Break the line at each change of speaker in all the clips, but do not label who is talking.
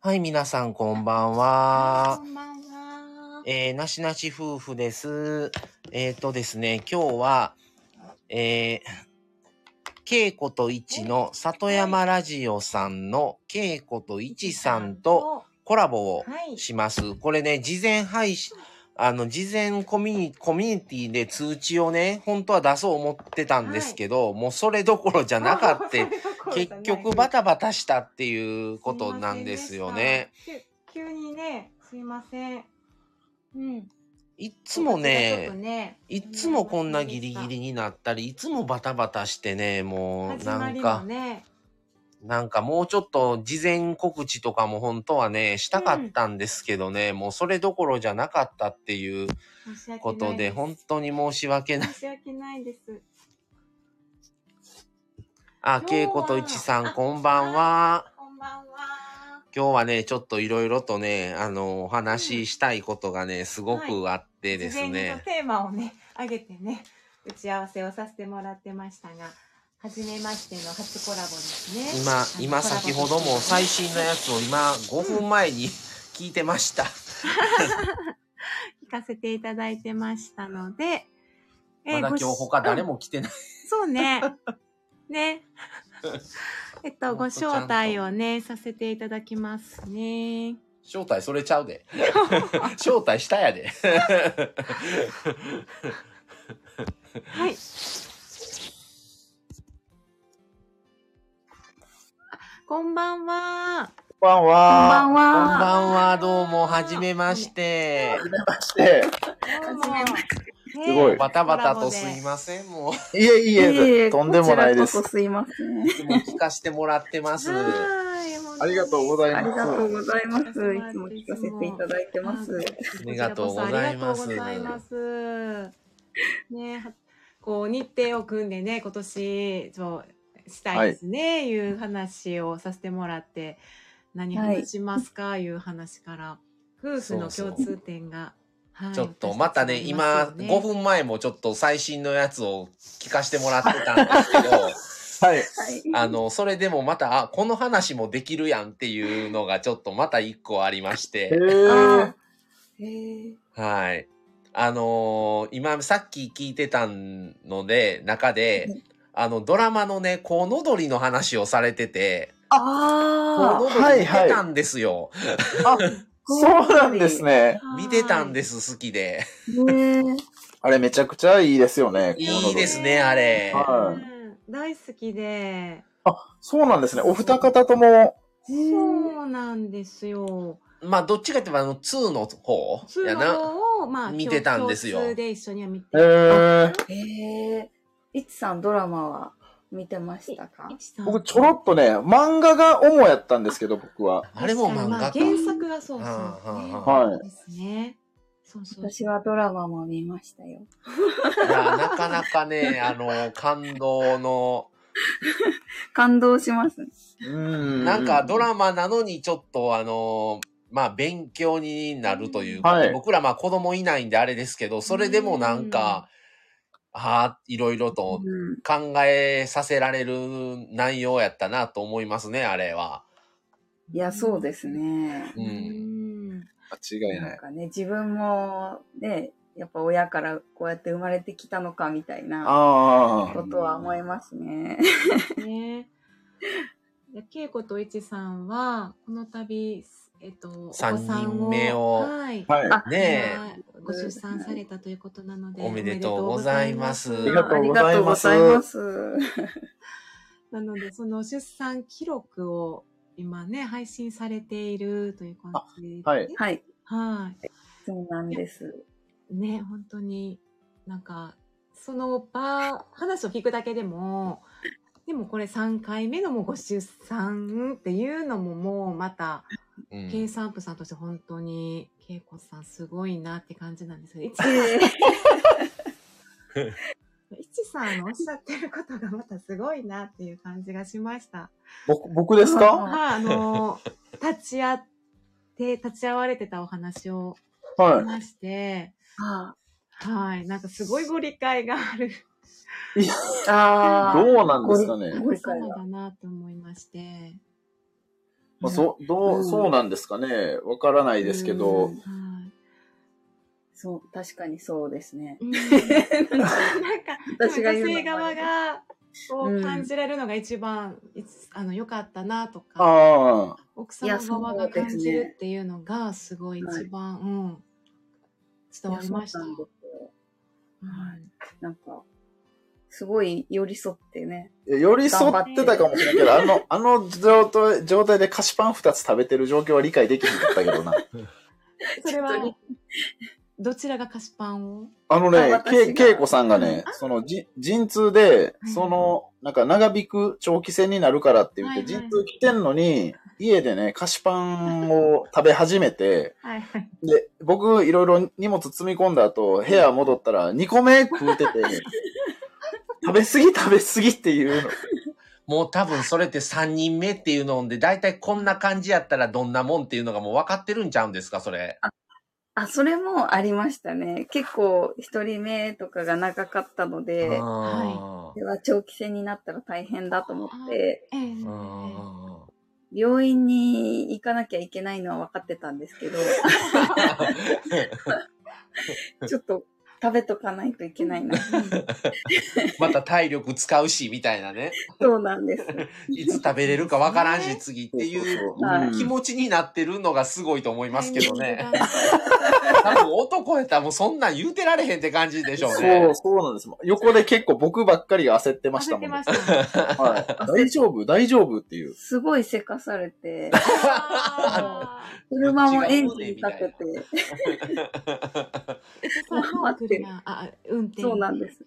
はい、皆さんこんばんは
こ。んばんは。
えー、なしなし夫婦です。えっ、ー、とですね、今日は、えー、けいこといちの里山ラジオさんのけいこといちさんとコラボを
はい。
します。これね、事前配信、あの、事前コミュニコミュニティで通知をね、本当は出そう思ってたんですけど、もうそれどころじゃなかっ
そ
た
う。いうことじゃ
結
ない
局バタバタしたっていうことなんですよね。。
すいませんでした急急にね、すいません。うん。
いっつも
ちょっと
ね、
ね、
いっつもこんなギリギリになったり、いつもバタバタしてね、もう
始
な
ま
ん
り
か
も、ね、
なんかもうちょっと事前告知とかも本当はね、したかったんですけどね、もうそれどころじゃなかったっていう
申し訳
こ
な
と
い
で、
です。
本当に申し訳ない。
申し訳ないです。
あ、
今日は
けいこといちさん、
あ
こんばんは。
こんばんは。
今日はね、ちょっといろいろとね、あの、お話ししたいことがね、すごくあってですね。
事前にテーマをね、上げてね、打ち合わせをさせてもらってましたが、はじめましての初コラボですね。
今、今
あの
先ほども最新のやつを今5分前に 聞いてました。
聞かせていただいてましたので、
まだ今日他誰
も。
も来てない。
そうね。ね。えっと、
ほ
ご
んとちゃんと
招待をね、させていただきますね。
招待それちゃう で。招待したやで。
はい。こんばんは。
こんばん
こんばん
は。
こん
は。
ばんは、どうも、はじめまして。
え
どうも。ね
すごい
バタバタとすいません。もう、い
えいえい
いえい
え、
え
とんでもないで
こちら
す
こ。そすいません。
つも聞かせてもらってます。
はい。本当に
ありがとうござい
あ
ます
りがとうございます。いつも聞かせていただいてます。
ありがとうございます
ありがとうございます。ねはこう日程を組んでね、今年そうしたいですね、い、う話をさせてもらって、何話しますか、い、う話から、夫婦の共通点が、はい。
ちょっと、またね、今、5。分前もちょっと最新のやつを聞かせてもらってたんですけど、
はい。
はい。
あの、それでもまた、あ、この話もできるやんっていうのがちょっとまた一個ありまし
え
て、
ー
あ、えー、
はい。あのー今さっき聞いてたので、中
う
で、あの、ドラマのね、コウノドリの話をされてて、コウノ
あ
ドリ見てたんですよ。
そうなんですね。
見てたんですす、好きで。
ー、ね
あれめちゃくちゃいいですよね。
いいですねあれ
はい
うん大好きで、
そうなんですね。お二方とも、
えー。
そうなんですよ。
まあ、どっちかって言えば、あの、2の方
通
やな。
路を、まあ、
見てたんですよ
共通で一緒には見て
えー、
えー。いつさんドラマは見てましたか
いちさん
僕ちょろっとね、漫画が主やったんですけど、僕は。
あれも漫画か
確。にまあ原作がそうそう、ね。
は
はい。
ですね。そうそう
私はドラマも見ましたよ。
いやなかなかね、あの、感動の、
感動します。
うん。
なんかドラマなのにちょっとあのーまあ勉強になるというか、
はい
僕らまあ子供いないんであれですけど、それでもなんか、ああ、いろいろと
うん、
考えさせられる内容やったなと思いますね、あれは。
いや、そうですね。
う。
うんん。
間違いな
なん
い。
かね、自分もね、やっぱ親からこうやって生まれてきたのかみたいな。
あ
ことは思いますね。
ね。で恵子といちさんは、この度、えっと、お子さんを
三人目を
はい
あ。。はい。
あ
ね
はいご出産されたということなので、
おめでとうございます
おめ
あ
で
り
とうご
が
ざい
とうございます
ありがとうございます。
なので、その出産記録を今ね、配信されているという感じで。
あはい
はい。
はい。
そうなんです。
ね、本当に、なんか、その場、話を聞くだけでも、でもこれ3回目のもうご出産っていうのももうまた、
う
ケイ
ん、
サンプさんとして本当に、ケイコさんすごいなって感じなんですよ。いちいちさんのおっしゃってることがまたすごいなっていう感じがしました。
僕、僕ですか
はい、あ の、立ち会って、立ち会われてたお話をし
は
まして、
あ
はい、なんかすごいご理解がある。
い。いや
あ
どうなんですか
ご
ね。
理解
神
が
様だなって思いまして。
まあ、そ、ど
う
う、
ん
そうなんですかね。わからないですけ
う
ど
ん。
は
そう、確かにそうです ね。
いなんか、
私が言う
女
の
性側が、こ
う
うん感じられるのが一番、いつあの、良かったなとか、
ああ、
奥
い
様
やそう
側が感
です
じ
ね
るっていうのが、すごい一番、うん、伝わりました。
いやそうなんですよ
はい
なんか、すごい寄り添ってね。
寄り添ってたかもしれんけど、あの、あの状態、状態で菓子パン二つ食べてる状況は理解できなかったけどな。
それは
ちょっとね、
どちらが菓子パンを
あの
あ
ね、
私が
け、けいこさんがね、その、じ、陣痛で
はい、
その、なんか長引く長期戦になるからって言っ
は
て、
いはい
陣痛来てんのに、家でね、菓子パンを食べ始めて、
はいはい。
で、僕、いろいろ荷物積み込んだ後、部屋戻ったら2個目食うてて、食べ過ぎ食べ過ぎっていうの。
もう多分それって3人目っていうので、だいたいこんな感じやったらどんなもんっていうのがもう分かってるんちゃうんですか、それ。
あ、それもありましたね。結構、一人目とかが長かったの
う
で、こ
ん
れは長期戦になったら大変だと思って、
ええ
うん
病院に行かなきゃいけないのは分かってたんですけど、ちょっと食べとかないといけないな。
また体力使うし、みたいなね。
そうなんです。
いつ食べれるか分からんし、次っていう
はい
うん
気持ちになってるのがすごいと思いますけどね。。
タイミングが
多分男やったらもうそんなん言うてられへんって感じでしょう
そ
ね
う、。そうなんです。横で結構僕ばっかりが焦ってました
焦っ
も
て
ん、
ま
ね。
したね。
はい、大丈夫大丈夫っていう。
すごいせかされて、
あ ー
車もエンジンかけて、
さんの車、あ、運転。
そうなんです。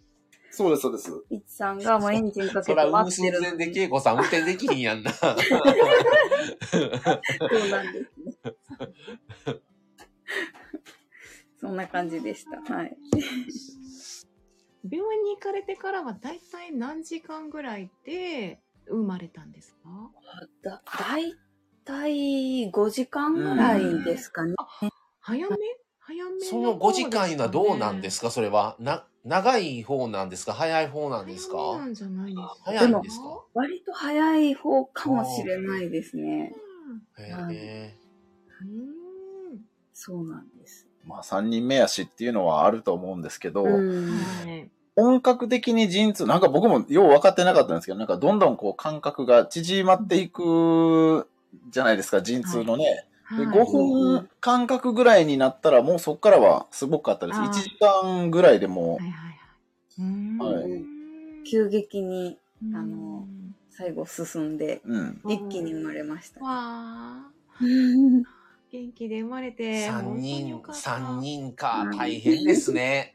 そうです、そうです。
いちさんがもうエンジン か
そ
け
ら、
て
産む
待っ
寸
てるの
前で
に。
恵子さん運転できひんやんな。
そうなんですね。そんな感じでした。はい。
病院に行かれてからは大体何時間ぐらいで生まれたんですか
だ、だいたい5時間ぐらいですかね。
早め早め
その5時間いうのはどうなんですすかそれは。な、長い方なんですか早い方な
か
ん
ね
ですか
早めなんじゃないですか
早いんですか
割と早い方かもしれないですね。
へ
も
え
うん
そうなんです。
まあ3人目やしっていうのはあると思うんですけど、
うん。
はい
本格的に陣痛、なんか僕もよう分かってなかったんですけど、なんかどんどんこう感覚が縮まっていくじゃないですか、陣痛のね。
はい
で5分間隔ぐらいになったらもうそっからはすごかったです。
あー
1時間ぐらいでも
はいはいはい。うーん
はい
急激にあ
う
の
ん
最後進んで、
う、うん。
うん
一気に生まれました。
わあ、元気で生まれて。
3
本
人、
当によかった
3。人か。大変ですね。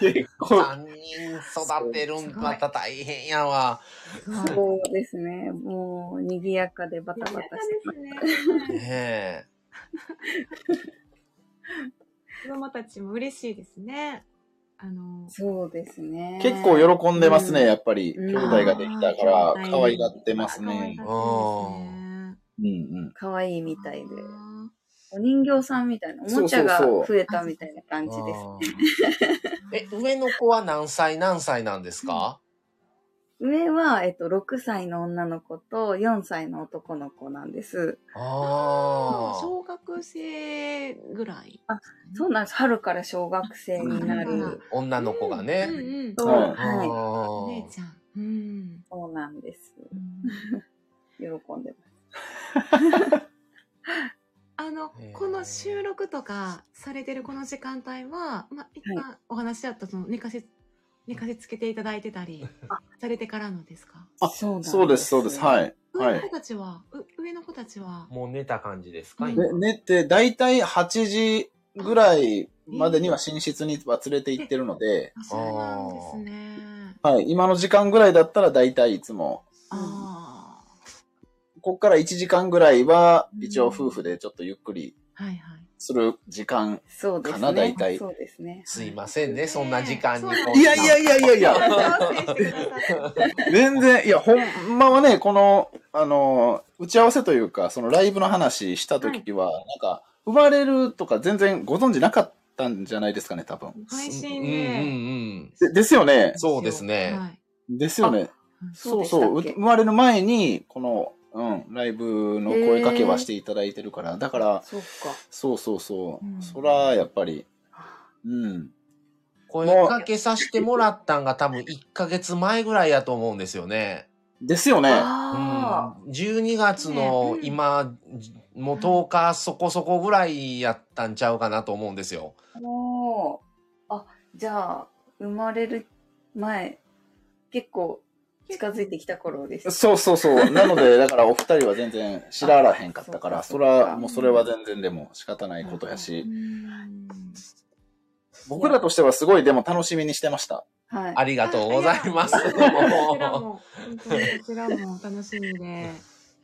結構、
3人育てるんまた大変やわ。
すごい
そうですね。もう、賑やかでバタバタしてま
賑やかですね。
ねえ。
子供たちも嬉しいですね。あの、
す。そうですね。
結構喜んでますね、
うん
やっぱり。
うん
兄弟ができたから、可愛がってます
可愛
ね
か。ったですね。
うんうん。
可愛いみたいで。
あ
お人形さんみたいな、おもちゃが
そうそうそう
増えたみたいな感じです。
あーえ、上の子は何歳何歳なんですか、
上は、えっと、6歳の女の子と4歳の男の子なんです。
あ
ー。
あ。
小学生ぐらい。
そうなんです。春から小学生にな
う
る
ん。
女の子が
うん
ね。
うん
そう、
うん
はい。
お
は
姉ちゃん。うん。
そうなんです。喜んで
あの
へー、
この収録とかされてるこの時間帯は、まあ、一旦お話しあったその寝かせ、寝かせつけていただいてたりされてからのですか
ます。そうなんです。
そうです、そうです。はいい。
上
は
の
い
子。たちは、う上の子たちは、
もう寝た感じですか、
うん
今
で、寝て、だいたい8時ぐらいまでには寝室には連れて行ってるので、
あそうなんですね。
はい、今の時間ぐらいだったらだいたいいつも、
あ
こっから1時間ぐらいは
う、ん
一応夫婦でちょっとゆっくり
あ。はいはい。
する時間。
そうですね。
かな大体
そうですね。
すいませんね、そんな時間に
そうなん
こ
で
ん
す
な。
いやいやいやいやいや、
挑戦してくださって
全然、いや、ほんまはね、この、あの、打ち合わせというか、そのライブの話した時は、なんか、生まれるとか全然ご存知なかったんじゃないですかね、多分。
配信
うん
で。
うんうん。
でですよね。
そうですね。
はい
ですよね。
そ
そう
うでした
そ
っ
う。
け
生まれる前に、この、うん、ライブの声かけはしていただいてるから、だから、
そっか。
そうそうそう、
うん
そら、やっぱり、うん。
声かけさせてもらったんが多分1ヶ月前ぐらいやと思うんですよね。
ですよね。
うん、
あ
12月の
ねうん
今、もう10日そこそこぐらいやったんちゃうかなと思うんですよ。
あ、もう、あ、じゃあ、生まれる前、結構近づいてきた頃です。
そうそうそう。なので、だからお二人は全然知らあらへんかったから、
あそ
そう、
かそうから
もうそれは全然でも仕方ないことやし、僕らとしてはすごいでも楽しみにしてました。
はい。
ありがとうございます。
あいやこちらも、本当にこちらも楽しみで、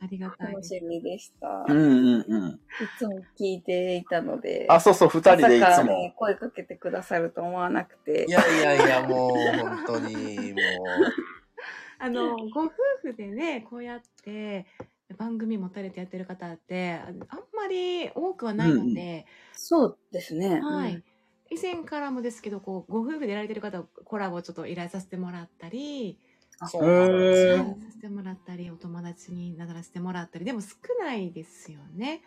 ありがたい
楽
です。
しみでした。
うん
い
うんうん。
つも聞いていたので、
あ、そうそう、二
ま
人でい
さ
つ
か
も
ね。、声かけてくださると思わなくて
い。やいやいや、もう本当に、も
あの、ご夫婦でね、こうやって、番組持たれてやってる方って、ああんまり多くはないので、
そうですね。
はい。以前からもですけど、こう、ご夫婦でやられてる方、コラボをちょっと依頼させてもらったり、
う、
あ
そうなんです
へ
依
え
頼さ
よ。
せてもらったり、お友達にならせてもらったり、でも少ないですよね。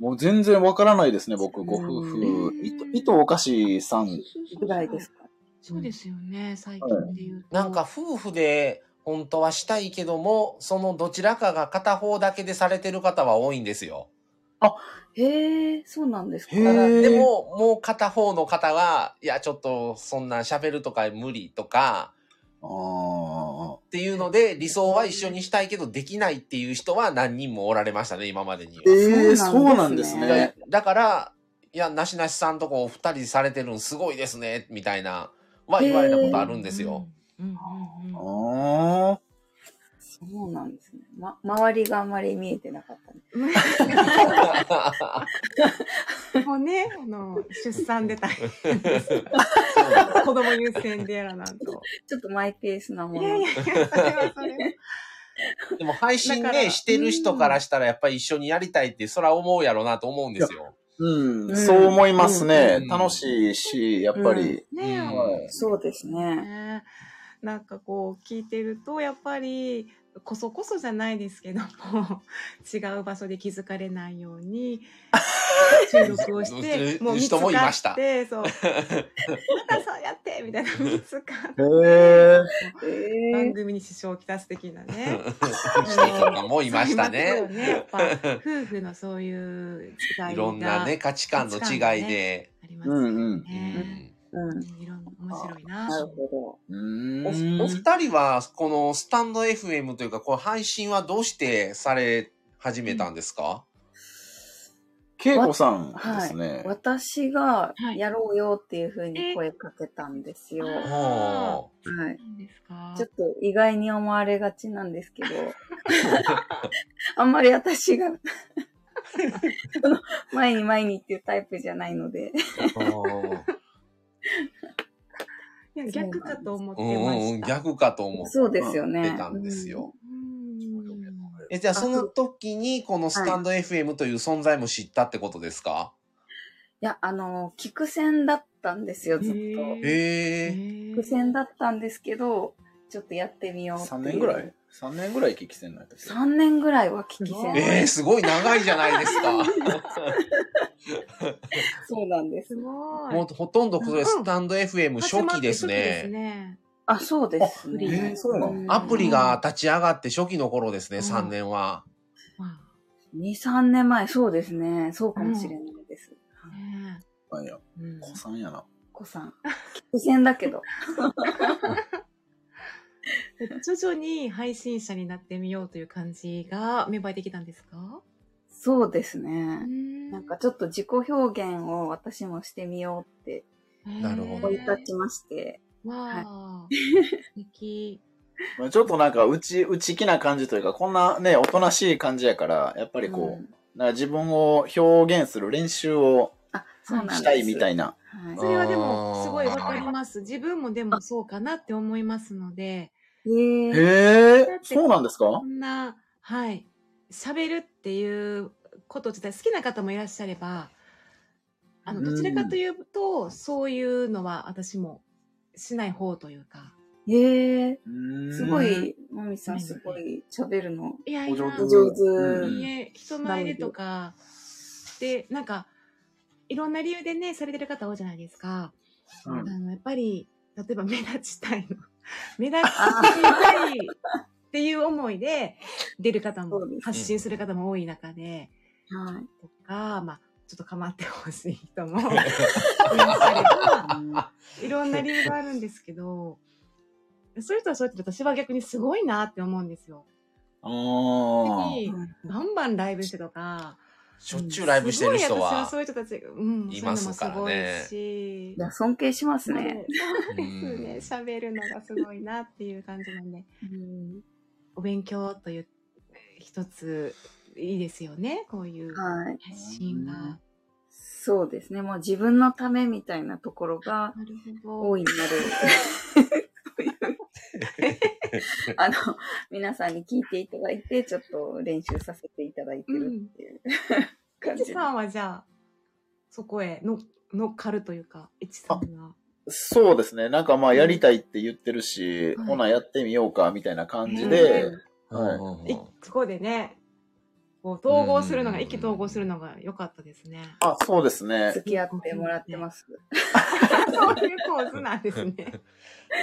もう全然わからないですね、僕、ご夫婦
うん。
いといとおかしさん。
ぐらいですか。
そうですよね、最近で言うと。
なんか夫婦で本当はしたいけども、そのどちらかが片方だけでされてる方は多いんですよ。
へえ、そうなんですか。
へー
でも、もう片方の方が、いや、ちょっとそんな喋るとか無理とか、
ああ。
っていうので、理想は一緒にしたいけどできないっていう人は何人もおられましたね、今までには。
ええ、そ
そうう
な
なんん
で
ですす
だ
ね
ね。
だから、いや、なしなしさんとこお二人されてるんすごいですね、みたいな、は言われたことあるんですよ。
うん。うんうんうん
ああ。
そうなんですね。ま、周りがあまり見えてなかったね。
もうね、あの、出産で大変 子供優先でやらなんと。
ちょっとマイペースないもの。
やいやいや、それはそれは。
でも配信
だか
ね、
ら
してる人からしたらやっぱり一緒にやりたいって、そら思うやろなと思うんですよ。
う、
うんん
そう思います
う
ね
ん。
楽しいし、やっぱり。
ねえ、
うん
はい
そうですね。
ねなんかこう聞いてるとやっぱりこそこそじゃないですけども違う場所で気づかれないように収録をし
す る
てもう見つか
人もいまし
ったてそう またそうやってみたいな見つかって
へえ。
え
番
ー、
組に支障をきたす的 なね
してる方もいました
そう
ね。
いますよねやっぱ夫婦のそういう違
い
い
ろんな
が
ね、価値観の違いで。
あります
う
よ
んうん。
ね。
うん。
いろんな面白いな。
なるほ
う
おお
ーん
二人は、このスタンド FM というか、こう配信はどうしてされ始めたんですか、
恵子さんです
ど。
ね。
私が
はい
やろうよっていうふう
え
に声かけたんですよ。
あ
おー
はい。
そうなんですか
ちょっと意外に思われがちなんですけど、あんまり私がその、前に前にっていうタイプじゃないので、
おー
いや逆かと思っ
う
てま
んうんうん、
した。
逆かと思う。
そうですよ
出
ね。
たんですよ。
うん
え、じゃあその時に、このスタンド FM という存在も知ったってことですか
いや、あの、菊戦だったんですよ、ずっと。
へ
へえ。
伏
伏線だったんですけど、ちょっとやってみようっていう。
3年ぐらい ?3 年ぐらい聞き戦になったっけ
?3 年ぐらいは危機戦。
えー、すごい長いじゃないですか。
そうなんです
す。ごい。
もうほとんどこれスタンド FM 初期です
初
ね。
ね。
あ、そうですね。
あえー
そうなの
アプリが立ち上がって初期の頃ですね、3年は。
わ
2、3年前、そうですね。そうかもしれないです。
あね
なんや、
えうん
子さんやな。
子さん。伏線だけど。
徐々に配信者になってみようという感じが芽生えてきたんですか
そうです
う
ね。
ん
なんかちょっと自己表現を私もしてみようって
なるほど
追い
へえ
立ちまして。
わあ、素敵。
まあちょっとなんか、内、内気な感じというか、こんなね、おとなしい感じやから、やっぱりこう、
うん
なんか自分を表現する練習を
あ、そうなんです。
したいみたいな。
はい
それはでも、すごいわかります。自分もでもそうかなって思いますので。
へえ。
へえ
だっ、て
そうなんですか
こんな、はい、喋るっていうこと自体好きな方もいらっしゃれば、あの、
うん
どちらかというと、そういうのは私もしない方というか、
へえ。
うーん
すごい、うマミさんすごい喋るの
いやい
お
や、
上手
お上
うん
手。
ね、人前でとか、で、なんか、いろんな理由でね、されてる方多いじゃないですか。
うん
あのやっぱり、例えば目立ちたいの。 目立ちたいっていう思いで出る方も
そうですね、
発信する方も多い中で、
はい。
とか、まあ、ちょっと構ってほしい人 もいらっしゃれば、いろんな理由があるんですけど、そういう人はそうやって私は逆にすごいなって思うんですよ。
あ
次バンバンライブしてとか、
しょっちゅうライブしてる人
すごい私は
は
そ。ういう人たちが、うん、
いますからね
そういうのもすごいし
い。や、尊敬しますね。
そうですね。喋るのがすごいなっていう感じなんで、
うん
お勉強という一ついいですよね。こういう
はい。
発信が。
そうですね。もう自分のためみたいなところ
な
が
るほ
大
ど。
いに なる。 あの、皆さんに聞いていただいて、ちょっと練習させていただいてるっていう、感
い
じ
ち
で。
さんはじゃあ、そこへの乗っかるというか、いちさんが。
そうですね。なんかまあやりたいって言ってるし、
はい
ほなやってみようかみたいな感じ
う
で、
ん
はい
いそこでね、こう統合するのが、意気統合するのが良かったですね。
あ、そうですね。
付き合ってもらってます。
そういう構図なんです ね。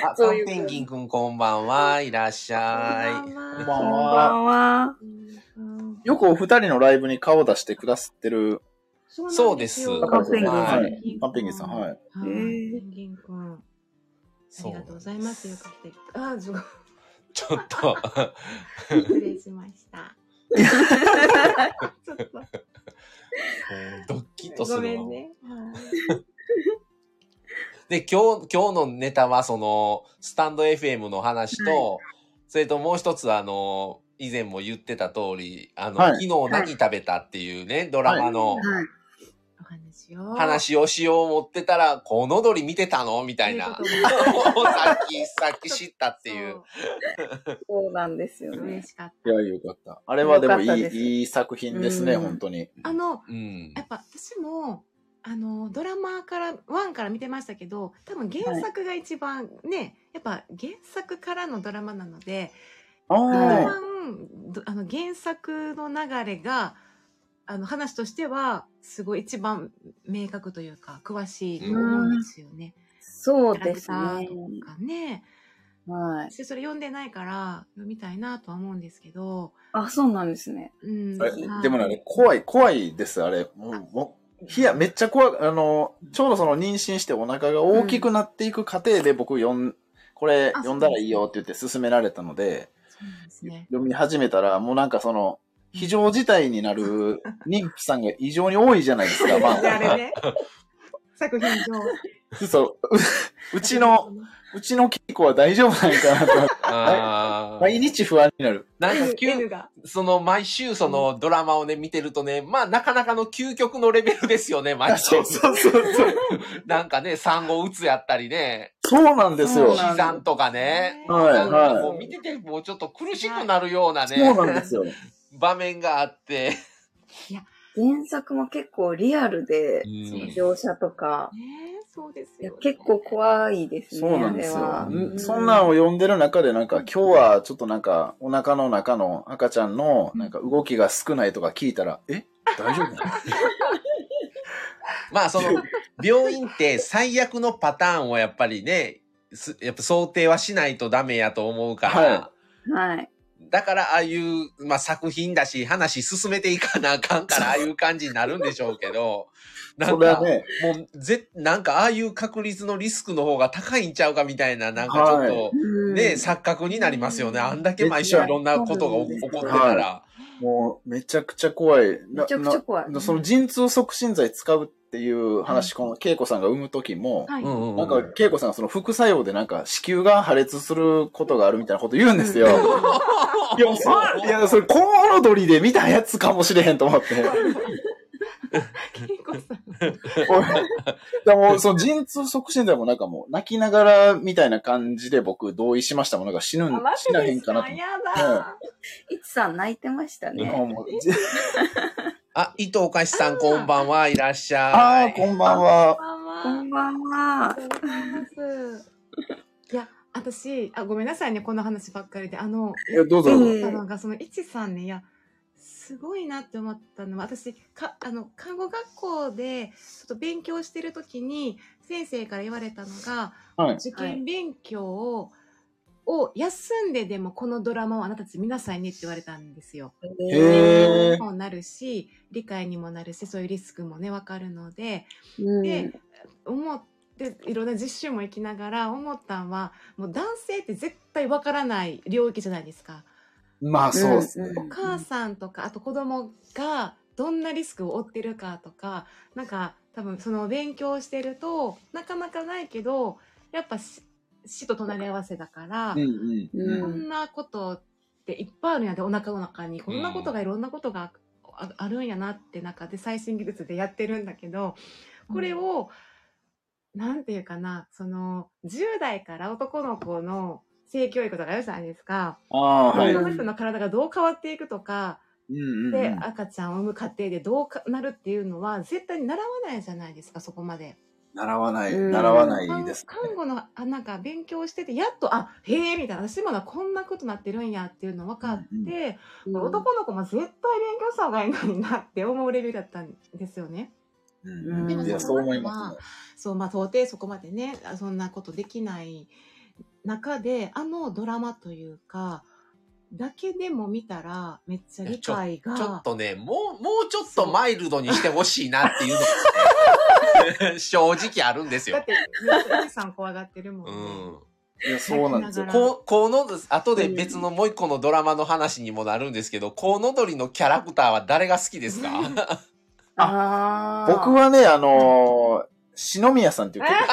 あ、
そ
サ
ういう
ンペンギンくんこんばんは。いらっしゃい。
こん
い
ば
こ
ん
んば
は。
んは。
うん
よくお二人のライブに顔出してくださってる、
そうなんですよ。。
そうです
は。
はい
パンペンギンさん、はいい。
パン
えー
ペンギンくん。ありがとうございます。よかった。あー、すごい。
ちょっと、
失礼しました。ちょっと。
ドッキッとす
ご
る
め
わ
ん。ね。はい
で、今日、今日のネタは、その、スタンド FM の話と、それともう一つ、あの、以前も言ってた通り、あの、
はい
昨日何食べたっていうね、ドラマの
はい。
お話を。
話をしよう思ってたら、この鳥見てたのみたいな。をさっき、さっき知ったっていう。
そうなんですよ
そう。
ね
嬉。しかっ
いや、よかった。あれはでも
よかった
いい
で、す
いい作品ですね、
うん
本当に。
た。あの、
うん
や。っぱ私も、あの、ドラマから、ワンから見てましたけど、多分原作が一番ね、やっぱ原作からのドラマなので、
あ
一
あ、
番どあの原作の流れがあの話としてはすごい一番明確というか詳しいと思うんですよね。
そうですね。
がね
はい。
私それ読んでないから読みたいなとは思うんですけど、
あ、そうなんですね。
うん、は
え
い
でもね、あれ怖い、怖いです、あれ。もう、もういや、めっちゃ怖い。あの、ちょうどその妊娠してお腹が大きくなっていく過程で僕読ん、これ
あ
読んだらいいよって言って勧められたので、
そうなんですね。
読み始めたら、もうなんかその、非常事態になる妊婦さんが異常に多いじゃないですか、ま
であ
あ。
れね作品上
そう、ううちの、うちのキ子は大丈夫なんかなと。
あ
毎
ー
日不安になる。
なんか
N,
急
N が
その、毎週そのドラマをね、見てるとね、まあ、なかなかの究極のレベルですよね、毎週
そう。そうそうそう。
なんかね、産後うつやったりね、
そうなんです
そ
よ
う。なん
膝とかね。
はい
なんか
はい
もう見てて、もうちょっと苦しくなるような
そう
ね、
なんですよ。
場面があって。
原作も結構リアルで、
うん
描写とか、
ねそうです
いや
よ、ね。
結構怖いですね。
そうなんですよ
あれは。
うん
んそんなんを読んでる中で、なんか今日はちょっとなんかお腹の中の赤ちゃんのなんか動きが少ないとか聞いたら、え大 丈夫なの
まあ、その、病院って最悪のパターンをやっぱりね、すやっぱ想定はしないとダメやと思うから、
は
はい。
だからああいう、まあ、作品だし、話進めていかなあかんから、ああいう感じになるんでしょうけど、な
そ
ん
れは
か、
ね、
もう、ぜ、なんかああいう確率のリスクの方が高いんちゃうかみたいな、なんかちょっと、
うん
ね、錯覚になりますよね。あんだけ毎週いろんなことが起こってたら。
もうめちゃくちゃ怖い。な
めちゃくちゃ怖い
な。その陣痛促進剤使うっていう話、この恵子さんが産む時も、
はい。
うんうんう
なん
ん
か、恵子さんがその副作用でなんか子宮が破裂することがあるみたいなこと言うんです よ。いや、それ、いや、それ、コウノドリで見たやつかもしれへんと思って。
結構さ
おい でも、その陣痛促進剤もなんかもう、泣きながらみたいな感じで僕同意しましたもん。なんか死ぬん
あ、マ、
死
ジ
なへ
で
ん
す
か
か
なと思
や
うん
だ。
いちさん泣いてました
って。もう
ね。
もうじ
あ、伊藤かしさんこんばんはいらっしゃ
ああ、
い。
こんばんは。
こんばんは
こんばんは。
ありがとうございます。いや、私、あ、ごめんなさいね、この話ばっかりで。あの、
いやどうぞ
うん
思ったのが、その、いちさんね、いや、すごいなって思ったのは、私、か、あの、看護学校で、ちょっと勉強してる時に、先生から言われたのが、
はい。
受験勉強を、を休んででもこのドラマをあなたたち見なさいねって言われたんですよ。
へー
もなるし、理解にもなるし、そういうリスクもね、わかるので、
うん
で思っていろんな実習も行きながら思ったんはもう男性って絶対わからない領域じゃないですか。
まあ、そうですね。
うんうん
お母さんとかあと子供がどんなリスクを負ってるかとかなんか多分その勉強してるとなかなかないけどやっぱし死と隣り合わせだから、
うんうん
うん
こんなことっていっぱいあるんやでお腹の中にこんなことがいろんなことがああるんやなって中で最新技術でやってるんだけどこれを、なんていうかなその10代から男の子の性教育とかあるじゃないですか、
ああ、はい。う
女
ん
の人の体がどう変わっていくとか、
うんう
で
ん。
赤ちゃんを産む過程でどうかなるっていうのは絶対に習わないじゃないですかそこまで。
習わない、
うん
習わな
看
いですね。
看護のあなんか勉強しててやっとあへえみたいな私もなこんなことなってるんやっていうの分かって、
うん
男の子も絶対勉強した方がいいのになって思うレベルだったんですよね。
うん
で
う
も
ん。いや、
そ
そ
の
う思いますね。
そうまあ到底そこまでねあそんなことできない中であのドラマというかだけでも見たらめっちゃ理解が
ちょっとね、もう、もうちょっとマイルドにしてほしいなっていうのが、ね、正直あるんです
だ
よ
っ。てめっちゃ皆さん怖がってるもん
うん。
ね。
いや、そうなんですよ。
こう、この、後で別のもう一個のドラマの話にもなるんですけど、コウノドリのキャラクターは誰が好きです かあ
あー
僕はね、あのー、篠宮さんっていう結構
ー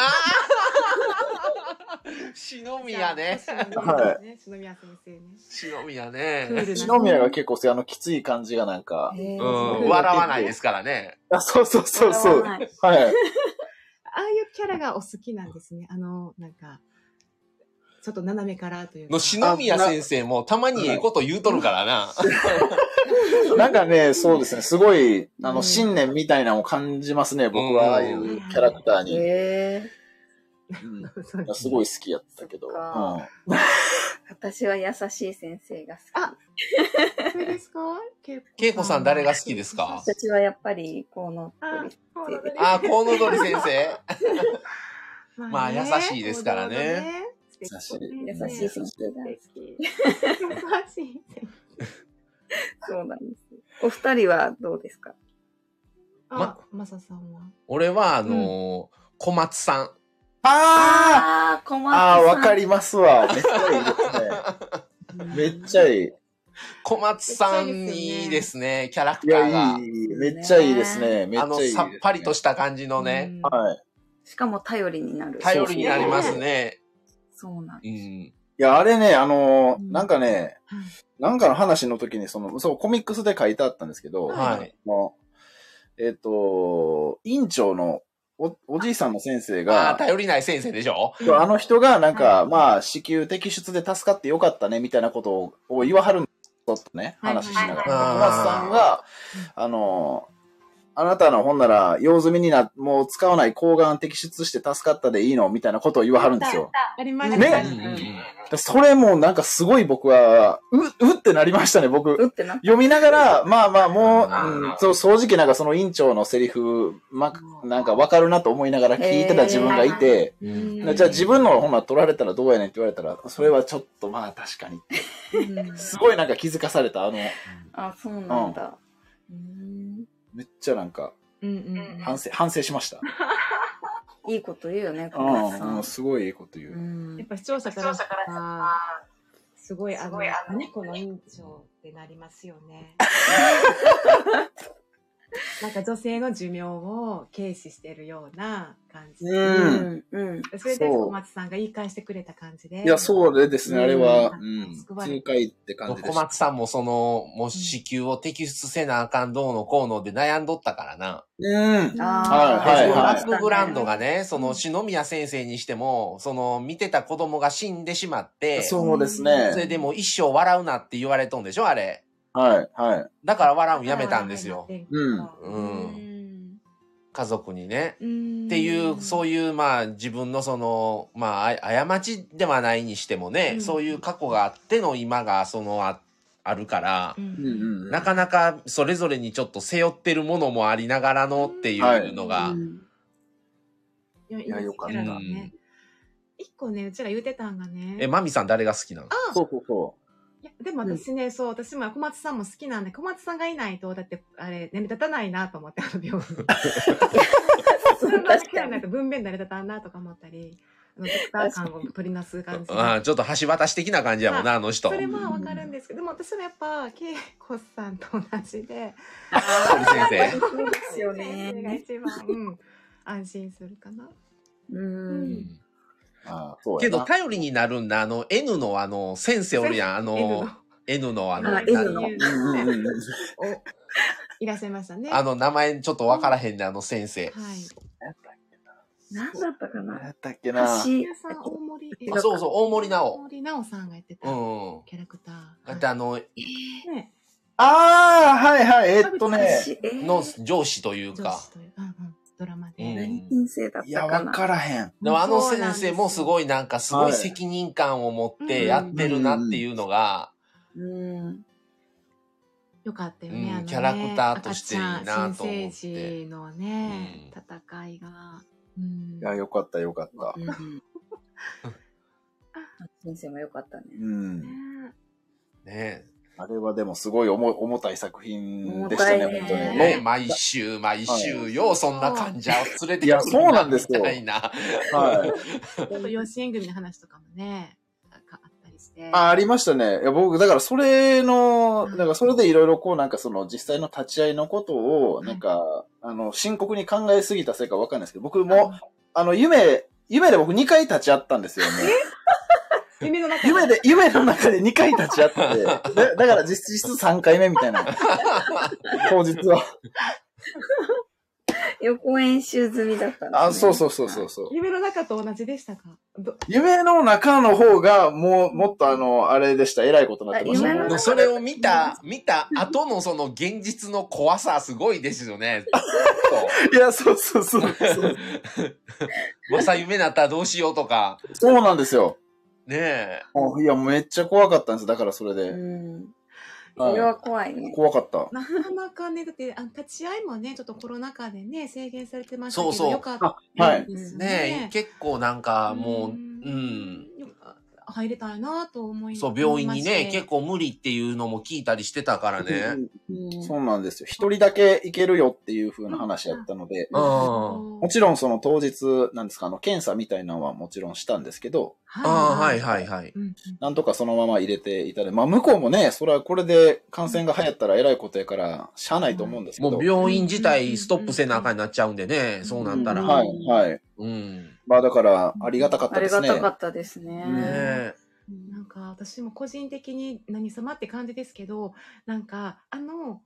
篠宮ね。
じゃあ。はい。篠宮先生ね。
篠宮
クー
ね。
ルな
篠宮が結構そういうあのきつい感じがなんか、
へー
うん、
ん
笑わないですからね。
あそうそうそうそう。
笑わない
はい。
ああいうキャラがお好きなんですね。あの、なんか、ちょっと斜めからというか。
の篠宮先生もたまにええこと言うとるからな。
なんかね、そうですね、すごい、あ
う
の、
ん
信念みたいなのを感じますね、僕
うん
は、ああいうキャラクターに。
へー
うん
そうです
すごい好きやったけど。う
そ
ん
っか私は優しい先生が好き。
あそれですか
恵子さん誰が好きですか
私はやっぱり、この
あそうだね
あー、コウノドリ先生。
まね
まあ優しいですからね。
王道のね
優
優しい先生が好き。
優しい。
そうなんです。お二人はどうですか
あ、マサさんは。
俺は、あのー小松さん。
あー
あー、小松
あー、わか
り
りますわ。めっちゃいいですね。めっちゃいい。
小松さんにですね、キャラク
い
ター
や、
が
い。い。めっちゃいいですね。めっちゃいい
あの、
ですね
さっぱりとした感じのね、
うん。
はい。
しかも頼りになる。
頼りになりますね。
そうなん
う
で
ん。
いや、あれね、あのー
うん
なんかね、
はい
なんかの話の時に、その、そう、コミックスで書いてあったんですけど、
はい
あのえっ、と、院長のおおじいさんの先
あ
生
あ、
が、
頼りない先生でしょ
そうあの人が、なん
は
か、まあ、子宮摘出で助かってよかったね、みたいなことをを言わはるんですよ、ちょっとね、
はい
話しながら。小
はい
松さんが、あの、あなたの本なら、用済みにな、もう使わない抗がん摘出して助かったでいいの、みたいなことを言わはるんですよ。
ありまし
ね
た
うんうんう
ね。
ん
でそれもなんかすごい僕は、う、うってなりましたね、僕。
うってな
読みながら、まあまあもう、
う
うんん、そう、正直なんかその院長のセリフ、ま、なんかわかるなと思いながら聞いてた自分がいて、
うん
へー
じゃあ自分の本は取られたらどうやねんって言われたら、それはちょっとまあ確かに。
うん
すごいなんか気づかされた、あの、
あ、そうなんだ。うん
めっちゃなんか
うんうん。
反省、反省しました。
いいこと言うよね、小
う
松さ
ん、うんん、。すごいいいこと言
う
う。
ん
やっぱ視聴者からしたら、すごい、あの、何この院長ってなりますよね。なんか女性の寿命を軽視してるような感じ。
う。
うんん。うん。
それで
そう
小松さんが言い返してくれた感じで。
いや、そうですね、あれは、う
うん
ん、
救われ
痛快って感じで
小
した。
松さんもその、もう子宮を摘出せなあかんどうのこうので悩んどったからな。
うん。
あー
はいはい
でそのラッ
はい
プグランドがね、そうの、
ん
篠宮先生にしても、その、見てた子供が死んでしまって、そ
そうですね。
れでもう一生笑うなって言われとんでしょあれ。
はい、はい。
だから笑うんやめたんですよ。
うん
うん
うん
ん。
家族にね。
うん
っていう、そういう、まあ、自分のその、まああ、過ちではないにしてもね、
うん
そういう過去があっての今が、その、ああるから、
うん
うんうん
なかなかそれぞれにちょっと背負ってるものもありながらのっていうのが、
うんいや、いい
いや
です
よかった
キャラがね一個ね、うちら言うてたんがね。
え、マミさん誰が好きなの
そうそうそ
いやでも私ね、そう、私も小松さんも好きなんで、小松さんがいないと、だって、あれ、成り立たないなと思って、あの 病院。
そう
文
確
か
か
にな
に
ん。か文面成り立たんなとか思ったり、あのドクター感を取りなす感じ。
あーちょっと橋渡し的な感じやもんな、あの人。
それまあわかるんですけど、でも私もやっぱ、恵子さんと同じで、
堀先
そうですよ
先生が
ね。
一番、うん、安心するかな。
う。
生。うんん
う。ああ、そうや
け
な。
ど頼りになるんだ、あの N のあの先生おるやん、あ
N
の
の
N のあの
あ、
な
N の
うんうんうんうん。
おいらっしゃいましたね。
あの名前ちょっとわからへんね、あの先生。
はい。
何だったか
何や
な
ったっけな。
橋
皆さん、大森、
あそうそう、大森
大
直。
森奈緒さんがやってた
う
キ
ん。
ャラクター。
だってあの、
ね、
ああ、はいはい、えっとね。
橋えー
の上司という
上
か
司。という、うんうん、ドラマで。
うん
何人生だっ
いや、
たか
わ
な
からへん。
でもあの
そう
先
なんです
生
よ
もすごいなんかすご
はいい
責任感を持ってやってるなっていうのが、
うん。
よかったよ
うん
ね、あのね
キャラクターとしていいなと思って
赤ちゃん新生児のね、戦いが。うん
いや、よかった、よかった。
うん。先生も良かったね。
うん。
ね
ね
あれはでもすごい重重たい作品でしたね、
重たい
本
ね
当に
ね
ね。
毎週毎週
は
よ、
い
そんな患者を連れてくる
いやそうなんですよ
みたいな。
はい。
ちょっと養子縁組の話とかもね、ああったりして。
あ、ありましたね。いや、僕、だからそれの、
はい
なんかそれでいろいろこう、なんかその実際の立ち会いのことを、
い
なんか、あの、深刻に考えすぎたせいかわかんないですけど、僕も、
あ
あの、夢、夢で僕2回立ち会ったんですよね。
夢の中
夢で、夢の中で2回立ち会 って、だだから実質3回目みたいな。当日は。
予行演習済みだったんですね
あ、そうそうそうそうそう。
夢の中と同じでしたかど
夢の中の方が、もう、もっとあの、あれでした。えらいことになってました
あ夢の
ね
中。
それを見た、見た後のその現実の怖さすごいですよね。
いや、そうそうそうそう。
まさ夢だったらどうしようとか。
そうなんですよ。
ねえ。
あいや、めっちゃ怖かったんです。だからそれで。
うん。
はい
それは怖いね。
怖かった。
なかなかね、だってあ立ち会いもね、ちょっとコロナ禍でね、制限されてましたけど、
そうそう
よかった
はい。
です
ねえ、
ね。
結構なんかもう、うんん。
よか入れたいなと思い
そう、病院にね、結構
構。
無理っていうのも聞いたりしてたから ね。
うん
そうなんですよ。一人だけ行けるよっていう風な話やったので、
うん。
もちろんその当日、なんですか、あの、検査みたいなのはもちろんしたんですけど、
ああ、
は
はい
い
はいはい。
うんうん
なんとかそのまま入れていただいて、まあ向こうもね、それはこれで感染が流行ったらえらいことやから、しゃあないと思うんですけど。
もう病院自体ストップせなあかんになっちゃうんでね、そうなったら。
ん
はい、はい。
うん。
まあだから、ありがたかっ
あ
た
り
です
が
ね。
たかったです
ね
ね。
え。
なんか私も個人的に何様って感じですけどなんかあの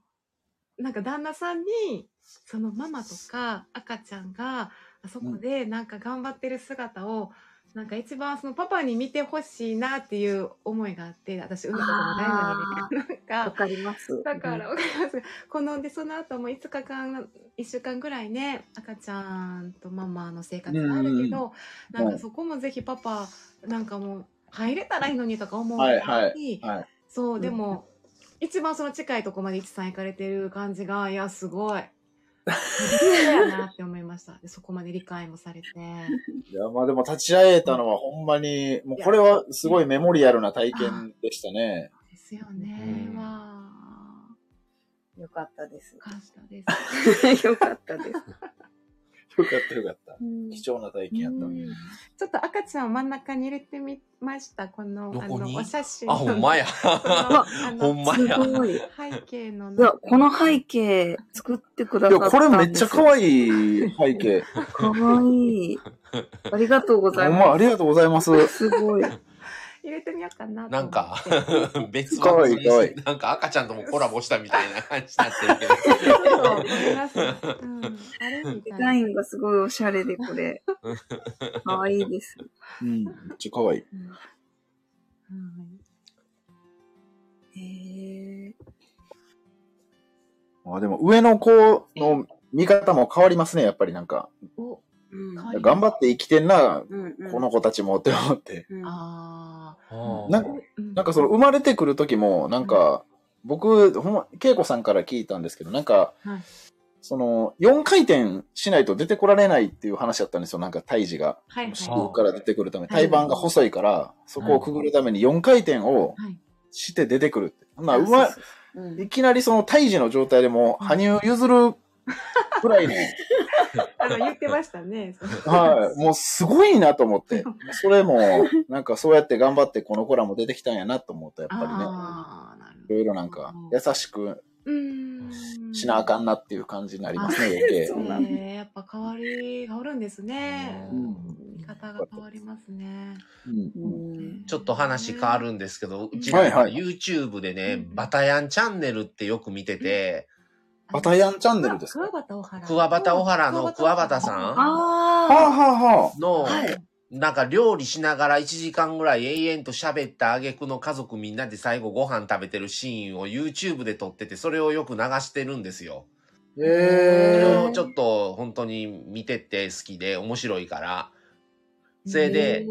なんか旦那さんにそのママとか赤ちゃんがあそこでなんか頑張ってる姿を、なんか一番そのパパに見てほしいなっていう思いがあって私産んだこともないのに、ね、なん
わ
か
かります。
だからわかりますこのでその後も5日間1週間ぐらいね赤ちゃんとママの生活があるけど、
うん
なんかそこもぜひパパなんかもう入れたらいいのにとか思う
はいはいはい
そうでも、一番その近いとこまで一さん行かれてる感じがいやすごい。そうやなって思いました。でそこまで理解もされて。
いや、まあでも立ち会えたのはほんまに、もうこれはすごいメモリアルな体験でしたね。
ですよね。
うん
わ
うんよかったです
あ、よ。かったです。
よかったです。
よかったよかった。
うん
貴重な体験やった。
うんちょっと赤ちゃんを真ん中に入れてみました。この、
ど
あ
こに
の、お写真
あ、
の。
ほんまや。
その。あの
ほんまや
すごい。い
背景の
や、この背景作ってくだ
い
さ
や、
った
これめっちゃ可
い
愛い背景。
い。かわいい。ありがとうござ
ほ
い
んま
ま
ありがとうございます。
す。すごい。
入れてみようかなと思って。
なんか別
かわいいかわい
なんか赤ちゃんともコラボしたみたいな感じになってる
ちょっとごめんなさいうんあれみた
デ
い
ザ
な。
インがすごいおしゃれで、こ れ。かわいいです。
うん、めっちゃ可愛い。
うん
へえ。
まあでも上の子の見方も変わりますね、やっぱりなんか。
お、
うん
変わり
頑張って生きてんな、
うんうん
この子たちもって思って。
うん
ああ。
なんかなんかその、生まれてくる時も、なんか、僕、ほんま、恵子さんから聞いたんですけど、なんか、
はい
その、4回転しないと出てこられないっていう話だったんですよ、なんか胎児が。
はいはい。
子宮から出てくるため、
はい
胎盤が細いから、そこをくぐるために4回転を
はい
して出てくるって。まあ、
あ
うま
そう、そううん
いきなりその胎児の状態でも、羽生譲る くらいの、
あの、言ってましたね。
はい、もうすごいなと 思って。それも、なんかそうやって頑張ってこの子らも出てきたんやなと思うと、やっぱりね、
ああ、なるほ
いろいろなんか優しく
ど。うーん。
しなあ
ん。
かんなっていう感じになりますね、余計
そ。うなんだ
ねえ、やっぱ変わり、変わるんですね
う。
見方が変わりますね。
うん
うん
ちょっと話変わるんですけど、うち
はい
ら
はい
YouTube でね、
うん
バタヤンチャンネルってよく見てて、
バタヤンチャンネルですか
クワ
は
バタオハラ。
クワバタオハラのクワバタさ
あは
あ
あはあ。
んの、
はい
なんか料理しながら1時間ぐらい延々と喋った挙句の家族みんなで最後ご飯食べてるシーンを YouTube で撮ってて、それをよく流してるんですよ。そ
へ
れ
ー
をちょっと本当に見てて好きで面白いから。それ
ー
で、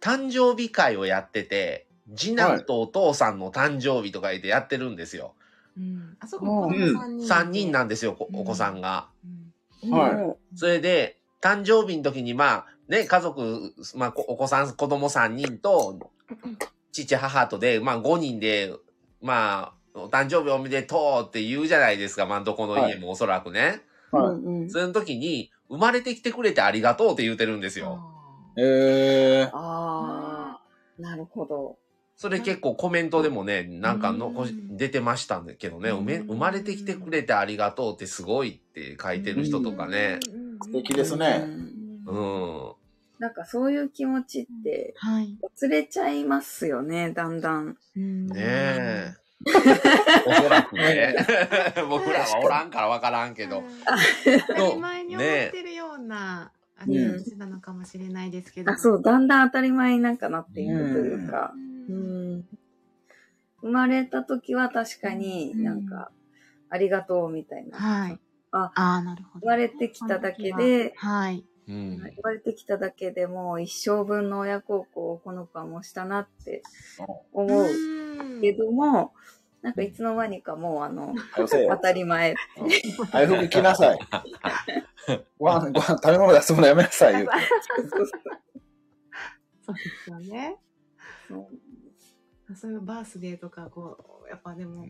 誕生日会をやってて、次男とお父さんの誕生日とか言ってやってるんですよ。
うん。あそこ、子供
3
三人。
人なんですよ、こお子さんが。
うん。
はい
も
それで、誕生日の時に、まあ、ね、家族、まあ、こお子さん、子供3人と、父、母とで、まあ、5人で、まあ、お誕生日おめでとうって言うじゃないですか、まあ、どこの家もおそらくね。
う
は
うんうん
その時に、生まれてきてくれてありがとうって言うてるんですよ。
あ
い。えー。
ああ、なるほど。
それ結構コメントでもね、なんか残し
うん
出てましたんだけどね、うめ
うん
生まれてきてくれてありがとうってすごいって書いてる人とかね。。
素敵です
う
ね。
ん
う。ん。
なんかそういう気持ちって
はい。
忘れちゃいますよね、だんだん。
ね
ね
え。おそらくね。 僕らはおらんからわからんけ ど。
当たり前に思ってるような、あ
ね
れ
え
なのかもしれないですけど。
あ、そう、だんだん当たり前になんかなっていくというか
う。。
うんん。生まれた時は確かになんか、ありがとうみたいな。
はい。
あ
あー、なるほど。
生まれてきただけ
この時
で、
は。はい。
うん。
生まれてきただけでもう一生分の親孝行をこの子はもうしたなって思う
うん
けども、なんかいつの間にかもうあの、
早せ
当
よ。
たり前。
早服着なさい。ご飯、ご飯、食べ物出すものやめなさい、言うて。
そうですよね。
そう
そういうバースデーとか、こう、やっぱでも、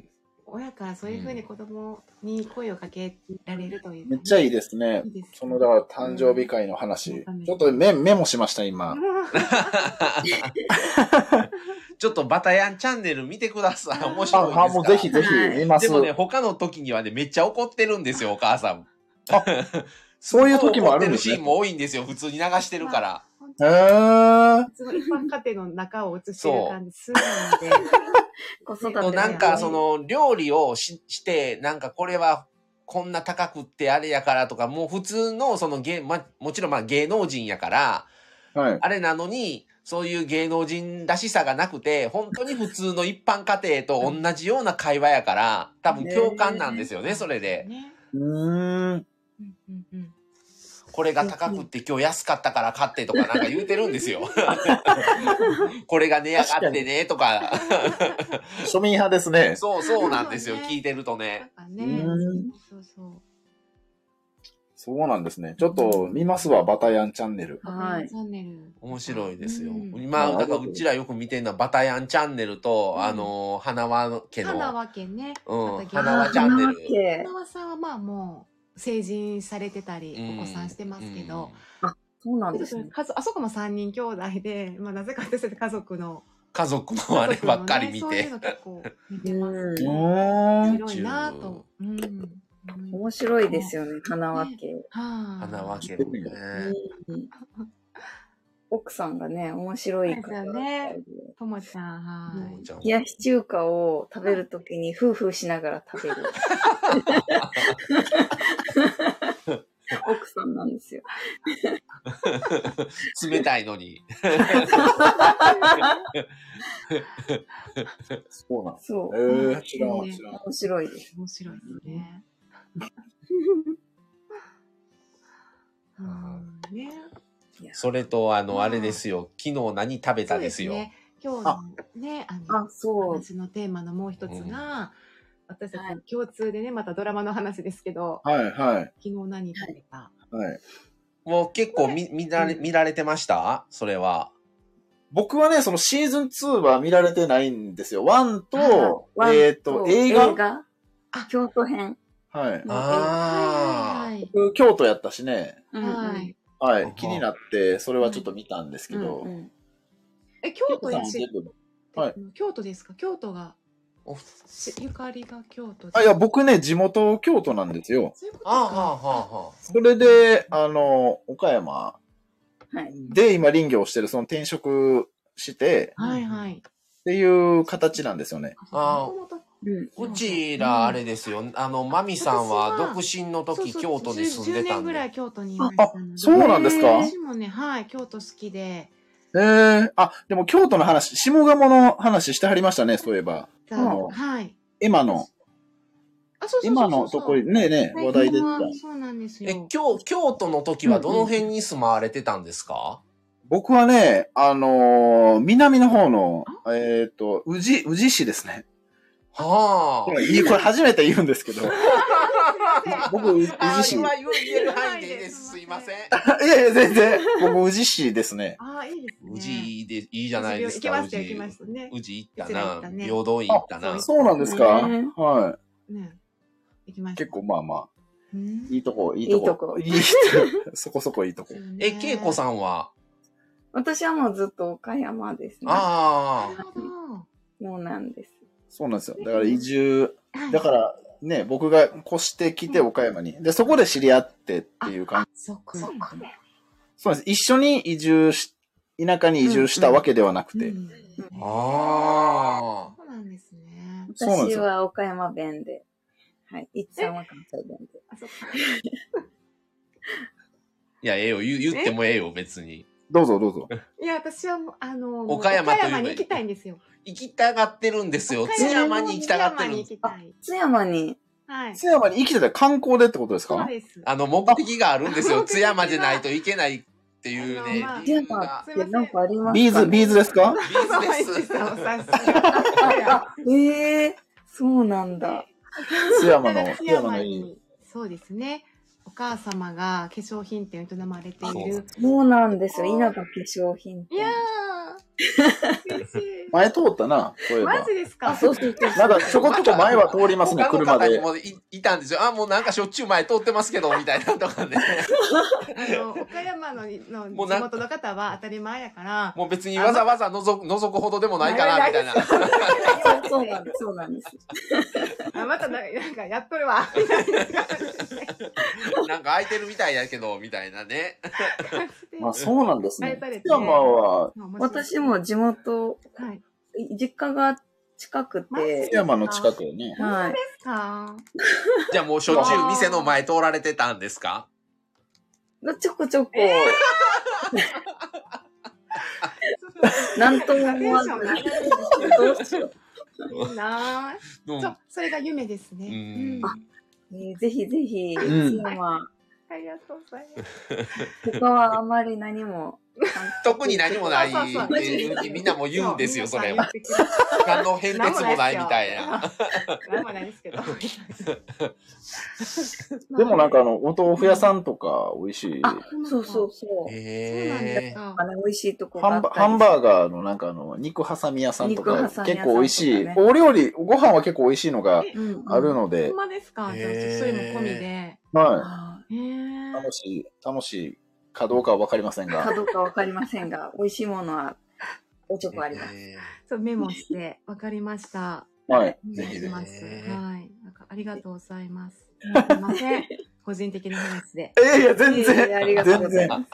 親からそういうふうに子供に声をかけられるというかね、
めっちゃいい
で
ですね
い。いですね。
その、だから誕生日会の話
うん。
ちょっとメメモしました、今。
ちょっとバタヤンチャンネル見てください。面白いで
あ、
すから。
あもうぜひぜひ見ます。
でもね、他の時にはね、めっちゃ怒ってるんですよ、お母さん。
そういう時もある
怒
んで
って
す
るシーン
ね。
も多いんですよ、普通に流してるから。
へー。
すごい一般家庭の中を映してる感じするので。
子育て
そ
の
う
なん
ね
か、その、料理をしして、なんか、これは、こんな高くってあれやからとか、もう普通の、その芸、ま、もちろんまあ芸能人やから、
はい。
あれなのに、そういう芸能人らしさがなくて、本当に普通の一般家庭と同じような会話やから、多分共感なんですよね、それで。
ね。
うーん。
うんうんうん。
これが高くって今日安かったから買ってとかなんか言うてるんです よ。これが値上がってねとか。
庶民派ですね。
そうそうなんですよ、
そうね
聞いてると
なん
ね。
かね
うん。
そうそう。
そうなんですね。ちょっと見ますわ、バタヤンチャンネル。
はい
チャンネル。
面白いですよ。
うん
今、
うん
だからうちらよく見てるのはバタヤンチャンネルと、
うん
あの、花輪家
花
の、
輪家ね。
うん、
あと
花輪チャンネ
あ
ル。
ー
花輪さんはまあもう成人されてたり、
うん
お子さんしてますけど、、
そうなんですね。
家族あそこも3人兄弟で、まあ、なぜか私たち家族の
家族
家族の
の
ね
あればっかり見
そういう
て。
の結構見てます。
う
うん
ーん。
広いなぁと。うん。
面白いですよね、花輪家。
花
花
輪家のね。
うん奥さんがね、面白
そ
い
うです
方
よねともちゃん、
と
は
もちゃん
冷やし中華を食べるときに、夫婦しながら食べ る。奥さんなんですよ。
冷たいのに。
そうなんです。
そ
え
う。
ー、知らんわ、知らんわ。
面白いです。
い。面白いですね。うんね、
それと、あ
うん
の、あれですよ。昨日何食べたですよ。
そうね、今日のね、あの、
あ、そう。
私のテーマのもう一つが、私た
は
ち共通でね、またドラマの話ですけど、
はいはい
昨日何食べた
はい。
もう結構見見られ、
うん
見られてましたそれは。
僕はね、そのシーズン2は見られてないんですよ。1と、
ワン
えっ、と、映画
あ
京都編。
はい。
ああ。
い
僕京都やったしね。
うんうん
は。い。
は。
あはい
気になって、それはちょっと見たんですけど
うん。うん
え、京都
さんは
一
全部はい
京都ですか京都が、
お
しゆかりが京都で
あ、いや、僕ね、地元京都なんですよ。
そういうこと
ああ、はあ、
か。
はあ、は
それで、あの、岡山
はい。
で今林業してる、その転職して
あ
はいはい。
っていう形なんですよね。
あー
もともと
うん。
あ。うちら、あれですよ。あの、マミさんは
私は
独身の
そう
時、
そう
京都に住んで
10
た
年
ん
ぐらい
で。
京都にいましたので
あそうなんですか
私もね、はい、京都好きで。
ええあ、でも京都の話、下鴨の話してはりましたね、そういえば。
あ
ん
はい。
今の、
あ、そうそうそうそう。
今のとこにねえねえ、
はい
話題出てた。
そうなんです
え、
よ。
京、京都の時はどの辺に住まわれてたんですか、
僕はね、あのー南の方の、えっ、と、宇治、宇治市ですね。
はあ。
これ、いいこれ初めて言うんですけど。僕、宇治
あ
市。い
今言える範囲でいいです。すいません。
やいや、全然。僕、宇治市ですね。
ああ、いいですね。
宇治で、いいじゃないですか。
行きましたよ、
宇
行
治
きましたね。
宇治行っ
うちら行
た
った
な。
ね
平等院行ったな。
そうなんですか、
ね
は
ね。行きまし
い。
た。
結構、まあまあ、
うん。
いいとこ、いいとこ。
いいとこ
いいとこそこそこいいとこ。
え、恵子さんは
私はもうずっと岡山ですね。
あ
なるほど
もうなんです。
そうなんですよ。だから移住、
はい
だからね、僕が越してきて岡山に。で、そこで知り合ってっていう感じ。
そっか。
そっか
そうなんです。一緒に移住し、田舎に移住したわけではなくて。
うん
あ。ああ。
そうなんですね。
そうなんです
私
よ
は岡山弁で。はい。いっちゃんは関西弁で。
あ、そっか。
いや、ええよ。言う言ってもええよ、別に。
どうぞどうぞ。
いや、私はもう、あの、
岡山という
岡に行きたいんですよ。
行きたがってるんですよ。
岡
津山に行きたがって
津山
るんで
に行
す。
きたい。
津山に、
はい。
津山に生きてたら観光でってことです
そう
か
です。
あの、目的があるんですよ。
あ
津山じゃないといけないっていうね
あのまあ。
理
津
由
山
が
ってなんかありますか、ね、
ビーズ、ビーズですか
ビーズです。
そうさすが
あ、ええそうなんだ。
津山の、
津
津
山
山のいい。
に、そうですね。お母様が化粧品店を営まれている。
そうなんですよ。稲葉化粧品
い
店。
やー、嬉しい。
前通ったな、そういえ
マ
ば
ジ。ですか
あ、そうそうそう。
なんかちょこちょこ前は通りますね、
他の
車
方に
で。
もいいたんですよ。あ、もうなんかしょっちゅう前通ってますけど、みたいなとかね。
あの岡山のの
もう
地
なん
元の方は当たり前やから、
もう別にわざわざ覗く、覗くほどでもないかな、みたいな。
そうそうなんです。そうなんです。
あまたななんかやっとる わ、みたいな感じで
なんか空いてるみたいやけど、みたいなね。
あ、そうなんです
前
ね
通れて。
津山は、
まあ面白い
私も地元、
はい。
実家が近く
マジで
て
津、山の近くよね。
はい。
か
じゃあもうしょっちゅう店の前通られてたんですか
ちょこちょこ、 なんとも思わず、
テンシ
どうしよ
いいなぁ。
うん
そう、それが夢です
う
ね。
ん
うん。
う。えーぜひぜひ、
うん
津山、
ありがとうございます。
他はあまり何も、
特に何もない
そうそうそう
ってみんなも言うんですよ、それ
は
は。何の変哲もないみたいな。。
何もないですけど。
でもなんかあの、お豆腐屋さんとか美味しい。
あ、そうそうそう。
そうなん
へ
で
え
す。か
あ。の、美味しいとこが
ハ
あ
ン
った
バ
り
ハンバーガーのなんかあの、肉挟み屋さんとか
肉挟み屋さんとかね
結構美味しい。お料理、ご飯は結構美味しいのが
え
うんうん
あるの
ほ
で
ん、まですかじゃあ、
へー
それも込みで。
は
あ
へ
い。
ー
楽しい、楽しいかどうかはわかりません
ーか
が。
どうかわかりませんが、美味しいものは、おちょこあります。
そう、メモして、わかりました。
はい。
お
ぜ
願
ひ
い
ぜひ
します。はい。なんか、ありがとうござ います。すいません。個人的な話で。
いやいや、全
いやいやあり
然、
がとう
全
ござ
然
いま。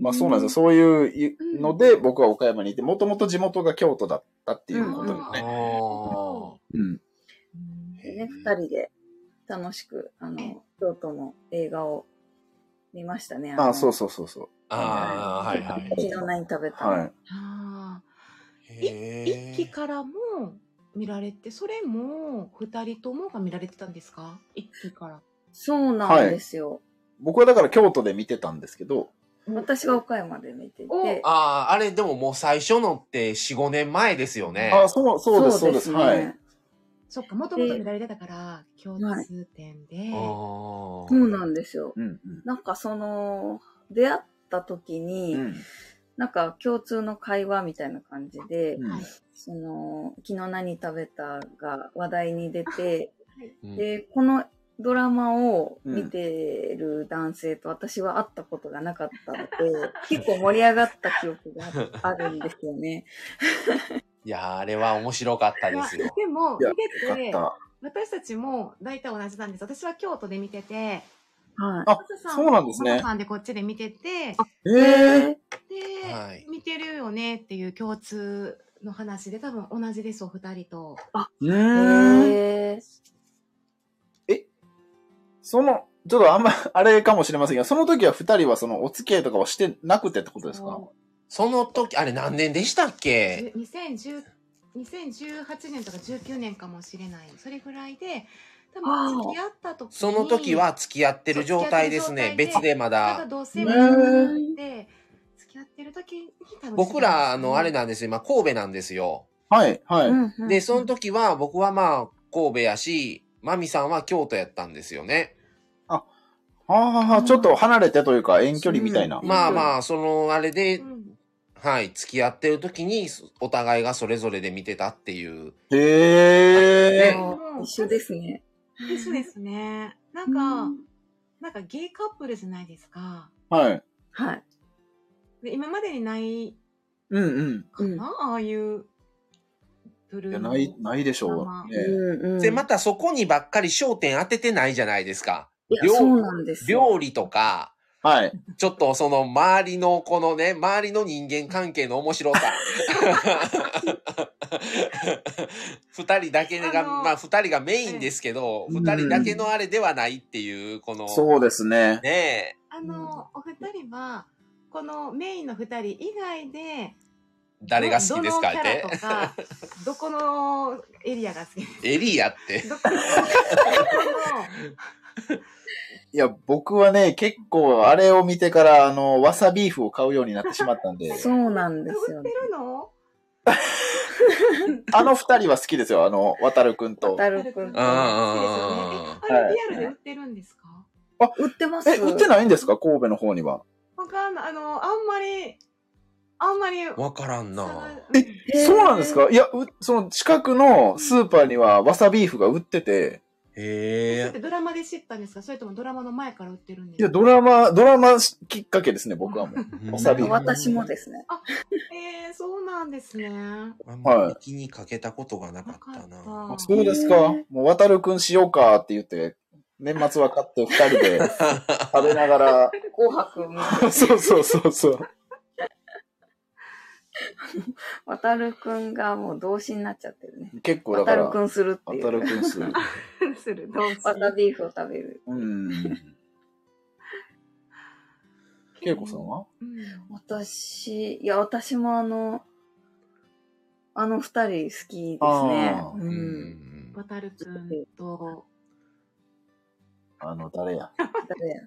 まあそうなんですよ。そういうので、僕は岡山にいて、もともと地元が京都だったっていうことです
あ
ね。
ー
うん。
うん
でね、二人で楽しく、あの、京都の映画を見ましたね。
あ、そう
そ
そうそうそう。
あー、はいはい。
昨日何食べたの、
はい。
ああ。
へ
一期
ー
からも見られて、それも二人ともが見られてたんですか一期から。
そうなんですよ。
僕はだから京都で見てたんですけど、
私が岡山で見ていて。
ああ、あれでももう最初のって4、5年前ですよね。
あそう、そうです、そうです。
ね
はい。
そっか、もともと見られてたから、共通点で。
そ
そうなんですよ。
うん
なんかその、出会った時に、
うん。
なんか共通の会話みたいな感じで、
うん
はい
その、昨日何食べたが話題に出て、
うん
で、このドラマを見てる男性と私は会ったことがなかったので、結構盛り上がった記憶があるんですよね。
いやー、あれは面白かったですよ。
でも、
いや
見てて
よ、かっ
私たちも大体同じなんです。私は京都で見てて、
あ
はい。
マサさ
そうなんですね
マサさんでこっちで見てて、
た。ええ
で、
はい
見てるよねっていう共通の話で多分同じです、お二人と。
うー
え
ん。
ー、
その、ちょっとあんま、 あれかもしれませんが、その時は二人はそのお付き合いとかはしてなくてってことですか
その時、あれ何年でしたっけ
2010 2018年とか19年かもしれない。それぐらいで、多
あー
分付き合った時に
その時は、付き合ってる状態ですね。
そう付き合
別
って
でま
ただ
だ。
同棲もして、付き合ってる時に多分
僕ら、あの、あれなんですよ。今、神戸なんですよ。
はい、はい。
うんうん
で、その時は、僕はまあ、神戸やし、マミさんは京都やったんですよね。
ああ、ちょっと離れてというか遠距離みたいな。
まあまあ、その、あれで
う、ん
はい、付き合ってる時に、お互いがそれぞれで見てたっていう。
へえ。
あ一緒ですね。
ですですね。なんか、なんかゲイカップルじゃないですか。
はい。
はい。
で今までにない
うんうん。
か
うん
な、ああいうブルー
いや、
の
ない、ないでしょ
まあ
う。ね
うんうん
で、またそこにばっかり焦点当ててないじゃないですか。
いや
料
そうなんですよ。
料理とか、
はい。
ちょっとその周りのこのね、周りの人間関係の面白さ。 二人だけが、
あの
まあ二人がメインですけど、
ええ
二人だけのあれではないっていう、この、
そうですね。
ね
あの、お二人は、このメインの二人以外で、
え、誰が好きですかっ
ど
て
どのキ。ャラとか、どこのエリアが好き
エリア って。
どこの、ど
いや、僕はね、結構、あれを見てから、あの、わさビーフを買うようになってしまったんで、
そ うなんで
この、
す
売っ
よ
て
ね。
るの
あの二人は好きですよ、あの、渡るくんと。
渡るくん
う。んうんうんうん
あれリアルで売ってるんですか
売ってます
え、売って
ない
ないんですか神戸の方には。
わかんない。あの、あんまり、あんまり、
わからんな
探
そうなんですかいや、うその近くのスーパーにはわさビーフが売ってて、
へ
それ
え。
ドラマで知ったんですかそれともドラマの前から売ってるんです
い
か
や、ドラマ、ドラマきっかけですね、僕はもう。わさび
私もですね。
えー、そうなんですね。
あんまり気にかけたことがなかった
な
な。
か
あ
っ
そうですかもう渡るくんしようかって言って、年末は買って二人で食べなが ら、
紅白も。
そうそうそうそう。
渡るくんがもう動詞になっちゃってるね。
結構だか
渡
ら、
るくんするってい
渡る
う。
くんす る。
た。する。どうし
渡ビーフを食べる。
うん。恵子さんは
うん
私、いや、私もあの、あの二人好きですね
あ。ー
う
うん。
ん
渡るくんと、
あの、誰や。
誰や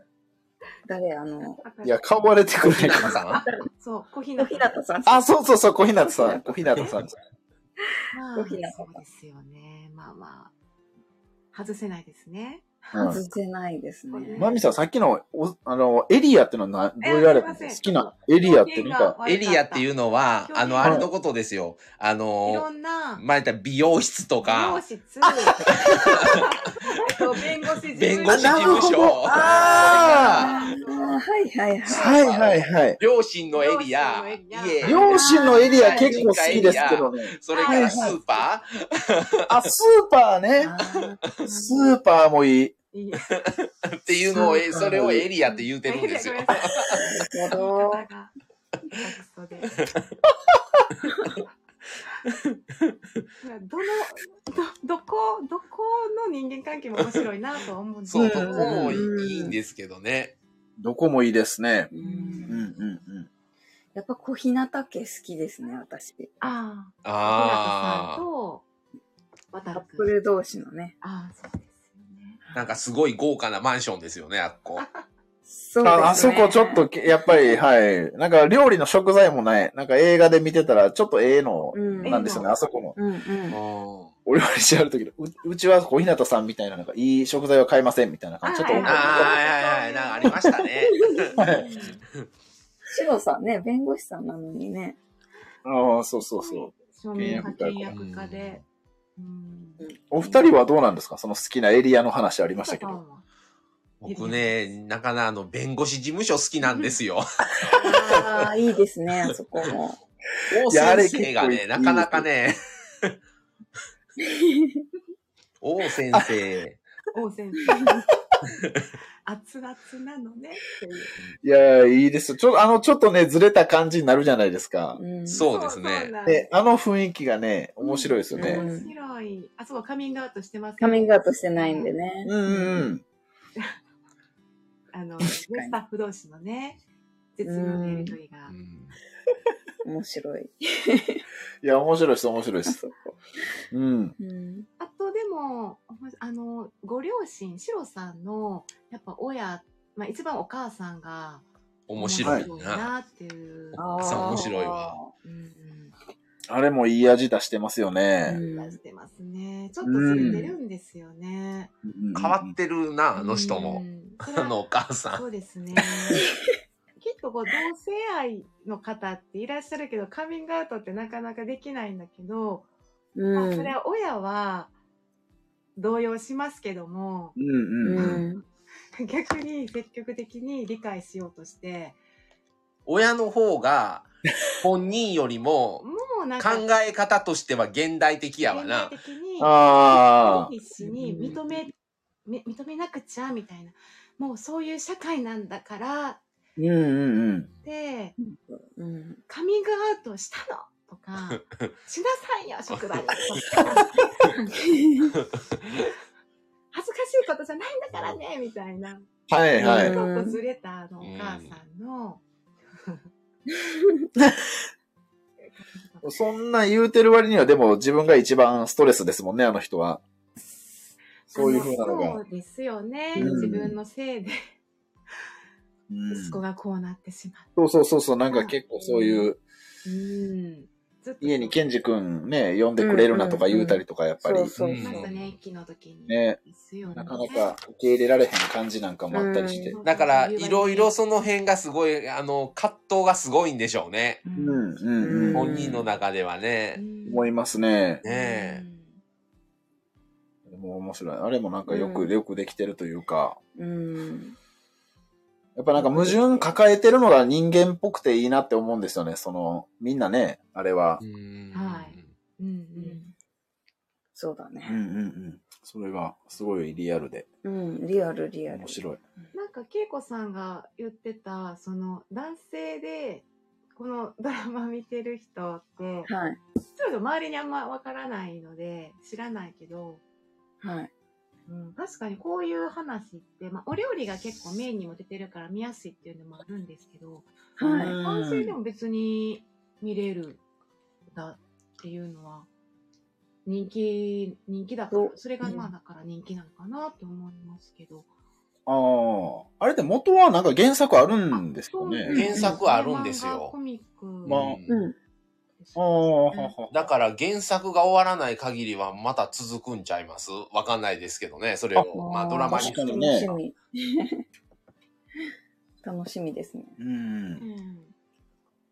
誰やあの、
いや、顔割れてくれ
ひ
ない
な
か
た
な。
さ
そう、小日
小
向
日向さん。
あ、そうそうそう、小日向さん。小日向さん。
まあ、
小日向
そうですよね。まあまあ、外せないですね。
うん
外せないですね。
マミさん、さっきの、おあの、エリアってのはな、どういうあれ
えすいません
好きなエリアっ
表
て見
現が
た。
ん。エリアっていうの は、あの、あれのことですよ。あ
いろ
の、
んな、
まあ、言ったら美容室と
美容
か、
室、と弁護士事務所
弁護士事務
なるほ
所
ど、あ
あーはいはいはい。
はいはいはい。
両親のエリア、
両親のエリア
家、
両親のエリア結構好きですけどね。
それからスーパ
あ、スーパーね。
あー
スーパーもいい。
いい
ーっていうのを、え
スーパー
それをエリアって言うてるんですよ
ごめ。んなさい
なる
言い
ほど
方が下手くそでどのどどこどこの人間関係も面白いなとは思うんです
そう、
け
ど
ど
こもいいんですけどね。
どこもいいですね。
う
うんうんんうん。
やっぱ小日向家好きですね、私。
あ
あ
あ小日向さんと渡
カッ
る
プ
くん
ル同士のね。
ああそうですよね
あ、なんかすごい豪華なマンションですよね、あっこ。
そうですね。
ああそこちょっとけ、やっぱり、はい。なんか料理の食材もない。なんか映画で見てたら、ちょっとええの、
うん
なんですよね、あそこの。
うんうん。
お料理しあるときううちは小日向さんみたいな、なんかいい食材は買いませんみたいな感じ。ちょっと
あ
あ
思
ー
う、
はいはいはい。なんかありましたね。
シロさんね、弁護士さんなのにね。
ああ、そうそうそう。
庶民派
倹
倹
約
約家で。うん。
お二人はどうなんですかその好きなエリアの話ありましたけど。
僕ね、なかなかあの、弁護士事務所好きなんですよ。
ああ、いいですね、あそこも。
大
いやあれ
先生がね、
結構いい
なかなかね、王先生。
王先生。熱々なのね。っていう
いやー、いいですよ。ちょ、あの、ちょっとね、ずれた感じになるじゃないですか。
うん
そうですね。
なん
で、あの雰囲気がね、面白いですよね。
面白い。あ、そう、カミングアウトしてます、
カミングアウトしてないんで。ね。
うんうん
あの、ねスタッフ同士のね、絶妙なやりとりが
う。ん
面白い。
いや、面白いです、面白いで
あ
す。
そこ。
うん。
うん。
あとでも、あの、ご両親、シロさんの、やっぱ親、まあ一番お母さんが
面白い
面白
な。
っていう。
あーそう面白いわ。
うん
あれもいい味出してますよね。
出してますね。ちょっとずれてるんですよね。
変
変わってるな、あの人
う
も。
ん。それ
あ
は
のお母さ
そ
ん。
うです ね。きっとこう同性愛の方っていらっしゃるけど、カミングアウトってなかなかできないんだけど、まあ
う
そ
ん
れ。は親は動揺しますけども、
うんうん
う
うん。
ん。
逆に積極的に理解しようとして、
親の方が、本人よりも、
もうなん
考
か、
え方としては現代的やわな。
的に、
ああ。
必死に認め、め認めなくちゃみたいな、もうそういう社会なんだからっ
うんうんうん。
て、
うん。
カミングアウトしたのと か、しなさいよ、職場に。とか恥ずかしいことじゃないんだからね、みたいな。
はいは
う
い
ん。
ちょっとずれたあのお母さんの、
そんなん言うてる割には、でも自分が一番ストレスですもんね、あの人は。そういうふうな
そ
のが。
うですよね。
うん
自分のせいで
うん
息子がこうなってしまう。
そうそうそうそう、なんか結構そういう、
うん。ずっと
家にケンジ君ね、呼んでくれるなとか言うたりとか、やっぱり。
そうそう
ま
そ
した
う。
ね、駅の時に。
ね、
ですよね。
なかなか受け入れられへん感じなんかもあったりして。
だから、いろいろその辺がすごい、あの、葛藤がすごいんでしょうね。
うん、
うん、うん、うん。
本人の中ではね。
思い
ま
ますね。
ね
でも面白い。あれもなんかよく、よくできてるというか。
うん。
やっぱなんか矛盾抱えてるのが人間っぽくていいなって思うんですよね。その、みんなね、あれは。
うん
はいうんうん。
そうだ
うん
ね。
うんうん。それがすごいリアルで
うん。リアルリアル
面。白い。
なんか、恵子さんが言ってた、その、男性で、このドラマ見てる人って、
はい。
ちょっと周りにあんまわからないので、知らないけど、
はい。
うん、確かにこういう話って、まあ、お料理が結構メインにも出てるから見やすいっていうのもあるんですけど、
はい。
うん
男性でも別に見れるだっていうのは、人気、人気だから
そ、う
それがまあ
うん
だから人気なのかなって思いますけど。
ああ。あれって元はなんか原作あるんです
そ
よ
う
ね。
原作はあるんですよ
漫画コミック。
まあ
うん
うん。
です
あ
よね
あ、は
だ
は。
から原作が終わらない限りはまた続くんちゃいますわかんないですけどね、それを。まあドラマに
確かにね
楽しみ。楽しみですね。
う。
うんん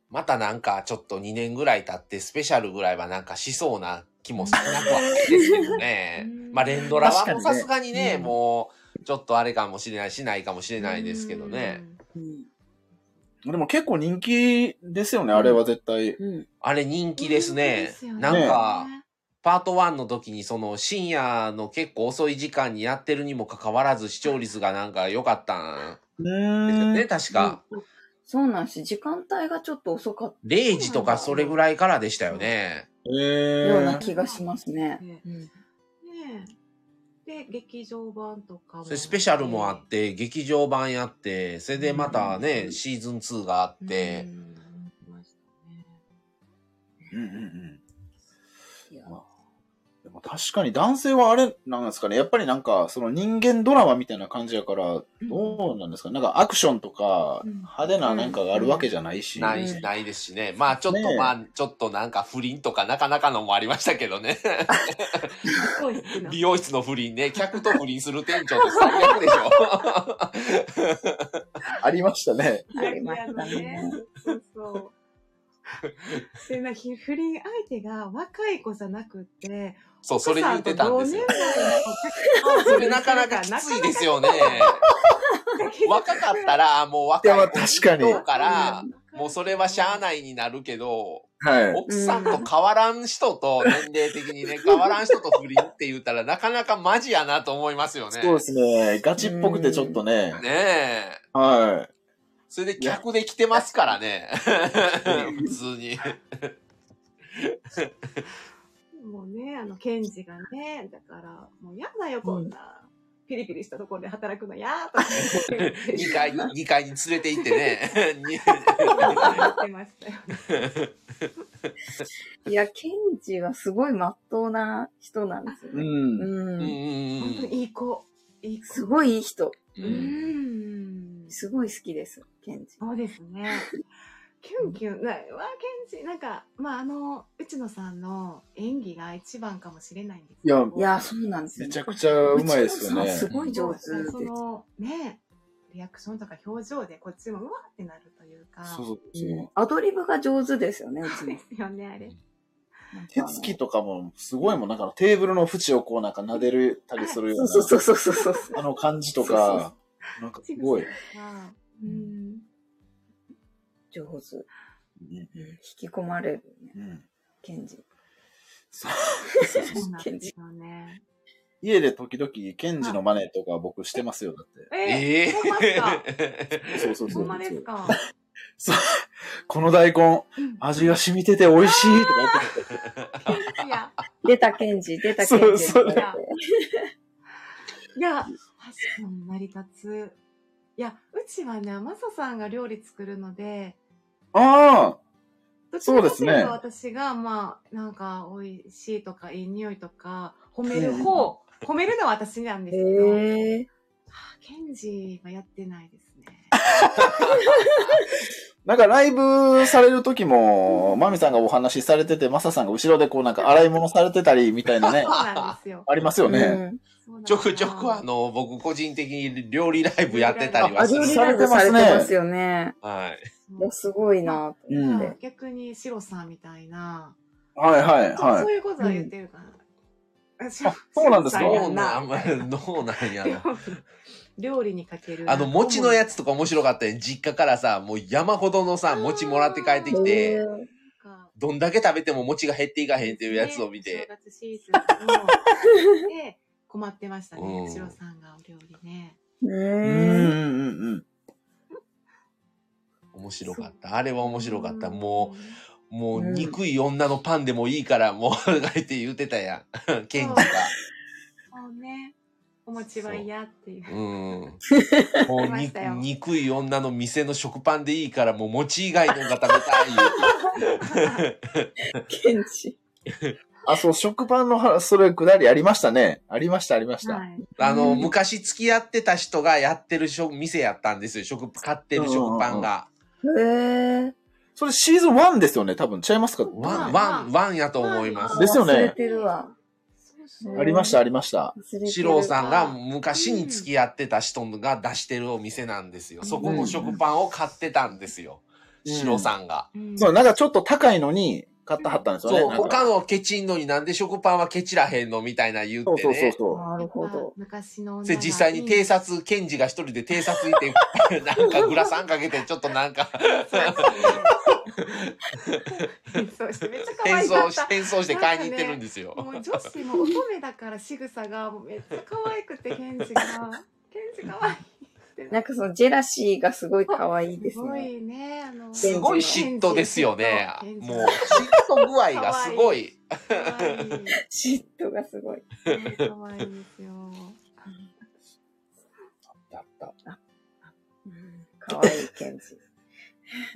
またなんかちょっと2年ぐらい経ってスペシャルぐらいはなんかしそうな気もしなくはないですけどね
うん。
まあ連ドラはもう
確
さ
かにね
すがにね、
うん
もうちょっとあれかもしれないしないかもしれないですけどね。。
うん。
でも結構人気ですよね、あれは絶対。
うん。
あれ人気です
人気
ね
です。よね
なんか、パート1の時にその深夜の結構遅い時間にやってるにもかかわらず視聴率がなんか良かったんで
う
すよ
ー
ね、
ん。
確か。
そうなんし、時間帯がちょっと遅かっ
0時とかそれぐらいからでしたよね。
たよう
え
な気がしますね。
ね
うん。
ねえで、劇場版とかも。
それスペシャルもあって、劇場版やって、それでまたね、
うん
シーズン2があって、
うんありましたね
うんうんうん。
いや
まあでも確かに男性はあれなんですかね。やっぱりなんか、その人間ドラマみたいな感じやから、どうなんですかね。なんかアクションとか、
うん
派手ななんかがあるわけじゃないし。
ない、ないですしね。まあちょっと、
ねえ
まあちょっとなんか不倫とかなかなかのもありましたけどね。
そうですね
美容室の不倫ね。客と不倫する店長って最悪でし ょ。
ありましたね。
ありましたね。
そうそう。で、なんか不倫相手が若い子じゃなくって、
そう、それ言ってたんですよ。
奥さんと同年代の
それなかなかきついです よね。若かったら、もう
い
若
や、ま
い
あ確かに。
人から、もうそれはしゃあないになるけど、
はい。
奥さんと変わらん人と、年齢的にね、変 わらん人と不倫って言ったら、なかなかマジやなと思いますよね。
そうですね。ガチっぽくてちょっとね。
ねえ。
は
それで客で来てますからね。普通に。
もうね、あの、ケンジがね、だから、もう嫌だよ、こんな、ピリピリしたところで働くの 嫌とか言って
2階に、二階に連れて行って ね。に
言ってましたよ。
いや、ケンジはすごい真っ当な人なんですよ
い。う
ね。
ん。
う
うんん。
本
う
当
ん
にいい子。いい子。
すごいいい人。
う。
うんん。
すごい好きです、ケンジ。
そうですね。キュンキュン。なわ、ケンジ、なんか、まあ、あの、内野さんの演技が一番かもしれないんですけど
いや
いや、そうなんですよ
め
ね
ち。ゃくちゃうまいですよ
内野
ね
さん。すごい上手です。
その、ね、リアクションとか表情でこっちもうわってなるというか。
そうそう
うんアドリブが上手ですよね、うち
そう
の
で。すよね、あれ。
手つきとかもすごいもん、なんかテーブルの縁をこうなんか撫でるたりするよう
そう
な、
そうそうそうそうそう。
あの感じと
そうそう
か、なんかすごい。
あ
う
うんん。
上手。
うん
うん引き込まれるね、
うん
ケンジ。
そう
そうなんですよね。
家で時々、ケンジの真似とか僕してますよ、だっ
え
え
ー、ほんまですか
え
て。そうそうそ
ほ。
うん
まです か
そうこの大根、味が染みてて美味しいとか言ってました
いや、
出たケンジ、出たケンジ。
そうそう
いや、確かに成り立つ。いや、うちはね、マサさんが料理作るので、
あ
どっち
そう
か
で
と
す
い
ね
うと私が、まあ、なんか、美味しいとか、いい匂いとか、褒める方、褒めるのは私なんですけど、
えー、
あケンジはやってないですね。
あなんかライブされる時も、マミさんがお話しされてて、マサさんが後ろでこうなんか洗い物されてたりみた いなね
そ、うなんですよ。
ありますよね。
そうなんです
ちょ くちょくあの、僕個人的に料理ライブやってたり
うん。
は
ア
す
ド
る
リ。ブ
されてま
さ
す
れて
ね
ますよね。
はい。
いや、すごいなと
う
思っ
ん
て。
逆にシロさんみたいな、
はいはいはい
そう。いうことは言ってるかな。あ
そうなんですか
そうなん、どうなんやな。
料理にかける。
あの、餅のやつとか面白かったよ。実家からさ、もう山ほどのさ、餅もらって帰ってき
え
て、
ー
か。
どんだけ食べても餅が減っていかへんっていうやつを見
ね
て、
正月シーズンので困ってました
う
ね、
ん
シロさんがお料理ね。
うん
ね
うんうん
面白かった。あれは面白かった。も
う
う、もう、
うん
憎い女のパンでもいいから、もう、とか言って言ってたや ん。ケンジが。
ん。そうね。お餅は嫌っていう。
うん。もう
ま
に
したよ、
憎い女の店の食パンでいいから、もう餅以外のが食べたい。
ケンジ。
あ、そう、食パンの話、それ、くだりありましたね。ありました、ありました。
はい。
あの、
うん
昔付き合ってた人がやってる食店やったんですよ。食、買ってる食パンが。
えー、
それ、シーズン1ですよね、多分。違いますか
ん
ワン、
ま
ワ
あ
ン、ワンやと思います
で。すよね
忘れてるわ。
そうそう
ありました、ありました。
忘れて
四
る
郎さんが昔に付き合ってた人が出してるお店なんですよ。
うん
そこの食パンを買ってたんですよ。
うん
四郎さんが。
うん
そう、なんかちょっと高いのに、買ったはったんですよね。
そう、
なんか
他のケチんのになんで食パンはケチらへんのみたいな言
そ
っ
う
て
そうそう
ね。
そ
なるほど。
昔の女がい
で
い。
実際に偵察、検事が一人で偵察いて、なんかグラサンかけて、ちょっとなんか
そうしてめっちゃ可
変
愛か
装
っ。
した変装して買いに行ってるんですよ。
もう女子も乙女だから仕草がもうめっちゃ可愛くて、ケンジが。ケンジ可愛いって。
なんかそのジェラシーがすごい可愛いです
ご
ね。
いね。あの、
すごい嫉妬ですよね
ケ。ンジ
もう、嫉妬具合がすごい。
可愛い。
嫉妬がすごい。
ね 可愛いですよ。
う。だった。
可愛いケンジ。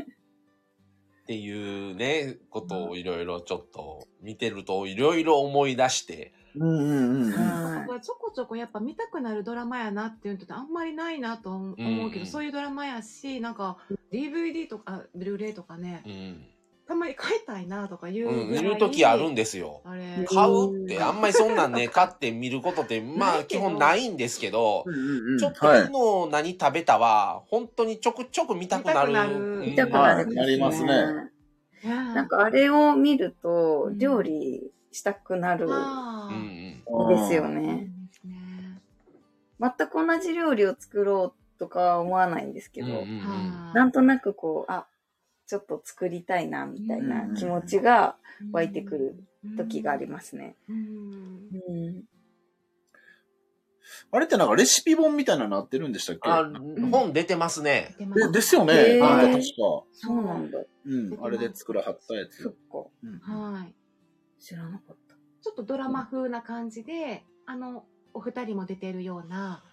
っていうね、ことをいろいろちょっと見てるといろいろ思い出して、
うんうんうん。
は
これちょこちょこやっぱ見たくなるドラマやなっていうのってあんまりないなと思思うけど、
うん
そういうドラマやし、なんか DVD とか、あブルーレイとかね、
うん。
たまに買いたいなとか言う
う
ぐらい
ん、言う時あるんですよ。
あれ、
買うって、あんまりそんなんね、 買って見ることって、まあ基本ないんですけど、ちょっと
はい。
昨日何食べたは、本当にちょくちょく見たくなる。
見たくなる
うん
い。見たくなるん
はいなりますね
な
なんかあれを見ると
う、ん
料理したくなるん
あ
うんう
ー
ん。
ですよ
そう
ね。
ですね。
全く同じ料理を作ろうとかは思わないんですけ
うんうん
ど、
うん
なんとなくこう、あ、ちょっと作りたいな、みたいな気持ちが湧いてくる時がありますね。
うん。
うん。
あれってなんかレシピ本みたいなのなってるんでしたっけ
あ、本出てますね。
出ま
でですよ
へ
ね。
ー
なんか確か。
そうなんだ。
うん。あれで作らはったや
そっ
つ。
か。
うん
はい。
知らなかった。
ちょっとドラマ風な感じで、あの、お二人も出てるような、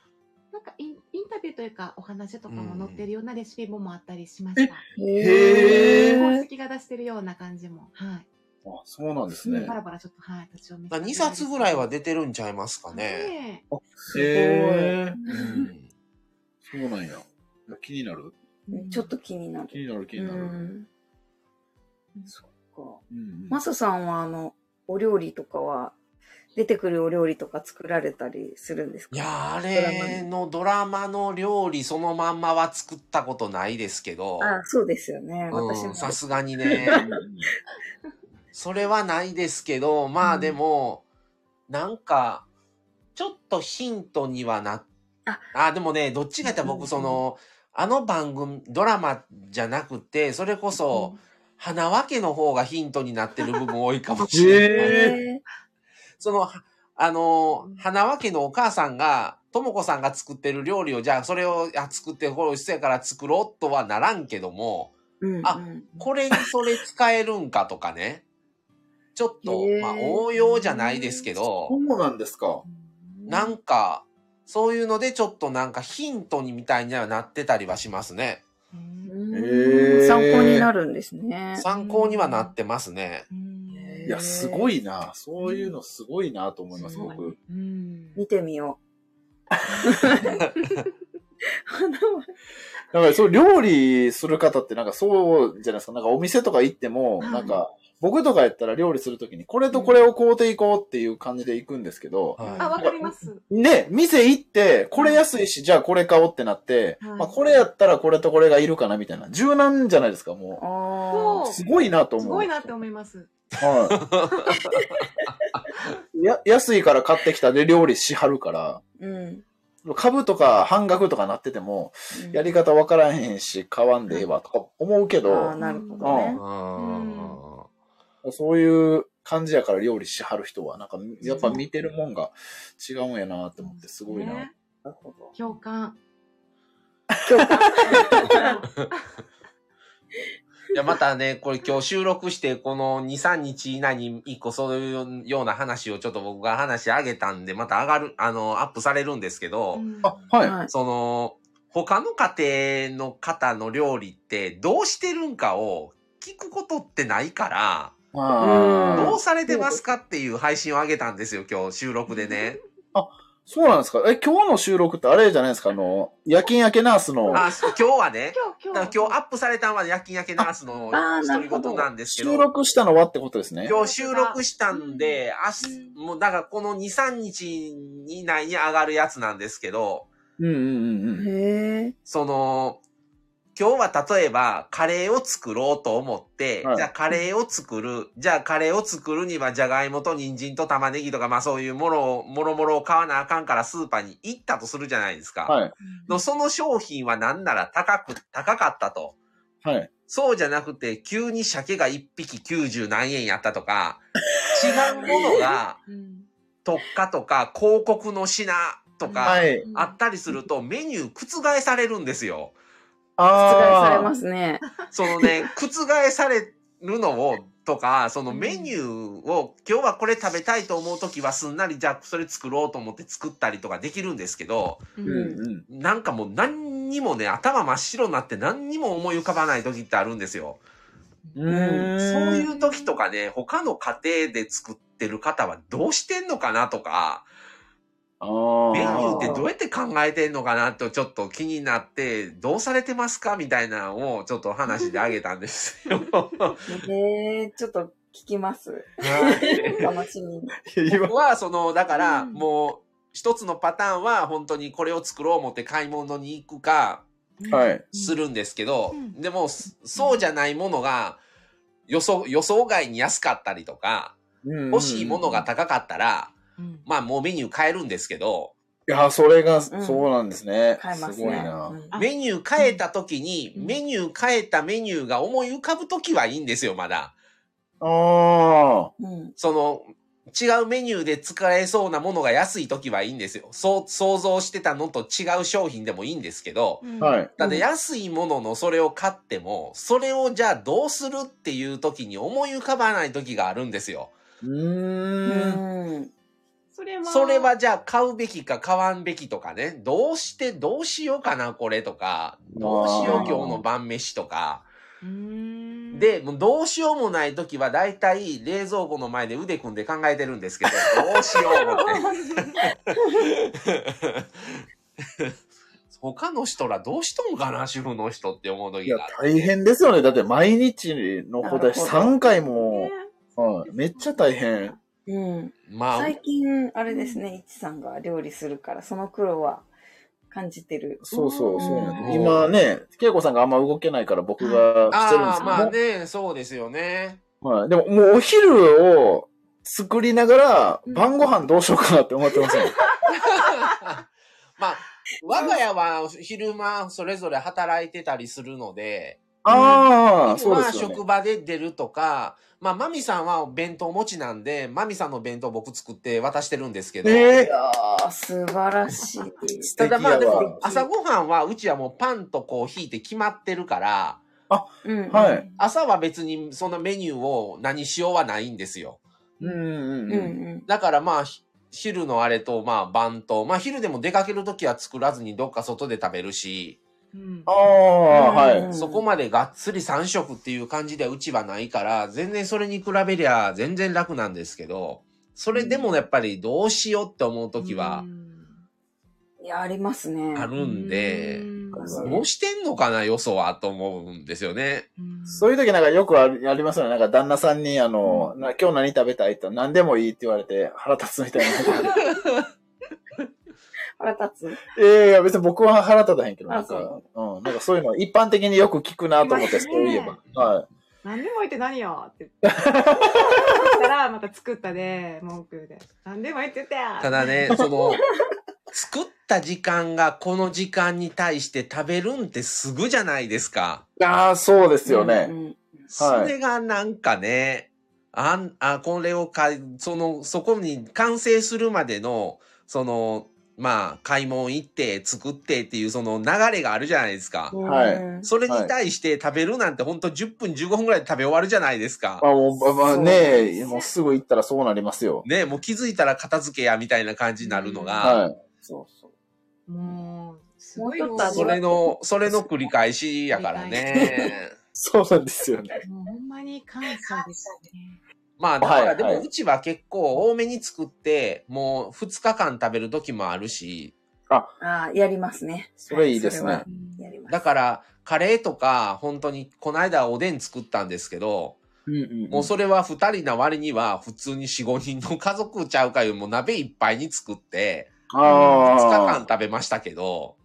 なんかインインタビューというかお話とかも載ってるようなレシピ本もあったりしました。
へ
公
ー。
式が出してるような感じも。はい。
あ、そうなんです
うん
ね
バ。ラバラちょっと、はい、立ち読みして
2冊ぐらいは出てるんちゃいますかね。
ね
へえ。
うん
そうなんや。いや気になる
え
ちょっと気にな
気
る。
になる気
う
になる。
ん。そっか。
うん
マサさんはあの、お料理とかは、出てくるお料理とか作られたりするんですか
いやー、あれのドラマの料理そのまんまは作ったことないですけど、
あそうですよね。私
う
も
ん。さすがにね、 それはないですけど、ま
う
あ
ん
でも、なんか、ちょっとヒントにはなっ
あ
あ、でもね、どっちかって
うん
僕その、あの番組、ドラマじゃなくて、それこそ、花輪家の方がヒントになってる部分多いかもしれない。
へ
その、はあのー、花輪家のお母さんが、ともこさんが作ってる料理を、じゃあそれをあ作って、これ一やから作ろうとはならんけども、
ーうん
あ
うん
これにそれ使えるんかとかね。ちょっと
へ、ー
まあ応用じゃないですけ
そ
ど、
うなんですか。
なんか、そういうのでちょっとなんかヒントにみたいにはなってたりはしますね。
うん
へー
参考になるんですね。
参考にはなってますね。
うん
いや、すごいな。そういうのすごいなと思います、
うん
僕。
うん
見てみよ
だから、そう、料理する方ってなんかそうじゃないですか。なんかお店とか行っても、
はい
なんか、僕とかやったら料理するときに、これとこれを買うていこうっていう感じで行くんですけど、
はい
あ、わかります。
で、店行って、これ安いし、じゃあこれ買おうってなって、
はい
まあこれやったらこれとこれがいるかなみたいな。柔軟じゃないですか、
う。
も
あ
そう
あ。
う。すごいなと
す
思う。
ごいなって思います。
はい。 や、安いから買ってきたで料理しはるから、
うん。
株とか半額とかなってても、やり方わからへんし、買わんでええわとか思うけ
ああ、
ど、
なるほどね。
うん
そういう感じやから料理しはる人は、なんか、やっぱ見てるもんが違うんやなって思って、すごいな
ね。。
なるほど。
共感。
いや、またね、これ今日収録して、この2、3日以内に1個そういうような話をちょっと僕が話し上げたんで、また上がる、あの、アップされるんですけど、
うん
あ、はい。
はい。
その、他の家庭の方の料理ってどうしてるんかを聞くことってないから、
あー
どうされてますかっていう配信を上げたんですよ、今日収録でね。
そうなんですかえ、今日の収録ってあれじゃないですかあの、夜勤明けナースの
あ、今日はね、
今
だ
日、
から今日アップされたのは夜勤明けナースの
ああーな
独り
るほど
言なんですけど
収、録したのはってことですね。
今日収録したんで、明日
う、ん
もうだからこの2、3日以内に上がるやつなんですけど、
うんうんうんうん。
へえ。
その、今日は例えばカレーを作ろうと思って、
はい
じゃあカレーを作る、じゃあカレーを作るにはじゃがいもと人参と玉ねぎとかまあそういうもろを、もろもろを買わなあかんからスーパーに行ったとするじゃないですか。
はい。
のその商品はなんなら高く、高かったと。
はい。
そうじゃなくて、急に鮭が1匹90何円やったと か、違うものが、
うん
特化とか広告の品とか、
はい。
あったりするとメニュー覆されるんですよ。
覆され
あ
ますね。
そのね、覆されるのをとか、そのメニューを今日はこれ食べたいと思うときはすんなりじゃあそれ作ろうと思って作ったりとかできるんですけど、
う
ー。
ん
うんうん。。
なんかもう何にもね、頭真っ白になって何にも思い浮かばないときってあるんですよ。うんそういうう時とかね、他の家庭で作ってる方はどうしてんのかなとか、
あ
メニューって
ー
どうやって考えてんのかなとちょっと気になって、どうされてますかみたいなのをちょっとお話であげたんですよ。
えー、ちょっと聞きます。 楽しみに。
今
僕はそのだから
うん
もう一つのパターンは本当にこれを作ろう思って買い物に行くか
はい。
するんですけど、
うん
でもそそうじゃないものが予想予想外に安かったりとか欲
欲
しいものが高かったら、まあもうメニュー変えるんですけど
いや、それが、そうなんですね。
買います
すごい
ね。
な。
うん
あ
メニュー変えた時に、
うん。
メニュー変えたメニューが思い浮かぶ時はいいんですよまだ。
あ
うん。
その違うメニューで使えそうなものが安い時はいいんですよ。そう想像してたのと違う商品でもいいんですけど、
あ。はいい。
ただ安いもののそれを買っても、それをじゃあどうするっていう時に思い浮かばない時があるんですよ。
うーん。
うん。
それは、
それはじゃあ買うべきか買わんべきとかね、どうしてどうしようかなこれとか、どうしよう
あー
今日の晩飯とか。
うーん、
で、もうどうしようもない時はだいたい冷蔵庫の前で腕組んで考えてるんですけど、どうしよう思って。 他の人らどうしとんかな主婦の人って思う
い
時
や
がある、
大変ですよね。だって毎日のほだし、
なるほど
3回
ね
も、はいめっちゃ大変。
うん。
まあ、
最近、あれですね、いちさんが料理するから、その苦労は感じてる。
そうそう、そうなんです
うん
今ね、恵子さんがあんま動けないから僕がしてるんで
あ
す
あ
けど、
まあね、そうですよね。
はい。でももうお昼を作りながら、
うん
晩ご飯どうしようかなって思ってますよ。
まあ、我が家は昼間それぞれ働いてたりするので、
ああ、そうで
まあ
すよね
職。場で出るとか、まあマミさんは弁当持ちなんで、マミさんの弁当僕作って渡してるんですけど、
い
え
やー、素晴らしい。
ただまあで
素敵や
も
わ
朝ごはんはうちはもうパンとコーヒーって決まってるから、
うん。
はい。
朝は別にそんなメニューを何しようはないんですよ。
ー、うんうん
う
うん。
ん
だからまあ、ひ昼のあれと、まあ、晩と、まあ、昼でも出かけるときは作らずにどっか外で食べるし、
うん
ああ、は
うん
い。
そこまでがっつり3食っていう感じではうちはないから、全然それに比べりゃ全然楽なんですけど、それでもやっぱりどうしようって思うときは
うん
うん。いや、ありますね。
あるん
う
で、
ん
どうしてんのかな、よそはと思うんですよね。
うん
そういう時なんかよくあるありますよね。なんか旦那さんに、あの、な今日何食べたいって言ったら何でもいいって言われて腹立つみたいな。
腹立つ。
いやいや、別に僕は腹立たへんけど、なん
あ
か、うん、なんかそういうの一般的によく聞くなと思
い
って、
ます
そう
ね
いえば。はい。
何でもいいって何よって言ってそしたらまた作ったで文句で何でもいいって言ったや
ただね、その、作った時間がこの時間に対して食べるんってすぐじゃないですか。
ああ、そうですよね。
うん
それがなんかね、あん、あ、これを買い、その、そこに完成するまでの、その、まあ、買い物行って、作ってっていう、その流れがあるじゃないですか
う。ん。
はい
うん
それに対して食べるなんてほんと10分15分ぐらいで食べ終わるじゃないですか
ま。あ、もう、まあまあ
そう
ねえ、もうすぐ行ったらそうなりますよ。
ね、もう気づいたら片付けやみたいな感じになるのが、
はい。
そうそう。
もうすごい
もうちょっと味
そ
わ
れの、それの繰り返しやからね。
そうなんですよね。
もうほんまに感謝ですね。
まあ、だから、
はい
で
は
も、
いう
ちは結構多めに作って、もう2日間食べる時もあるし、
ああ、やりますね。
それいいですね
はそ
うん
れはやります。
だから、カレーとか、本当に、この間おでん作ったんですけど、
うんうん
もうそれは2人な割には、普通に4、5人の家族ちゃうかいう、もう鍋いっぱいに作って、2日間
あ
食べましたけど、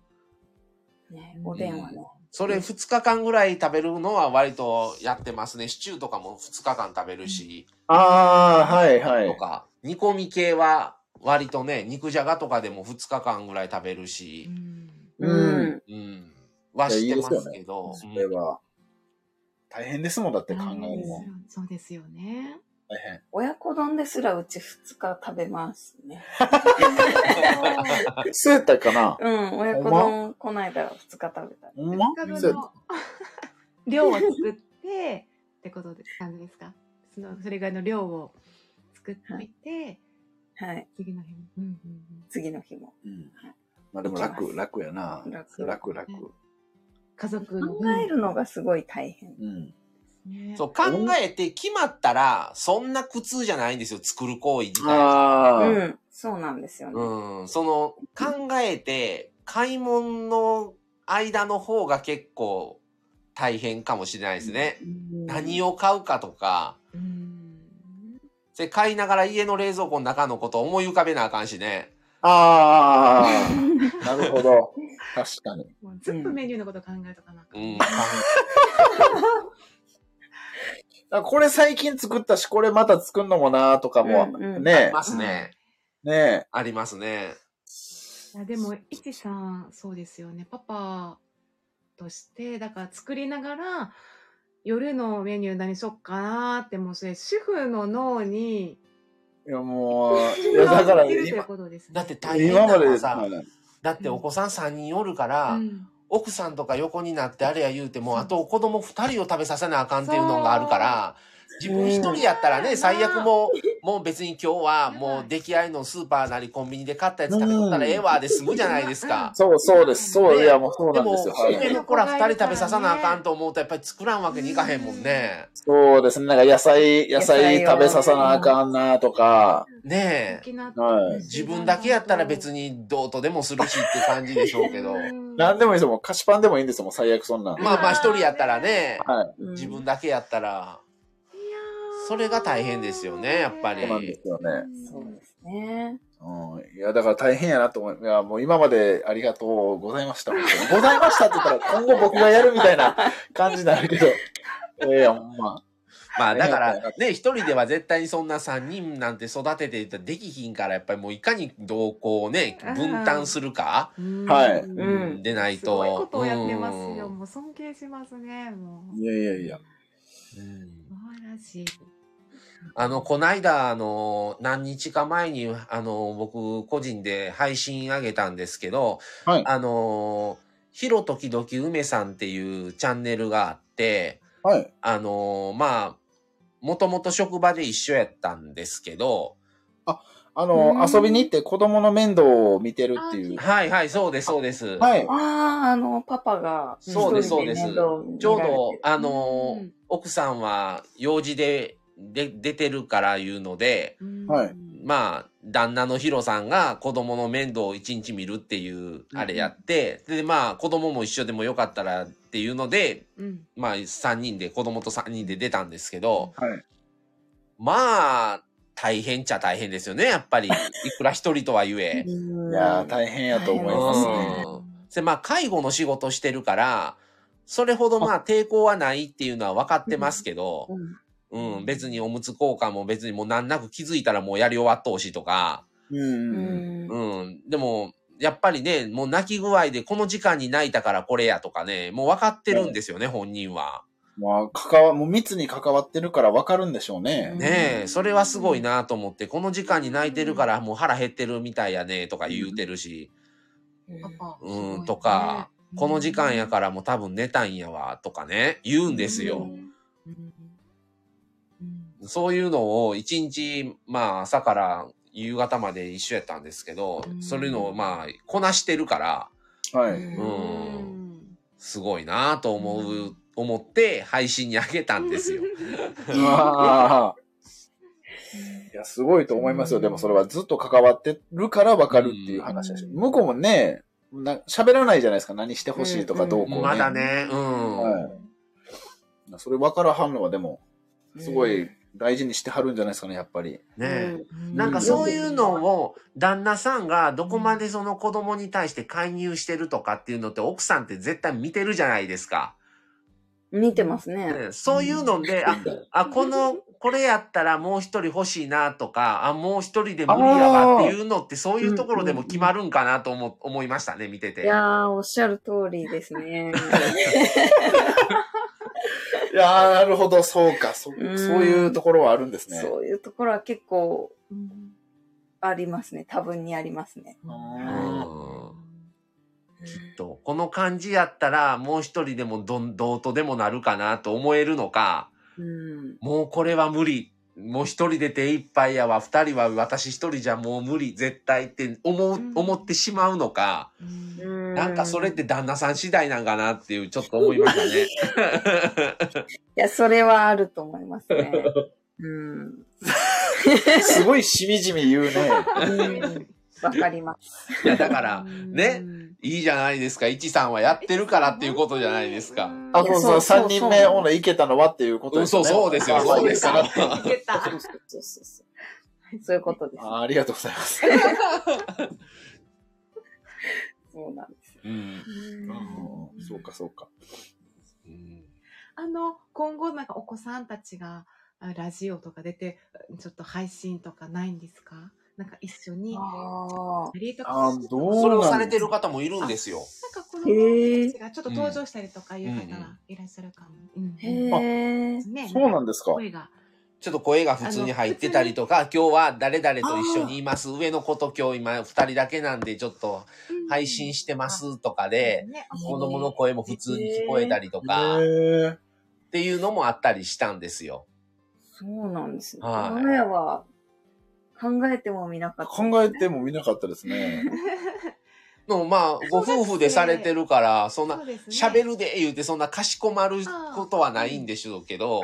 ね、おでんはね。
それ2日間ぐらい食べるのは割とやってますね。シチューとかも2日間食べるし、
あ、ああ、はいは
と
い。
か、煮込み系は割とね、肉じゃがとかでも2日間ぐらい食べるし
う、ん
うん。
うん。はしてますけど。
それは、大変ですもん、だって考えるの。
そうですよね。
大変。
親子丼ですらうち2日食べますね。
そうやったかな
うん、親子丼、こないだ2日食べた。
ほんま
二日
そう
分
や っ
の量を作ってってことです感じですか。そのそれぐらいの量を作っておいて
はい、
次の日も。うんうんうん
次の日も。
うんまあでも楽、楽やな。
楽
楽、楽。
家族の
考えるのがすごい大変。
うん。
ね
そう、考えて決まったら、そんな苦痛じゃないんですよ、作る行為自体。
ああ、
うん。そうなんですよね。
うん、その、考えて、買い物の間の方が結構大変かもしれないですね。何
を
を買うかとか、
うん。
それ買いながら家の冷蔵庫の中のこと思い浮かべなあかんしね。
あ あ、なるほど。確かに。
もうずっとメニューのこと考えとかなんか。
うん。
あこれ最近作ったし、これまた作るのもなーとかも、
うんうん
あ
ね
ります ね。
え、ね
ありますね。
いやでも、いちさん、そうですよね。パパとして、だから作りながら、夜のメニュー何しよっかなーって、もうそれ、主婦の脳に、
え。いや、もう、いや、だから
いるという
今、
ことですね。
だって大変
今
だ
ま
か
でで
ら
す
さ、
ね。
だってお子さん3人おるから、
うん
奥さんとか横になってあれや言うて
そ
も、
う
あと子供2人を食べさせなあかんっていうのがあるから、自分1人やったら
うん
ね、最悪もう、もう別に今日はもう出来合いのスーパーなりコンビニで買ったやつ食べとったらええわで済むじゃないですか。
そうそうです。そう、
ね
いや、もうそう
で
なんで
も
すよ。は、い、
上の子ら2人食べささなあかんと思うと、やっぱり作らんわけにいかへんもんね。
そうですね。なんか野菜、野菜
野菜を
食べささなあかんなとか、
ねえ。
沖縄って
はい。
自分だけやったら別にどうとでもするしって感じでしょう けど。
うん
なんでもいいですよ。もう菓子パンでもいいんですよ。もう最悪そんなん。
まあまあ1人やったらね、
はい。
自分だけやったら、それが大変ですよねやっぱり
そうなんですよね。
そうですね。
うん。いや、だから大変やなと思い、いや、もう今までありがとうございました。本当にございましたって言ったら、今後僕がやるみたいな感じになるけど。 いやいや、ほんま。
まあだからね、一人では絶対にそんな三人なんて育てていたらできひんから、やっぱりもういかに同行をね、分担するか
うん
はい
うん
うん
でない。
すごいこととをやってますよ。
うん
もう尊敬しますね。もう。
いやいやいや。
うん
素晴らしい。
あの、こないだ、あの、何日か前に、あの、僕、個人で配信あげたんですけど、
はい
あの、ひろときどき梅さんっていうチャンネルがあって、
はい。
あの、まあ、もともと職場で一緒やったんですけど、
あ
うん
の、遊びに行って子供の面倒を見てるっていう。
はいはい、そうです、そうです。
はい。
ああ、あの、パパが、
そうです
一人
そうです
面倒を見られて
ちょうど、あのー
うん
奥さんは用事でで出てるからいうので、
うん
はい
まあ、旦那のヒロさんが子供の面倒を一日見るっていう、あれやって、で、まあ、子供も一緒でもよかったらっていうので、
うん
まあ、3人で、子供と3人で出たんですけど、
はい
まあ、大変っちゃ大変ですよね、やっぱり。いくら一人とは言え。
う
い
ん
やー、大変やと思いますね。
うんでまあ介護の仕事してるからそれほどまあ抵抗はないっていうのは分かってますけど、
うん
うん別におむつ交換も別にもう難なく気づいたらもうやり終わってほしいとか、
うん
う
うん。
ん
うん、でもやっぱりねもう泣き具合でこの時間に泣いたからこれやとかねもう分かってるんですよね、本人は。
まあ、関わ、もう密に関わってるからわかるんでしょう
ね
ね。
う
え
ん
それはすごいなと思ってこの時間に泣いてるからもう腹減ってるみたいやねとか言うてるし、
パパ
うん
すごいね
とか
うん
この時間やからもう多分寝たんやわとかね言うんですよ。
うんうん
そういうのを一日、まあ朝から夕方まで一緒やったんですけど、
うん
そういうのをまあこなしてるから、
はい。
う
うん
んすごいなぁと思う、思って配信にあげたんです よ。
ああ。 いや、すごいと思いますよ。でもそれはずっと関わってるからわかるっていう話だし。
うん
向こうもね、な喋らないじゃないですか。何してほしいとかどうこうね。
まだね、うん。
はい。それ分からはんのはでも、すごい大事にしてはるんじゃないですかね、やっぱり。
ね
う
えなんかそういうのを旦那さんがどこまでその子供に対して介入してるとかっていうのって奥さんって絶対見てるじゃないですか。
ん見てますね。
ね、そういうので、あ、あ、この、これやったらもう一人欲しいなとか、あ、もう一人で無理やわっていうのって、そういうところでも決まるんかなと思、思いましたね、見て
い
て。
やー、おっしゃる通りで すね。
いやー、なるほど、そうか。そそう
うん
いうところはあるんですね。
そういうところは結構
うん
ありますね。多分にありますね。
うんとこの感じやったら、もう一人でもどん、どうとでもなるかなと思えるのか、
うん。
もうこれは無理。もう一人で手一杯やわ、二人は私一人じゃもう無理、絶対って思う、思ってしまうのか、
うん
う
なんかそれって旦那さん次第なんかなっていう、ちょっと思いましたね。
いや、それはあると思います ね。うん。
すごいしみじみ言うね。
うんわかります。
いや、だから、ねいいじゃないですか。いちさんはやってるからっていうことじゃないですか。
あ、そうそう、
そうそ
3
う
人目、オーナーいけたのはっていうこと
うん、そう、そうですよ、そうですよ。
あ
いけた。
そうそうそうそう。そういうことです。
あありがとうございます。
そうなんです。
うん。
うんそうか、そうか。
うん
あの、今後なんかお子さんたちがあラジオとか出て、ちょっと配信とかないんですかなんか一緒に。
ああ。
リート
あ
なん
ー
か
どう
それをされてる方もいるんですよ。
この
へー
人たちがちょっと登場したりとかいう方がいらっしゃるかも。うん
へえ。
ね
そうなんですか。
声が。
ちょっと声が普通に入ってたりとか、今日は誰々と一緒にいます。上の子と今日今二人だけなんでちょっと配信してますとかで、
ね、
子供の声も普通に聞こえたりとか、っ
へえ。
ていうのもあったりしたんですよ。
そうなんですね。
はい
我が家は考えてもみなかった。
考えても見なかったですね。
でもまあ、ご夫婦でされてるから、そんな、
そうですね
喋るで言うてそんなかしこまることはないんでしょうけど、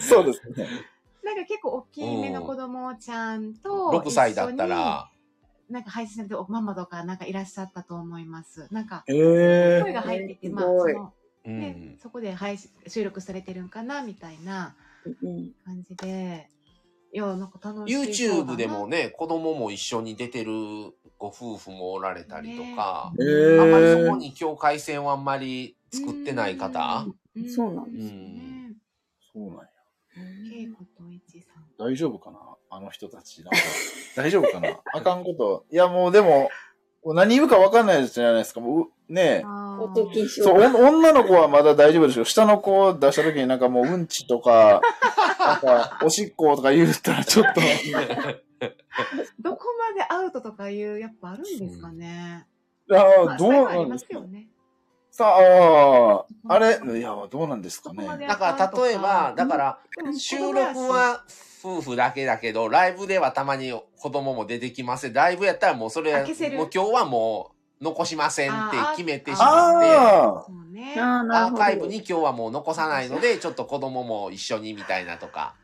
そうですね。
なんか結構大きい目の子供ちゃんと、
6歳だったら、
一緒に、なんか配信されてるおママとかなんかいらっしゃったと思います。なんか、
へ
声が入ってて、
す
まあ、
ご
そ
い
の、
う
ね
ん、。
そこで配信、収録されてるんかな、みたいな
うん
感じで、いや、なんか楽しい。
YouTube でもね、子供も一緒に出てるご夫婦もおられたりとか、
え
あんまりそ
ー
こに境界線はあんまり作ってない方。
ん
そうなんです
ね。
そうなんや。
恵子といちさん。
大丈夫かなあの人たち。なんか大丈夫かなあかんこと。いや、もうでも、もう何言うかわかんないじゃないですか。もう、ねえ。
音禁止
そう、お女の子はまだ大丈夫でしょ。下の子を出した時になんかもううんちとか、なんかおしっことか言ったらちょっと、
どこまでアウトとかいう、やっぱあるんですかね。ま
あ
あ
どう
最後あ
な
り
んで
ますす
か
よね。
さあ、ああれ、いや、どうなんですか
そこまで
ね。
だから例えば、だから
うん
収録は夫婦だけだけど、ライブではたまに子供も出てきません。ライブやったらもうそれ、も
あ
う
消せる
今日はもう残しませんって決めてしまって、
ああ、
そうね。
ああ、なる
ア
ほ
ー
ど。
カイブに今日はもう残さないので、ちょっと子供も一緒にみたいなとか。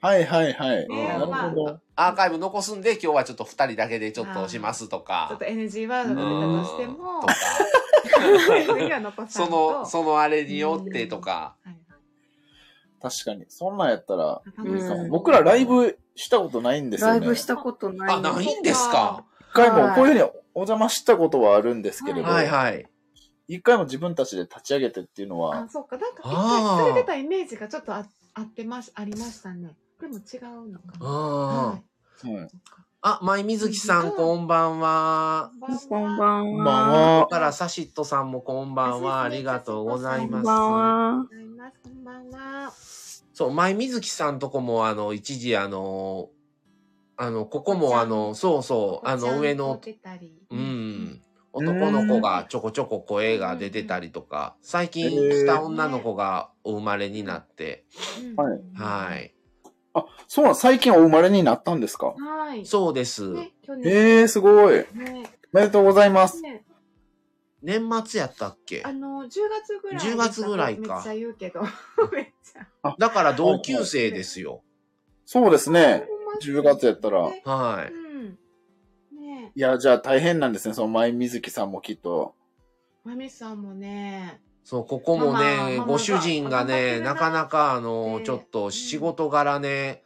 はいはいはい。
ね
なるほど。
アーカイブ残すんで、今日はちょっと二人だけでちょっとしますと
ちょ
か
っと。NG ワードが出たとしても
とか、
次は残さん
そ
と
の、そのあれによってとか。
はいはい
確かに。そんなんやったら、
中村さん
うん
僕らライブしたことないんですよ
ラ
ね。
イブしたことない。
あ、ないんですか。
一回もこういうふうにお邪魔したことはあるんですけれど、
はいはい。
一回も自分たちで立ち上げてっていうのは
あ、、そうか。なんか、
あー
一回されてたイメージがちょっとあ合ってます、ありましたね。でも違うのか
うん
な。は。い
うん
そっか
あ、まいみずきさん、こんばんは。
こん
は。
ばん
こん
は。
ばんは
だ。から、サシットさんもこんばんは。ありがとうござい
こ
ま
ん
す。
ばんは。
ございます。こんばんは。
そう、まいみずきさんとこも、あの、一時、あの、あの、ここも、あの、そうそう、あの、上の
撮っ、てたり
うん。男の子がちょこちょこ声が出てたりとか、最近した女の子がお生まれになって、
うん
はい
は。い。
あ、そうなん、最近お生まれになったんですか
はい。
そうです。
ね、去年。
ええー、すごい。
ね
おめでとうございます。
ね
年末やったっけ
あの、10月ぐらい。
10月ぐらいか
めっちゃ言う けど。めっちゃ。
だから同級生ですよ。
そうですね。
ほんま
10月やったら
ね
は
うん。ねえ、
いや、じゃあ大変なんですね。その前水木さんもきっと。
まみさんもね、
い。そう、ここも
マママ
ね
マ、が
ご主人がね、な
頑張ってくれな
かなかあの、
ね
ちょっと仕事柄ね、
はい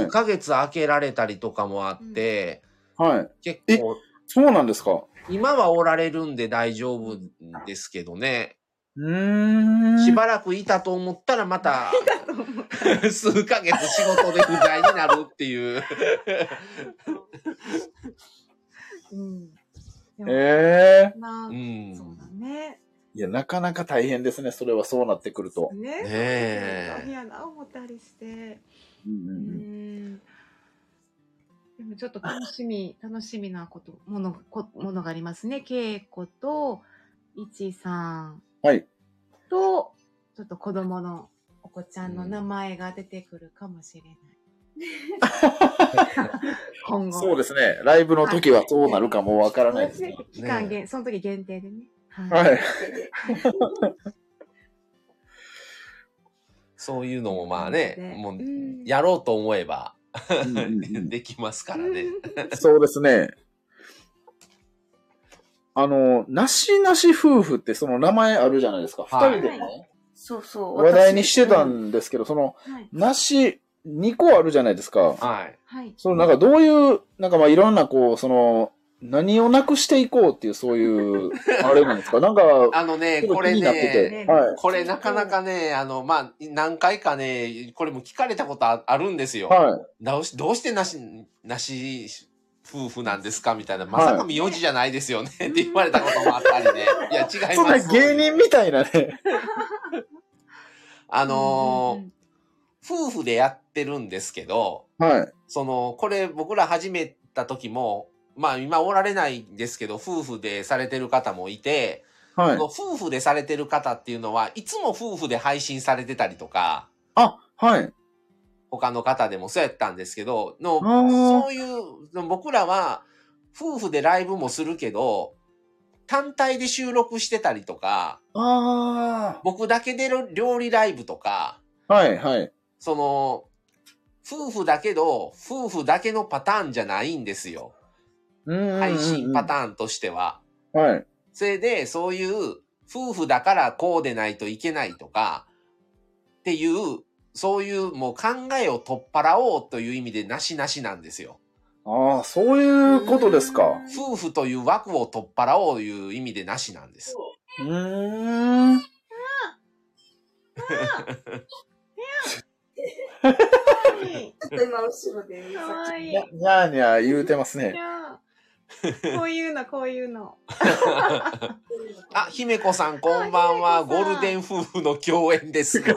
数ヶ月空けられたりとかもあって、
はい。
結構、
そうなんですか。
今はおられるんで大丈夫ですけどね、
うーん。
しばらくいたと思ったらまた、数ヶ月仕事で不在になるって いう。
うん。でも
ええ
な
う、ん。
そうだね。
いや、なかなか大変ですね。それはそうなってくると。
ね
ねえ
そうですよ嫌な思ったりして。
うんう
うんん。でもちょっと楽しみ、楽しみなこと、もの、こものがありますね。恵子と、いちさん
はい。
と、ちょっと子供のお子ちゃんの名前が出てくるかもしれない。今後。
そうですね。ライブの時はどうなるかもわからないですね。
期間限、その時限定でね。。
はいい。
そういうのもまあね、もう、
ん
やろうと思えば、
うんうんう ん
できますからね。
そうですね。あの、なしなし夫婦ってその名前あるじゃないですか。二、
はい
人でね、
そうそう。
話題にしてた
私
んですけど、その、
はい。
なし2個あるじゃないですか。
はい。
はい。
そのなんかどういう、なんかまあいろんなこう、その、何をなくしていこうっていうそういう、あれなんですか。なんか、
あのね、
ちょっと
これ
気になって
ね、
て。
ね
はい。
これなかなかね、あの、まあ、何回かね、これも聞かれたことああるんですよ。
は
どうしどうしてなし、なし夫婦なんですかみたいな。まさか名字じゃないですよね。 って言われたこともあったりね。いや、違
い。
い
そん
ま
な
す。
芸人みたいなね。
あ
あ
のー夫婦でやってるんですけど、
はい。
その、これ僕ら始めた時も、まあ今おられないんですけど、夫婦でされてる方もいて、
はい
その。夫婦でされてる方っていうのは、いつも夫婦で配信されてたりとか、
あ、はい。
他の方でもそうやったんですけど、の、
ー
そういう、僕らは、夫婦でライブもするけど、単体で収録してたりとか、
あ
僕だけで料理ライブとか、
あ。はい、はい。
その、夫婦だけど、夫婦だけのパターンじゃないんですよ。配
配
信パターンとしては。
ーン。はい。
それで、そういう、夫婦だからこうでないといけないとか、っていう、そういうもう考えを取っ払おうという意味でなしなしなんですよ。
ああ、そういうことですか。
夫婦という枠を取っ払おうという意味でなしなんです。
うーん。
ちょっと今後ろで、
かわい い
にゃ。にゃーにゃー言うてます
い
ね。
やーこういうの、こうい うの。
あ、姫子さんこんばん
あ
は。
姫子さ
ゴ
ん
ールデン夫婦の共演 ですね。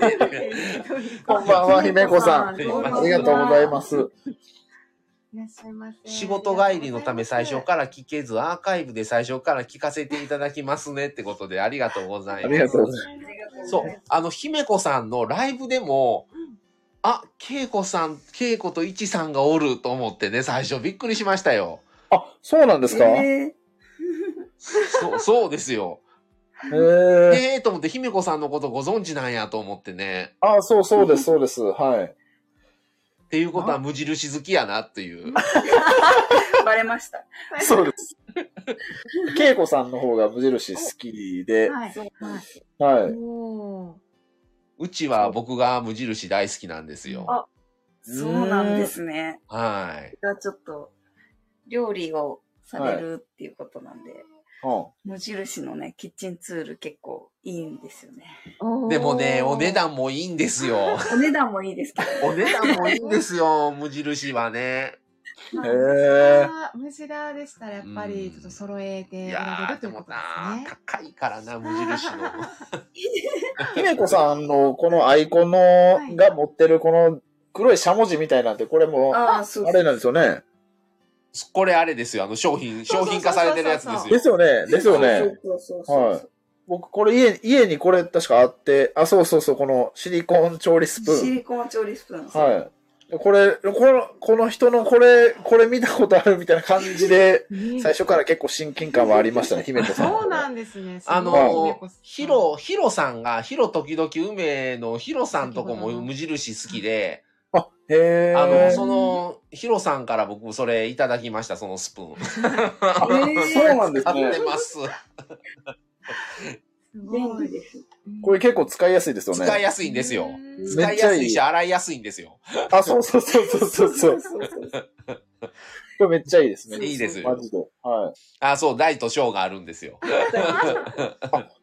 こんばんは、姫子さん。あ
ひ
り
めこさん
がとうございます。
いらっしゃいませ。
仕事帰りのため最初から聞けず、アーカイブで最初から聞かせていただきますねってことでありがとうござい
あ
ます。
りがとうございます。
そ
は
う。あの、姫子さんのライブでも、
うん
あ、恵子さん、恵子といちさんがおると思ってね、最初びっくりしましたよ。
あ、そうなんですかへ
え
そう、そうですよ。
え。
ええー、と思って、姫子さんのことご存知なんやと思ってね。
あ、そうそうです、そうです。はい。
っていうことは無印好きやなっていう。
ー、バレました。
そうです。 恵子さんの方が無印好きで、
はい。
そうなんです
はい。
おー
うちは僕が無印大好きなんですよ。
あそうなんですね。
はい。
がちょっと、料理をされるっていうことなんで、無印のね、キッチンツール結構いいんですよね。
おー
でもね、お値。段もいいんですよ。
お値段もいいですけ
お値段もいいんですよ、無印はね。
うん。
ど。
へえ。
あームジラでしたらやっぱりちょっと揃え
い
て選べ
やー、
ると
で
いうこ
も
と
な、
で
高いからな、無印の。
姫子さんのこのアイコンの
い
が持ってるこの黒いしゃもじみたいなんて、これも、あ
ああ、そう
れなんですよね。
これあれですよ、あの商品、
そ
商
うそうそうそう
品化されてるやつですよ
で。すよね。ですよね。。
そうそうそうそう
僕、これ家、家にこれ確かあって、あ、そうそうそう、このシリコン調理スプ
シ
ーン。
リコン調理スプーン。
はい。これ、この、この人のこれ、これ見たことあるみたいな感じで、
すね。
最初から結構親近感はありましたね、姫子さん。
そうなんですね。
あ
す
すごい
の
姫子さん
ヒロ、ヒロさんが、ヒロ時々梅のヒロさんとこ
先ほど
も
の
無印好きで、
あ、へ
あの、
え。
その、ヒロさんから僕それいただきました、そのスプーン。
えー
そうなんです
買っ
ね
て。ます。
す
便
ご
利
い。
です。
これ結構使いやすいですよね。
使いやすいんですよ。
うん
めっちゃ
使
いい
いやすいし、洗いやすいんですよ。
あ、そうそうそうそうそうそう。
そうそうそう
これめっちゃいいですね。
いいです
マ
よ。
ジで。はい。
あ、そう、大と小があるんですよ。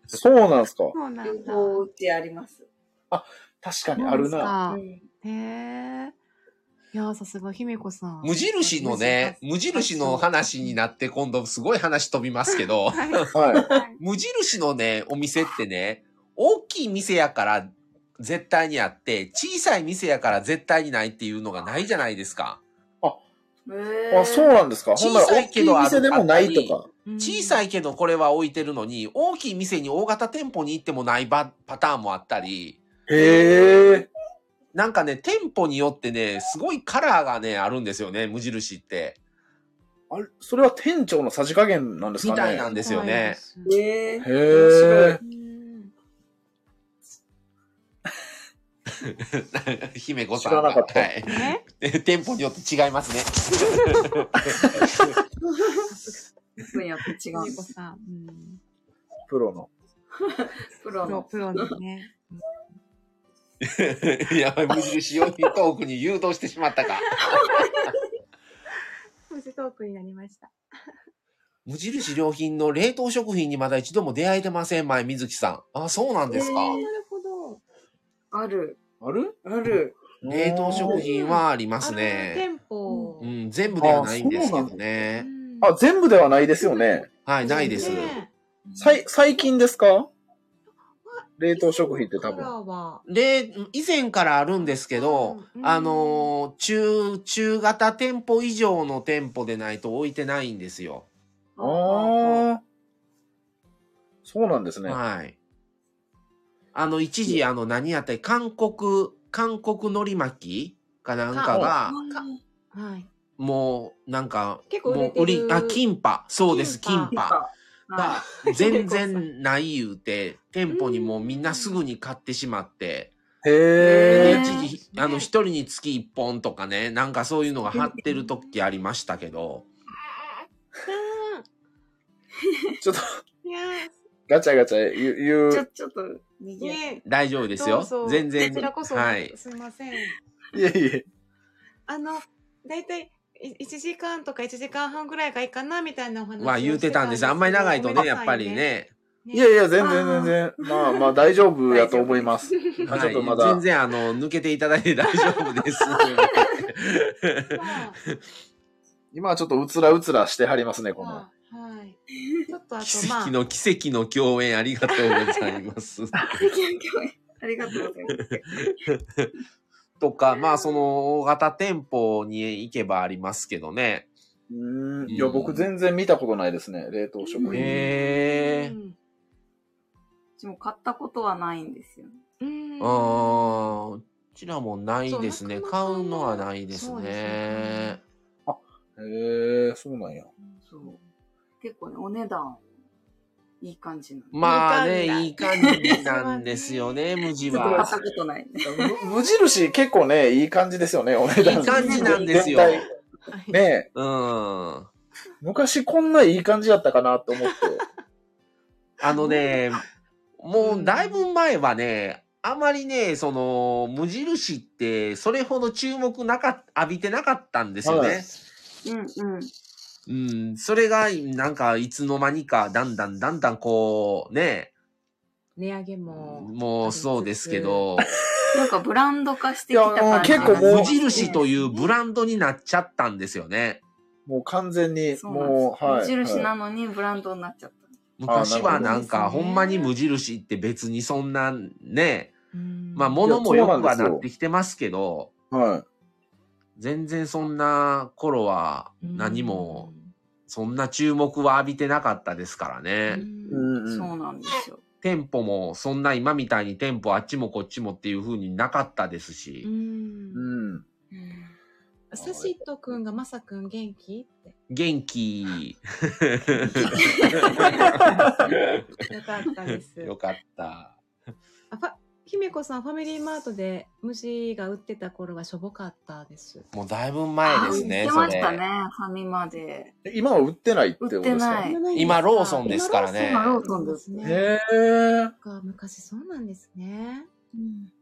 そうなんですか。
そうなんだ。
両方うちあります。
確かにあるな。
な
うん
へえ。いやー、さすが姫子さん。
無印のね、無印の話になって今度すごい話飛びますけど、
はい。
はい。
無印のね、お店ってね、大きい店やから絶対にあって、小さい店やから絶対にないっていうのがないじゃないですか。
へー
あ、そうなんですか。ほんなら
小さい
大き
け
い
どある
店でもないとか。
小さいけどこれは置いてるのに、大きい店に大型店舗に行ってもないばパターンもあったり、
へえ。
なんかね、店舗によってね、すごいカラーがね、あるんですよね、無印って。
あれ、それは店長のさじ加減なんですか
み
ね
たいなんですよね。。
えー、
へえ。
うん
姫子さん。
知らなかった
はい。
ね、
で店舗によって違いますね。
分野と違
ゆう
う
こ。さん、うん、
プロの。
プ
プ
ロ
ロ
の。
プロのね。
やばい、無印用品トークに誘導してしまったか。
無事トークになりました。
無印良品の冷凍食品にまだ一度も出会えてません、前水木さん。あ、そうなんですか。
えー
なるほど。
ある。
ある
ある。
冷凍食品はありますね。
あの店舗。
うん、全部ではないんですけどね。
うん
あ、全部ではないですよね。
はい、ないです。
ね
さい最近ですか冷凍食品って多
カラ
分。
ーは
で、以前からあるんですけど、
うん
あのー中、中型店舗以上の店舗でないと置いてないんですよ。
ああー。そうなんですね。
はい。あの、一時、あの、何やったっけ韓国、韓国海苔巻きかなんかが、
はい。
もう、なんか、
結構売れてる
もうりあ、キンパ。そうです、キ
キ
ン
ン
パ。が
あ、
全然ない言うて、店舗にもうみんなすぐに買ってしまって、
へ
で
え。
一時、あの、一人につき一本とかね、なんかそういうのが貼ってる時ありましたけど、
ちょっと、
いや
ガチャガチャ言う、言
ちょ、
う
ちょっと、にぎ
ー
やか
ね
大丈夫ですよ
そうそ。う
全然。
こちらこそ、
はい。
すみません。
いえいえ。
あの、だいたい1時間とか1時間半ぐらいがいいかなみたいなお話を
は言うてたんです。あんまり長いとね、やっぱり。ね。
いやい
や、
や、全然全然。まあまあ大丈夫やと思います。あちょっとま
はい、
だ
全然、あの、抜けていただいて大丈夫です。
今はちょっとうつらうつらしてはりますね、この。
はい。ちょっとあと、
奇
まあ
跡、の奇跡の共演ありがとうございます。
ありがとうございます。
とか、まあ、その大型店舗に行けばありますけどね。
うーん。いうや、
ん
僕全然見たことないですね、冷凍食
うん
品。
へえ。
でも買ったことはないんですよ。
うん。
ああ、うちらもないですね。
そう
買
なかなか
うのはないです
そうです
ね
ね。
へえ、そうなんや。
そう。結構ね、お値段、いい感じなの。
まあね、い
い
い
い
感
感
じなんですよね、 無地
ちょっと買っ
は。
たことないね。
む無印結構ね、いい感じですよね、お値段。
いい感じなんですよ
全体ね
うん。あ
昔こんないい感じやったかなと思って。
のね、もうだいぶ前はね、あまりね、その、無印って、それほど注目なかっ、浴びてなかったんですよね。
はい
うんうん。
うん、それが、なんか、いつの間にか、だんだんだんだん、こう、ね、
値上げも。
もうそうですけど、
なんかブランド化してきた感じ
いやもう結構もう
無印というブランドになっちゃったんですよね。
もう完全に、
そうなん
もう、はい。
無印な
はい
のにブランドになっちゃっ
昔はなん
あ
か、
なるほ
ほ
ど
んまに無印って別にそんなね、
うん
まあ物もよくはなってきてますけど、
はい。
全然そんな頃は何も、そんな注目は浴びてなかったですから
う
ね。
ん
うん
た。
うん
そうなんですよ。
店舗もそんな今みたいに店舗あっちもこっちもっていう風になかったです
う
し、
ん。
うん。
サシットくんがまさくん元気って。
元気、
よかったです。
よかった。
あファ姫子さん、ファミリーマートで虫が売ってた頃はしょぼかったです。
もうだいぶ前ですね、
あ
そ
売ってましたね
れ。、
ファミマで。
今は売ってないってこと
売っ
です
て
か
ない。
今ローソン
今
ですからね
ローソン今ローソンですね。
へえ。
そっか昔そうなんですね。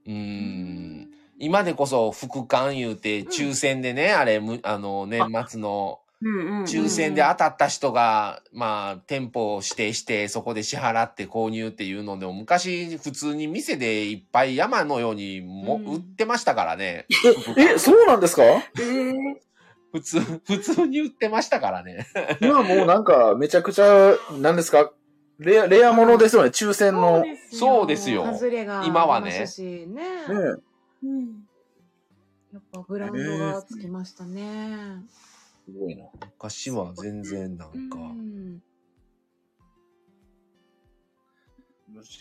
うん。今でこそ副官言うて、抽選でね、あれ、むあの、年末の
うんうんうん。
抽選で当たった人が、まあ、店舗を指定して、そこで支払って購入っていうのでも、昔、普通に店でいっぱい山のようにも、
うん
売ってましたからね。
え、そうなんですか
えー
普通、普通に売ってましたからね。
今もうなんか、めちゃくちゃ、なんですかレア、レアものですよね、抽選の。ね
そうですよ
外れが
今はね
ありますしね
うん
やっぱブランドがつきましたね。
すごいな。
昔は全然なんか
う、ん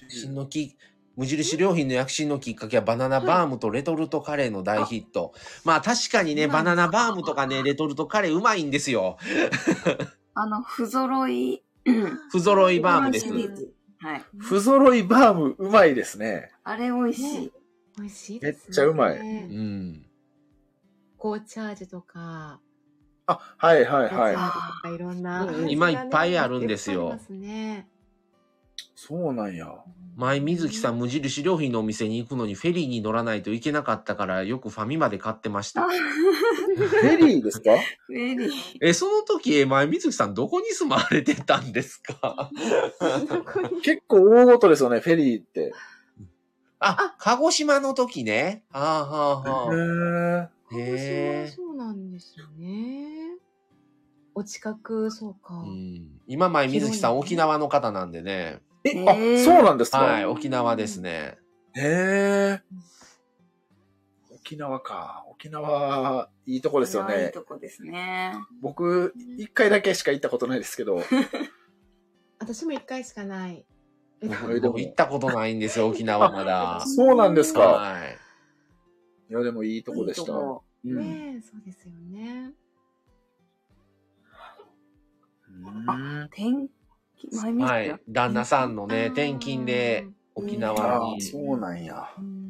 ヒノキ、無印良品の躍進のきっかけはバナナバームとレトルトカレーの大ヒット。まあ確かにね、
うまい
バナナバームとかね、レトルトカレーうまいんですよ。
あの、不揃い、うん
不揃いバームです
シ。リーズはい。
不揃いバーム、うまいですね。
あれ美味し
ね
い。
美味しい
めっ
ですね
ちゃうまい
うん。
紅茶味とか、
あ、はいはい
紅
はい。
茶味とかいろんな、
うん今いっぱいあるんですよ
いっぱいありますね。
そうなんや。
前、水木さん無印良品のお店に行くのにフェリーに乗らないといけなかったから、よくファミマで買ってました
あ。
フェリーですか
フェリー。
え、その時、え前、水木さんどこに住まれてたんですか
どこに
結構大ごとですよね、フェリーって。
あ、鹿児島の時ね。ああ、はあ、はあ。
へ
鹿児
へ
島は
え。
そうなんですよね。お近く、そうか。
うん今、前、水木さん沖縄の方なんでね。
え
へ
え、
ー
あ、そうなんです
は
か
い、沖縄ですね。
へえ。沖縄か。沖縄、いいとこですよ
これはいい
ね。
とこですね。
僕、一回だけしか行ったことないですけど。
私も一回しかない。え
僕
僕行ったことないんです よ、沖縄まだ。
そうなんですか。
はい。
いや、でもいいとこでした。
いいとこ
うん。
ねえ、そうですよね。
うん
天気、前見
は
た
い
よ。。
旦那さんのね、
あー
転勤で沖縄
ああ、
に、
そうなんや。
うん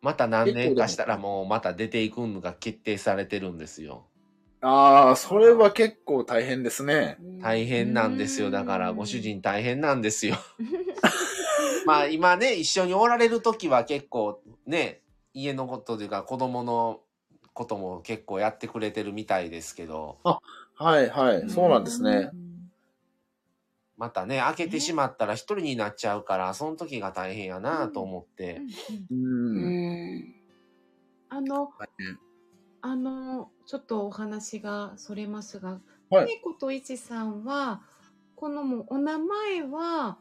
また何年かしたらもうまた出ていくのが決定されてるんですよ。
ああ、それは結構大変ですね。
大変なんですよ。だからご主人大変なんです よ。まあ今ね、一緒におられる時は結構ね、家のことというか子供のことも結構やってくれてるみたいですけど、
はいはい、そうなんですね。。
またね、開けてしまったら一人になっちゃうから、その時が大変やなと思って。
うんうん
う。
うんん。
あの、
大
あの、ちょっとお話がそれますが、
はい
猫といちさんは、このもうお名前は、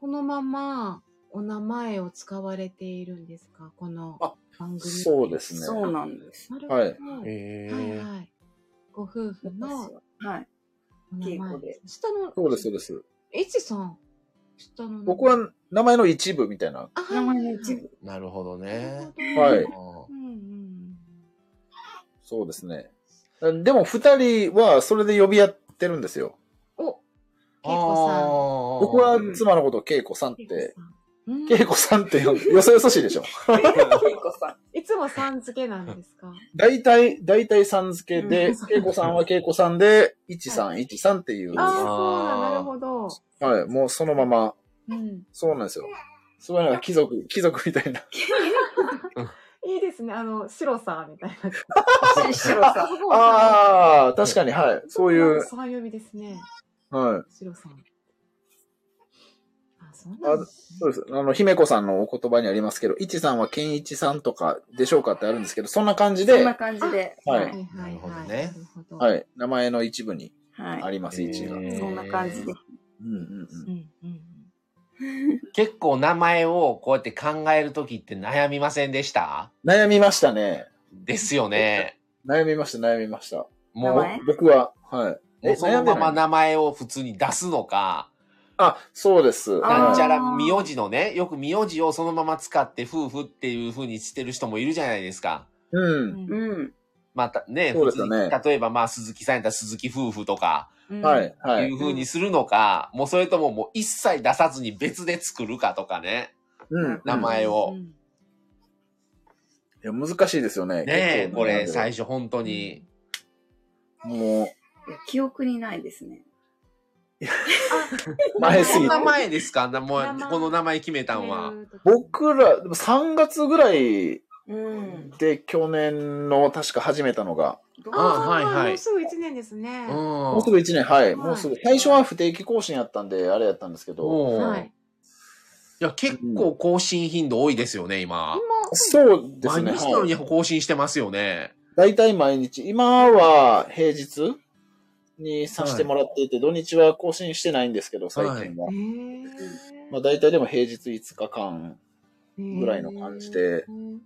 このままお名前を使われているんですかこの
あ
番
変
組。
そうですね。
そうなんです。
なるほど。
は
はいい
へえ
はい。ご夫婦の
私ははい。
お名
稽
前
古で。
下の、
そうです、そうです。
いちさん。下の。
僕、は名前の一部みたいな。
あ、はい
名前の一部。
なるほど
な
ね。
るほど
はい
うん
うんうん。
そうですね。でも二人はそれで呼び合ってるんですよ。
お、けいこさん。
僕は
うん
妻のことを恵子さんっ
けい
て、
こさんうん
恵子さんって呼んで、よそよそしいでしょ。
ケイコさん。
いつもさん付けなんです か
大体、大体さん付けで
うん、
恵子さんは恵子さんで、一さん、一さんっていう。
ああ、
は
そうなん、なるほど。
い、もうそのまま、
うん。
そうなんですよ。すごいなんか貴族、貴族みたいな。
いいですね。あの、白さんみたいな。
シシロさん。
あ、
ああ、確かに、はい。そういう、
さん呼びですね。
はい。
白さん。あ、そうなんです
そうです。あの、姫子さんのお言葉にありますけど、一さんは健一さんとかでしょうかってあるんですけど、そんな感じ
そん
で、
な感じで。
は
ね。
い
はい
な
はい
るほど
はい。
ね
なるほど。
はい。名前の一部にあ
は
ります、一が。うん
へ
い。
ー
そんな感じで。
うんうん。
うんうん。
結構名前をこうやって考えるときって悩みませんでした
悩みましたね。
ですよね。
悩みました、悩みました。
もう
名前
僕は、はい。
もうそのまま
な。
名前を普通に出すのか、
あ、そうです。
ー
なんち
は
ゃら名字のね、よく名字をそのまま使って夫婦っていう風にしてる人もいるじゃないですか。
い。うん。
う
うん。
またね、
そうですよね
普通に例えばまあ鈴木さんやったら鈴木夫婦とか、
ん
は。い、はいい。
う風にするのか、もうそれとももう一切出さずに別で作るかとかね。
うん。
名前を
う。ん
いや、難しいですよ
ね
ね。
え、
結構
これ最
悩んで
初本当に。
も
いや記憶にないですね。
う、前す
そん
ぎて
な。前ですかもう
名前
この名前決めたんは。。
僕ら、でも3月ぐらい
うん。
で去年の確か始めたのが、
どう
あ
あ
あ、
は
はいい
はい
はい。もうすぐ一年ですね。
も
もうすぐ1年、はい、
い
もうすぐ。最初は不定期更新やったんで、あれやったんですけど、
おー
はい。
いや、結構更新頻度多いですよね、今。
そうですね。
毎日のよう
はい
に更新してますよね。
大体毎日、今は平日にさせてもらっていて、土日は更新してないんですけど、最近は。
へ
まあ、大体でも平日5日間。
え。
ぐらいの感じで
うん。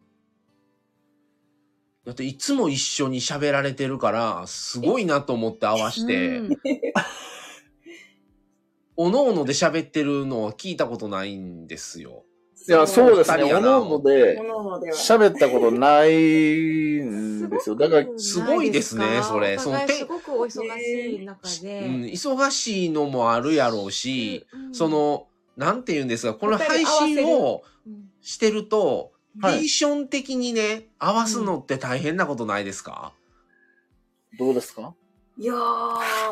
だっていつも一緒に喋られてるから、すごいなと思って合わせて、
うん
おのおので喋ってるのは聞いたことないんですよ。
いや、そうですね。おのおので、
物のでは。
喋ったことないんですよ。だから、
すごいですねそれ
その
そのて
すごくお忙しい中
う
で、
ん、忙しいのもあるやろうし、
うん
そ、の、なんて言うんですか、この
二人合わせ
配
る
信を
うん
してると、
は
テ
い
ンション的にね、合わすのって大変なことないですか、
どうですか
いやー、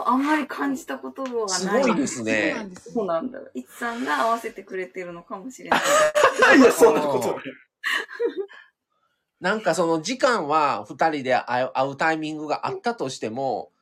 あんまり感じたことは
す
ない。
ごいです
そうな
ね。
んです
そうなんだよ。いつさんが合わせてくれてるのかもしれない。
いや、そんなこと。
なんかその時間は二人で会う会うタイミングがあったとしても、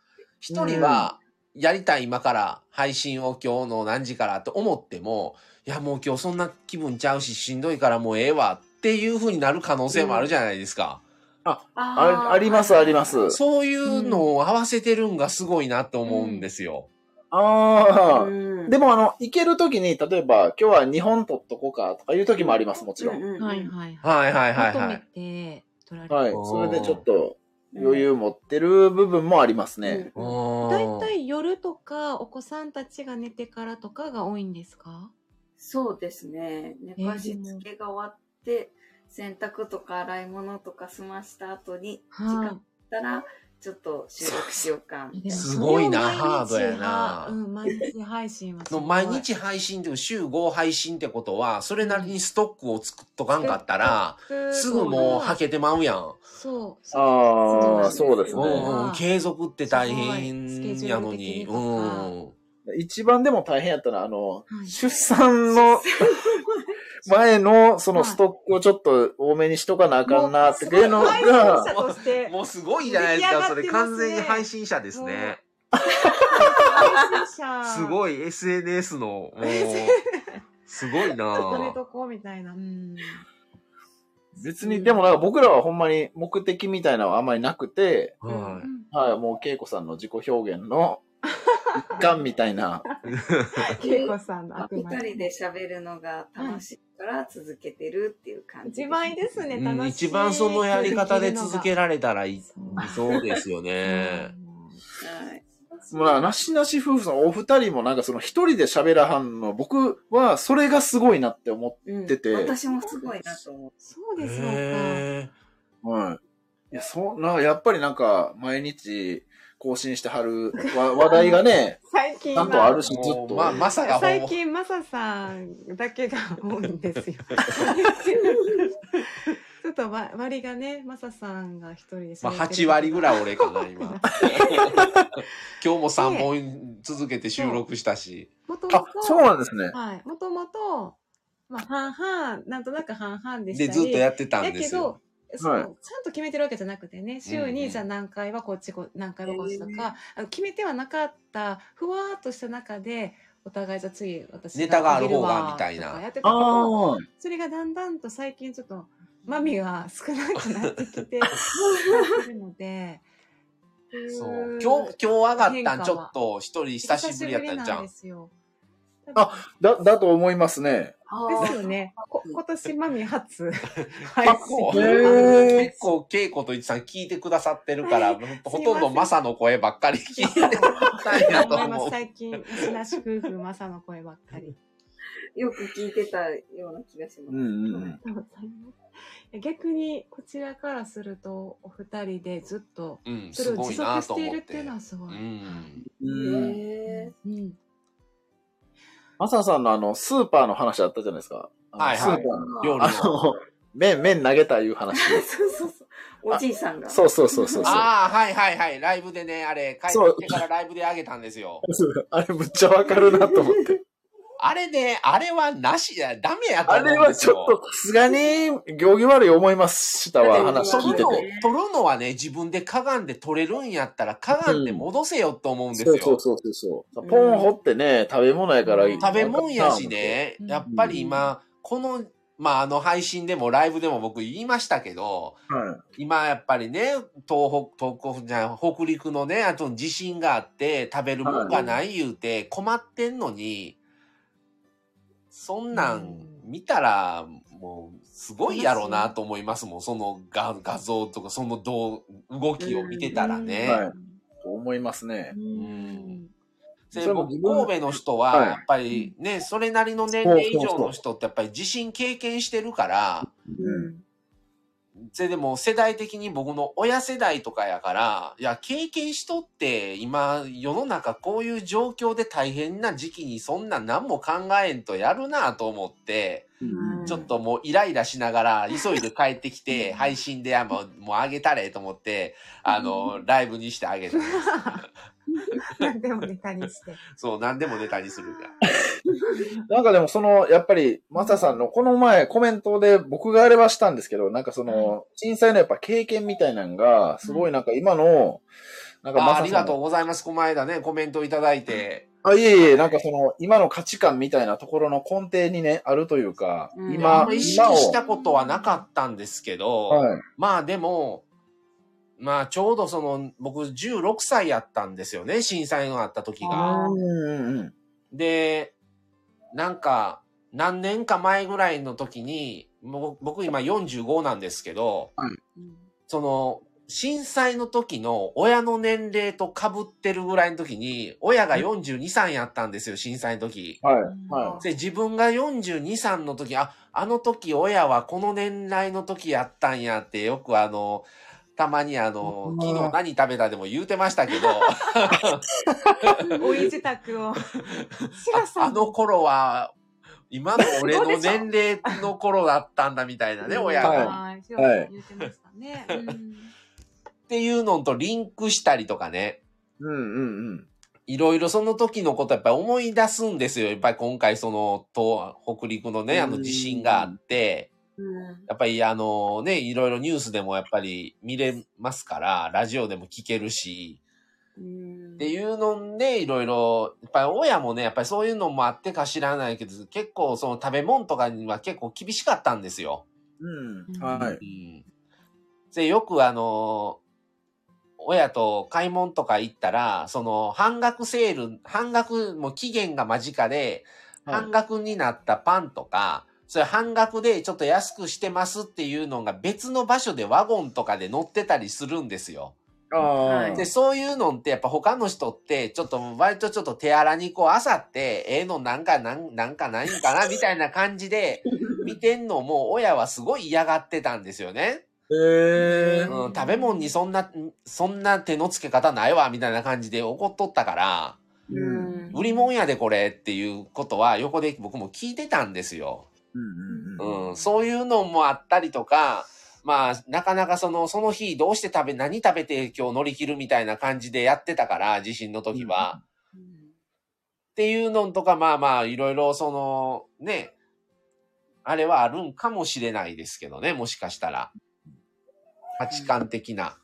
一人はやりたい今から配信を今日の何時からと思っても、いやもう今日そんな気分ちゃうししんどいからもうええわっていう風になる可能性もあるじゃないですか。
あー
ああります、ありま。す。
そういうのを合わせてるんがすごいなと思うんですよ。
ああ。
うん
でも、あの、行けるときに、例えば、今日は日本取っとこうかとかいうときもあります、もちろん。
うう
はいはいは
はいはいはい
い。
は
求め
い。
て取られて、
はい。
おー
それでちょっと余裕持ってる部分もありますね。
う
うん
だい
ん
たい夜とかお子さんたちが寝てからとかが多いんですか？
そうですね。寝かしつけが終わって、洗濯とか洗い物とか済ました後に、時間あ
は
ったら、ちょっと収録しようか。み
い
たい
でも
な
すごいな
それを
ハードや
毎日
な
うん毎日配信はす
の
ごい
毎日配信という週5配信ってことは、それなりにストックを作っとかんかったら、すぐもうはけてまうやん。
そうそう
ああ、そうです
う
ね。
んうん、継続って大変やのに。
す
う
ごいスケジュール的に
ん。
一番でも大変やったのは、あの、
い
出産の前のそのストックをちょっと多めにしとかなあかんなっていうの
もうすごい配
が
信、者として
もうすごいじゃないですか。そ
出
れ
来上がってま
完
すね
全に配信者ですね。
配信者
すごい SNS の、もうすごいな
これとこうみたいな。うん。
別に、でもなんか僕らはほんまに目的みたいなのはあんまりなくて、
は
はい、もう恵子さんの自己表現の一環みたい な。
恵子さんの悪
二
魔。
人で喋るのが楽しいから続けてるっていう感じ。
一番いいです
い
ね、
う
楽
ん。
しい。
一番そのやり方で続け
る
られたらいい
そう
理想ですよね。
はい。
もうな、なしなし夫婦さん、お二人もなんかその一人で喋らはんの、僕はそれがすごいなって思
うん
出て
私もすごいなと思う。
そうですのか。
へ
う。はい。いや、そんな、やっぱりなんか毎日更新してはるわ 話題がね、
最近
ちゃんとあ
は、
るし、ずっ
も
と。
うまあ、まさがほ
最
ぼ。
近、マサさんだけが多いんですよ。ちょっとわ割がね、マサさんが一人で。
まあ、8割ぐら
い。
い俺かな、今。 今日も3本続けて収録したし。
もとも
あ
と、、
そうなんですね。
はい。もともと、まあ、半々、なんとなく半々でした
で、
り。
ずっとやってたん
だ
で
け
すよ
ど。、その
はい
ちゃんと決めてるわけじゃなくてね、週
うんう
に
ん
じゃあ何回はこっちこ、何回はこっちとか、あの決めてはなかった、ふわーっとした中で、お互いじゃあ次私
ネタがある方が
げわ
みたいな
とかやってたけど、
ああ。
それがだんだんと最近ちょっと、マミが少なくなっ てきて、るので、
そう。今日、今日上がった
変化
ん、
は
ちょっと一人久しぶりやったんじゃ
久しぶりなん
ん
で。すよ。
あだ、だと思いますね。
あ
です
ー
よね。こ今年マミ 初配
結
信
構、。
へー
結構、恵子と一さん聞いてくださってるから、ほとん
すいま
ど
せん
マサの声ばっかり聞いてたんやと
思いま
思
す
う。
最近、石なし夫婦、マサの声ばっかり。
よく聞いてたような気がしま
う
す。
んうんうん。
ありがとうございます逆にこちらからするとお二人でずっと
うん、
それ
す
を
ご
持
いなと
続してい
思
る
っ
ってい
て
うの。はすご
う
い。
ん。
うん。
へ
うん
マサさんのあの、スーパーの話あったじゃないですか。あの
はいはい
スーパーの
料理
あ
の。
の、麺、麺投げたいう話。
ーそうそうそう。おじいさん が。
そうそうそうそう。そう
ああ、はいはいはい。ライブでね、あれ、帰
そう
ってからライブであげたんですよ。
あれむっちゃわかるなと思って。
あれね、あれはなしや、ダメやと
あ
思うんです
れ
よ。
はちょっとさすがに行儀悪い思いましたわ、話
取
聞い
る
て
の
て。、
取るのはね、自分でかがんで取れるんやったら、かがんで戻せよと思うんですよ。
そうそうそうそう。ポン掘ってね、食べ物やから。
食べ物やし。ね、
うん
やっぱり今、この、まあ、あの配信でもライブでも僕言いましたけど、
は
今やっぱりね、東北、東北じゃない北陸のね、あと地震があって食べるもんがない言うて困ってんのに、そんな
うんん
見たら、もう、すごいやろうなと思いますもん。その画画像とか、その動動きを見てたら
い。
ね。
はい。思いますね。
うん
で
それも
僕
自分
神戸の人は、
はい
やっぱりね、それなりの年齢以上の人って、やっぱり地震経験してるから、
うん
それでも世代的に僕の親世代とかやから、いや、経験しとって、今、世の中こういう状況で大変な時期にそんな何も考えんとやるなと思って、
うん
ちょっともうイライラしながら、急いで帰ってきて、配信で、あもう、もうあげたれと思って、あの、ライブにしてあげたんです。
何でもネタにして。
そう、何でもネタにするから。
なんかでもその、やっぱり、マサさんのこの前コメントで僕があれはしたんですけど、なんかその、震災のやっぱ経験みたいなのが、すごいなんか今の、なんか
あ
マ
あ
サ
り
さ
が
ん
とう
の、
ございます。この間ね、コメントいただいて。
あ、いえいえ、なんかその、今の価値観みたいなところの根底にね、あるというか、
うん
あ
今
ん、ま意識
今
し
を、
たことはなかったんですけど、
はい。
まあでも、まあちょうどその、僕16歳やったんですよね、震災があった時
あ
が。
ー
うんうんうん。
で、なんか、何年か前ぐらいの時に、もう僕今45なんですけど、その、震災の時の親の年齢と被ってるぐらいの時に、親が42、歳やったんですよ、震災の時。
はい。
あ
は
で、自分が42、3の時、あ、あの時親はこの年代の時やったんやって、よくあの、たまにあの、
うん
昨日何食べたでも言うてましたけど、
おい自宅を。シラさん。
あの頃は、今の俺の年齢の頃だったんだみたいなね、親
はい
が。
はい。シラさん言ってましたね。うん
っていうのとリンクしたりとかね、
うんうんうん。
いろいろその時のことやっぱり思い出すんですよ。やっぱり今回その、東北陸のね、あの地震があって、
うん
やっぱりあのね、いろいろニュースでもやっぱり見れますから、ラジオでも聞けるし、
うん
っていうので、いろいろ、やっぱり親もね、やっぱりそういうのもあってか知らないけど、結構その食べ物とかには結構厳しかったんですよ。。
うん。はいう
ん。で、よくあの、親と買い物とか行ったら、その半額セール、半額、もう期限が間近で、
はい
半額になったパンとか、それ半額でちょっと安くしてますっていうのが別の場所でワゴンとかで乗ってたりするんですよ。
ああ、
はい
で、そういうのってやっぱ他の人って、ちょっと割とちょっと手荒にこうあさって、ええのなんかなんなんかないんかなみたいな感じで見てんのも親はすごい嫌がってたんですよね。
へえ。
うん
うん、食べ物にそんな、んそんな手のつけ方ないわ、みたいな感じで怒っとったから、
う
うん
うん
ん
売り物やでこれっていうことは横で僕も聞いてたんですよ。
うんうん。
うん、そういうのもあったりとか、まあ、なかなかその、その日どうして食べ、何食べて今日乗り切るみたいな感じでやってたから、地震の時は。っ
うん
ていうのとか、まあまあ、いろいろその、ね、あれはあるんかもしれないですけどね、もしかしたら。価値観的な。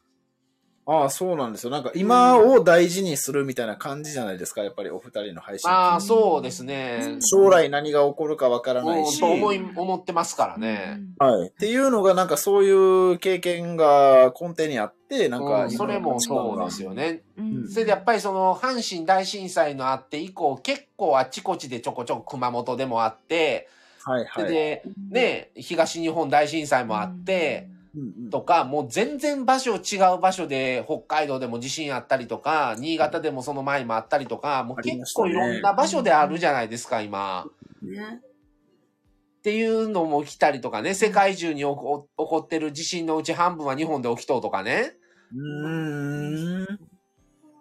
ああ、そうなんですよ。なんか今を大事にするみたいな感じじゃないですか、やっぱりお二人の配信。
まあ、そうですね。
将来何が起こるかわからない
うん
し、
と思い、思ってますからね。。
はい。っていうのがなんかそういう経験が根底にあって、なん
う
か
んそれもそうですよね。
うん
それでやっぱりその阪神大震災のあって以降、結構あちこちでちょこちょこ熊本でもあって、
はい
それ
はい。
でね、東日本大震災もあって、
うんうん
とか、もう全然場所違う場所で北海道でも地震あったりとか、新潟でもその前もあったりとか、もう結構いろんな場所であるじゃないですか、今。
ね
っていうのも来たりとかね、世界中に起こ起こってる地震のうち半分は日本で起きとうとかね。
うーん。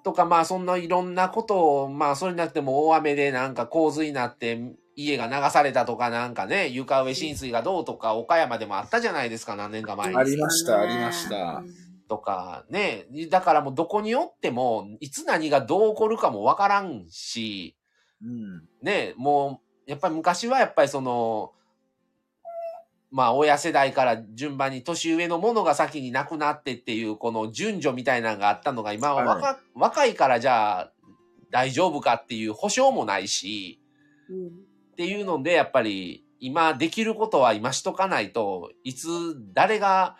とか、まあそんないろんなことを、まあそれになっても大雨でなんか洪水になって家が流されたとかなんかね、床上浸水がどうとか岡山でもあったじゃないですか、何年か前
あ
に。
りましたありました
とかね。だからもうどこにおっても、いつ何がどう起こるかもわからんし、
うん。
ね、もう、やっぱり昔はやっぱりその、まあ親世代から順番に年上のものが先に亡くなってっていうこの順序みたいなのがあったのが今は若,、若いからじゃあ大丈夫かっていう保証もないし
うん
っていうのでやっぱり今できることは今しとかないといつ誰が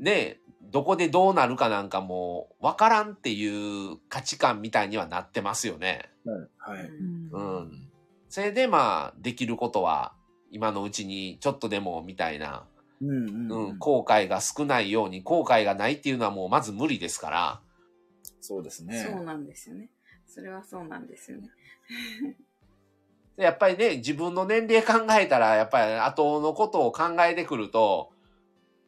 ねどこでどうなるかなんかもわからんっていう価値観みたいにはなってますよね。
は
う
い。
ん
う
うん
ん。それでまあ、できることは、今のうちにちょっとでもみたいな、
うん
う、
うんん。
後悔が少ないように、後悔がないっていうのはもうまず無理ですから、
そうですね。
そうなんですよね。それはそうなんですよね。
やっぱりね、自分の年齢考えたら、やっぱり後のことを考えてくると、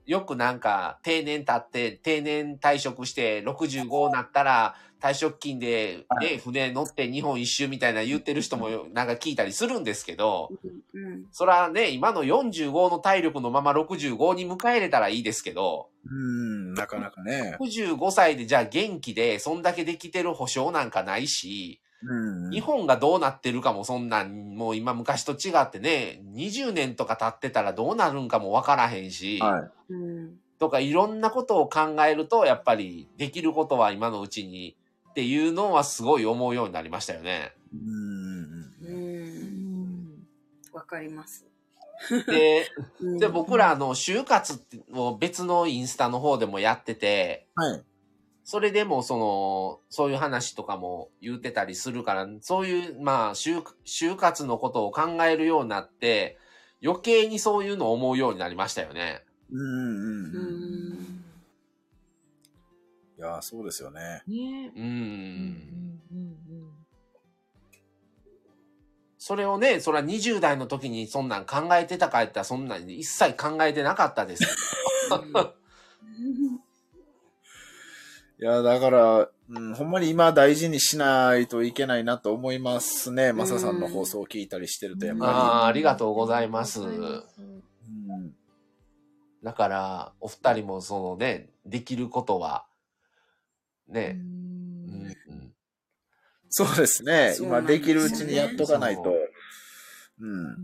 よくなんか定年経って、定年退職して65になったら退職金で、
は
ね、船乗って日本一周みたいな言ってる人もよなんか聞いたりするんですけど、
うん。
そらね、今の45の体力のまま65に迎えれたらいいですけど、
うん、なかなかね。
65歳でじゃあ元気で、そんだけできてる保証なんかないし、
うん
日本がどうなってるかもそんなん、もう今昔と違ってね、20年とか経ってたらどうなるんかもわからへんし、
はい。
うん。
とかいろんなことを考えると、やっぱりできることは今のうちにっていうのはすごい思うようになりましたよね。
うん。
うん。
ん
わかります。
で、
うん
で僕らあの就活を別のインスタの方でもやってて、
はい。
それでも、その、そういう話とかも言ってたりするから、そういう、まあ、就、就活のことを考えるようになって、余計にそういうのを思うようになりましたよね。
うん
う
うん。い
ん。
やー、そうですよね。
ね
う。
うんうん
それをね、そら20代の時にそんなん考えてたかやったら、そんなん一切考えてなかったです。
いやー、だから、うん、ほんまに今大事にしないといけないなと思いますね。マサさんの放送を聞いたりしてると、やっぱ
あーありがとうございます
ありがとうございま
り。うん
だから、お二人もそのね、できることは、
す
ね、
う
うんんうん
そうですね。
そうな
今
んです
で
よね
きるうちにやっとかないと。うん。
うん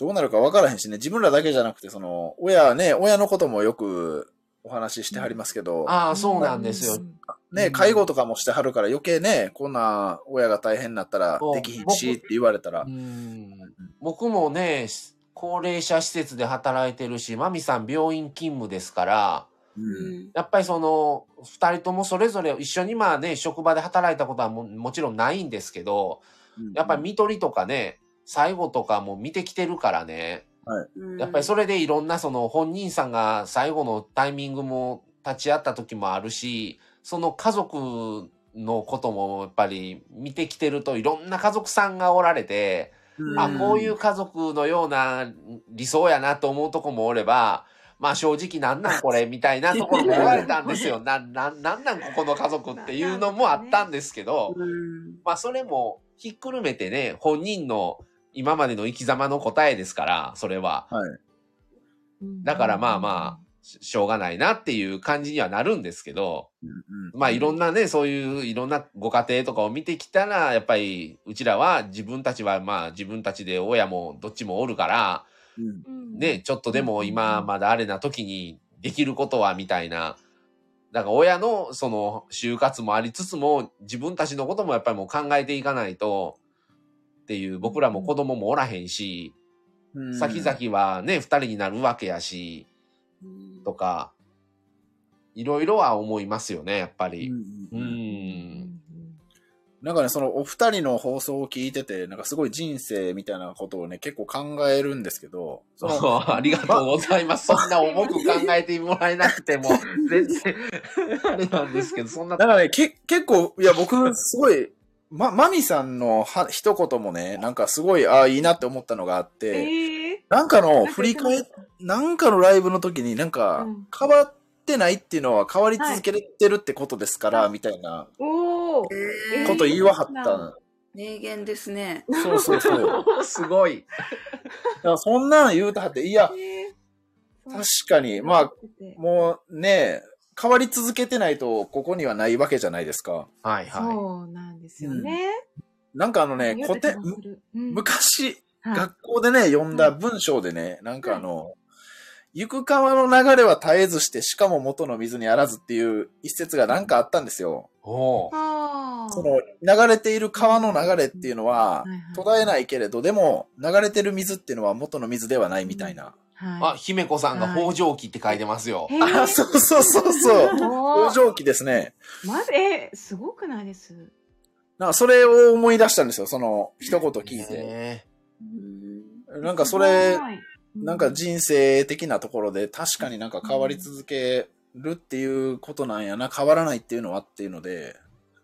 どうなるか分からへんしね。自分らだけじゃなくて、その、親ね、親のこともよくお話ししてはりますけど、
ああ、そうなんですよ。う
ね、
ん
介護とかもしてはるから余計ね、こんな親が大変になったら
そう
できひんしって言われたら
う、ん僕もね、し高齢者施設で働いてるし、マミさん病院勤務ですから、
うん
やっぱりその、二人ともそれぞれ一緒にまあね、職場で働いたことはももちろんないんですけど、やっぱり、見取りとかね、最後とかも見てきてるからね、やっぱりそれでいろんなその本人さんが最後のタイミングも立ち会った時もあるし、その家族のこともやっぱり見てきてるといろんな家族さんがおられて、
うん
あ、こういう家族のような理想やなと思うとこもおれば、まあ正直なんなんこれみたいなところも言われたんです よ。なんなん、なんなんここの家族っていうのもあったんですけど、
うん。
まあそれもひっくるめてね、本人の今までの生き様の答えですから、それはだからまあまししょうがないなっていう感じにはなるんですけど、まあいろんなね、そういういろんなご家庭とかを見てきたら、やっぱりうちらは自分たちはまあ自分たちで親もどっちもおるから、
うん
あ、うん
ね、ちょっとでも
うん
今
うん
まだあれな時にできることはみたいな。だから親のその就活もありつつも自分たちのこともやっぱりもう考えていかないとっていう僕らも子供もおらへんし、
うん
先々はね、二人になるわけやし、とか、いろいろは思いますよね、やっぱ
うん
り。う
うん
ん。
なんかね、そのお二人の放送を聞いてて、なんかすごい人生みたいなことをね、結構考えるんですけど、その
そう、 ありがとうございます。そんな重く考えてもらえなくても、全然、 あれなんですけど、そんな
だからね、け、結構、いや、僕、すごい、ま、マミさんのは一言もね、なんかすごい、ああ、いいなって思ったのがあって、
ええ
なんかの振り返っ、なんかのライブの時になんか
うん、
変わってないっていうのは変わり続けてるってことですから、みたいな
おお。
え
こと言いわはった。
名言ですね。
そうそう そう。だか
すごい。
らそんなん言うたはって、いや、
ええ
確かに、まあ、
そう
もうね、変わり続けてないと、ここにはないわけじゃないですか。
はいは
そうなんですよね。
なんかあのね、
よ
古
く気が
典、
す
む
るうん
昔、
はい
学校でね、読んだ文章でね、なんかあの、行く川の流れは絶えずして、しかも元の水にあらずっていう一節がなんかあったんですよ。
い。おう
あー
その、流れている川の流れっていうの
は
は
いはい、
途絶えないけれど、でも、流れてる水っていうのは元の水ではないみたいな。
あ、
は
姫子さんが
はい
北条記って書いてますよ
い。。へ
あ、そうそうそうそう。
お
工
ー
場記ですね。
まず、えー、すごくないです。
なんかそれを思い出したんですよ、その一言聞いて。
ね
うん
なんかそれ
す、ごい、
なんか人生的なところで確かになんか変わり続けるっていうことなんやな、変わらないっていうのはっていうので、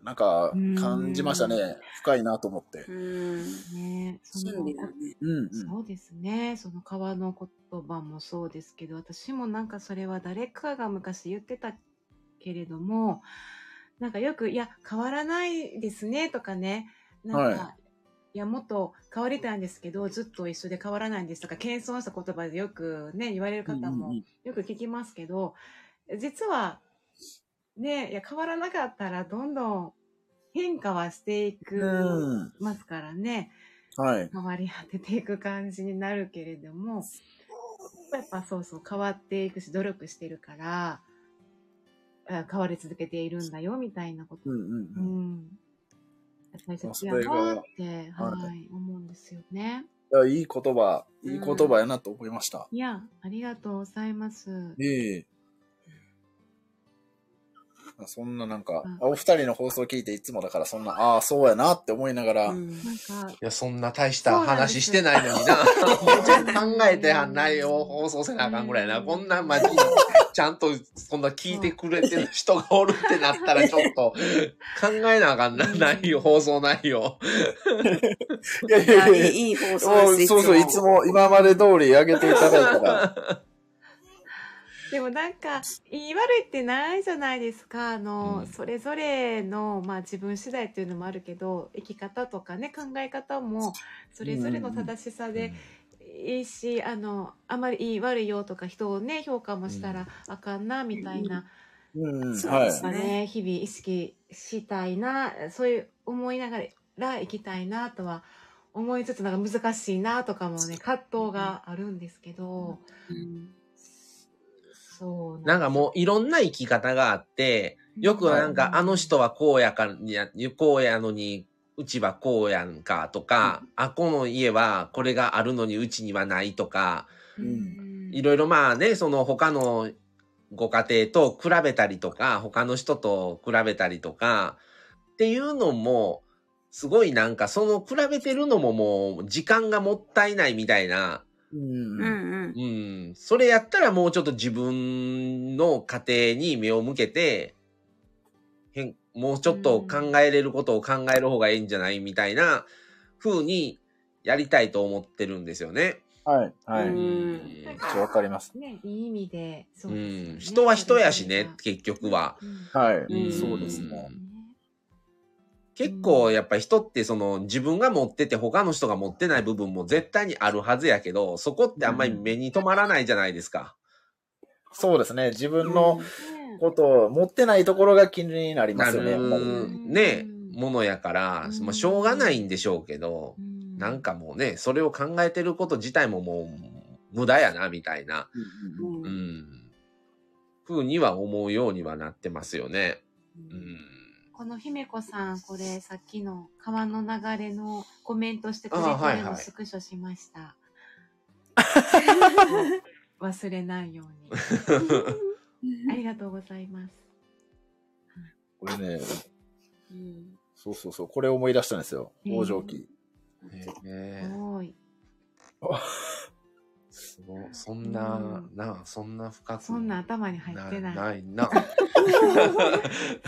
なんか感じましたね。深いなと思って。
うん。
ねそ
そ
の
うですね。
うんうん。
そうですね。その川の言葉もそうですけど、私もなんかそれは誰かが昔言ってたけれども、なんかよく、いや、変わらないですね、とかね。なんか、、
はい
や、もっと変わりたいんですけど、ずっと一緒で変わらないんですとか、謙遜した言葉でよくね、言われる方
うんうんう
も
ん
よく聞きますけど、実は、ね、いや、変わらなかったらどんどん変化はしていく、
うん。
ますからね。
はい。
変わり果てていく感じになるけれども、やっぱそうそう変わっていくし、努力してるから、あ変わり続けているんだよ、みたいなこと。
うんう
うん
うん。
ん。大切や
それが
なって、
はい
はい、思うんですよね。
いやいい言葉、いい言葉やなと思いました。
いや、ありがとうございます。
ええそんななんか
うん、
あお二人の放送聞いていつもだからそんな、ああ、そうやなって思いながら、
うん
なんか、
や、そんな大した話してないのにな。もうちょっと考えては内容を放送せなあかんぐらいな。こんなんマジで、ちゃんとそんな聞いてくれてる人がおるってなったらちょっと考えなあかんな。内容、放送内 容。
いやい
いや
やいや
いいいい放
そ
送
う
で す。
そうそう、いつも今まで通り上げていただいた ら。
でもなんか、言い悪いってないじゃないですか。あ
う
の、
ん
それぞれの、まあ自分次第っていうのもあるけど、生き方とかね、考え方も、それぞれの正しさでいいし、あの、あまりいい悪いよとか人をね、評価もしたらあかんな、みたいな、
うん、
そう
は
で
い
す。
まあね、日々意識したいな、そういう思いながら生きたいなとは思いつつ、なんか難しいなとかもね、葛藤があるんですけど、
うん
そう
なんかもういろんな生き方があって、よくなんかあの人はこうやから、いやこうやのに、うちはこうやんかとか、あこの家はこれがあるのにうちにはないとか、
う
うん
ん
いろいろまあね、その他のご家庭と比べたりとか、他の人と比べたりとか、っていうのも、すごいなんかその比べてるのももう時間がもったいないみたいな、
うん
うんうん。
うん。それやったらもうちょっと自分の家庭に目を向けて、変、もうちょっと考えれることを考える方がいいんじゃないみたいな風にやりたいと思ってるんですよね。
はい、はい。
う
めっ
ん
ちゃわかります。
ね、いい意味で、そううですよね
ん。人は人やしね、結局は。
うん
はい、
うん
そうですね。
結構やっぱ人ってその自分が持ってて他の人が持ってない部分も絶対にあるはずやけど、そこってあんまり目に留まらないじゃないですか。
そうですね。自分の
ね
ことを持ってないところが気になりま
な
すよね、やっぱり。
る
り
ね
うん、
ものやから
う、ん
まあしょうがないんでしょうけど
う、ん
なんかもうね、それを考えてること自体ももう無駄やな、みたいな、
うん
う
うん
ん、ふうには思うようにはなってますよね。う
うん
ん。
この姫子さん、これさっきの川の流れのコメントしてくれ
あは
た
い
の
は
を
い
スクショし ました。忘れないように。 ありがとうございます。
これね、
うん
そうそうそう、これ思い出したんですよ。
うん
往生記。
ね
おーい。
すごいそんな、な、そんな深く。
そんな頭に入ってない。
ない な。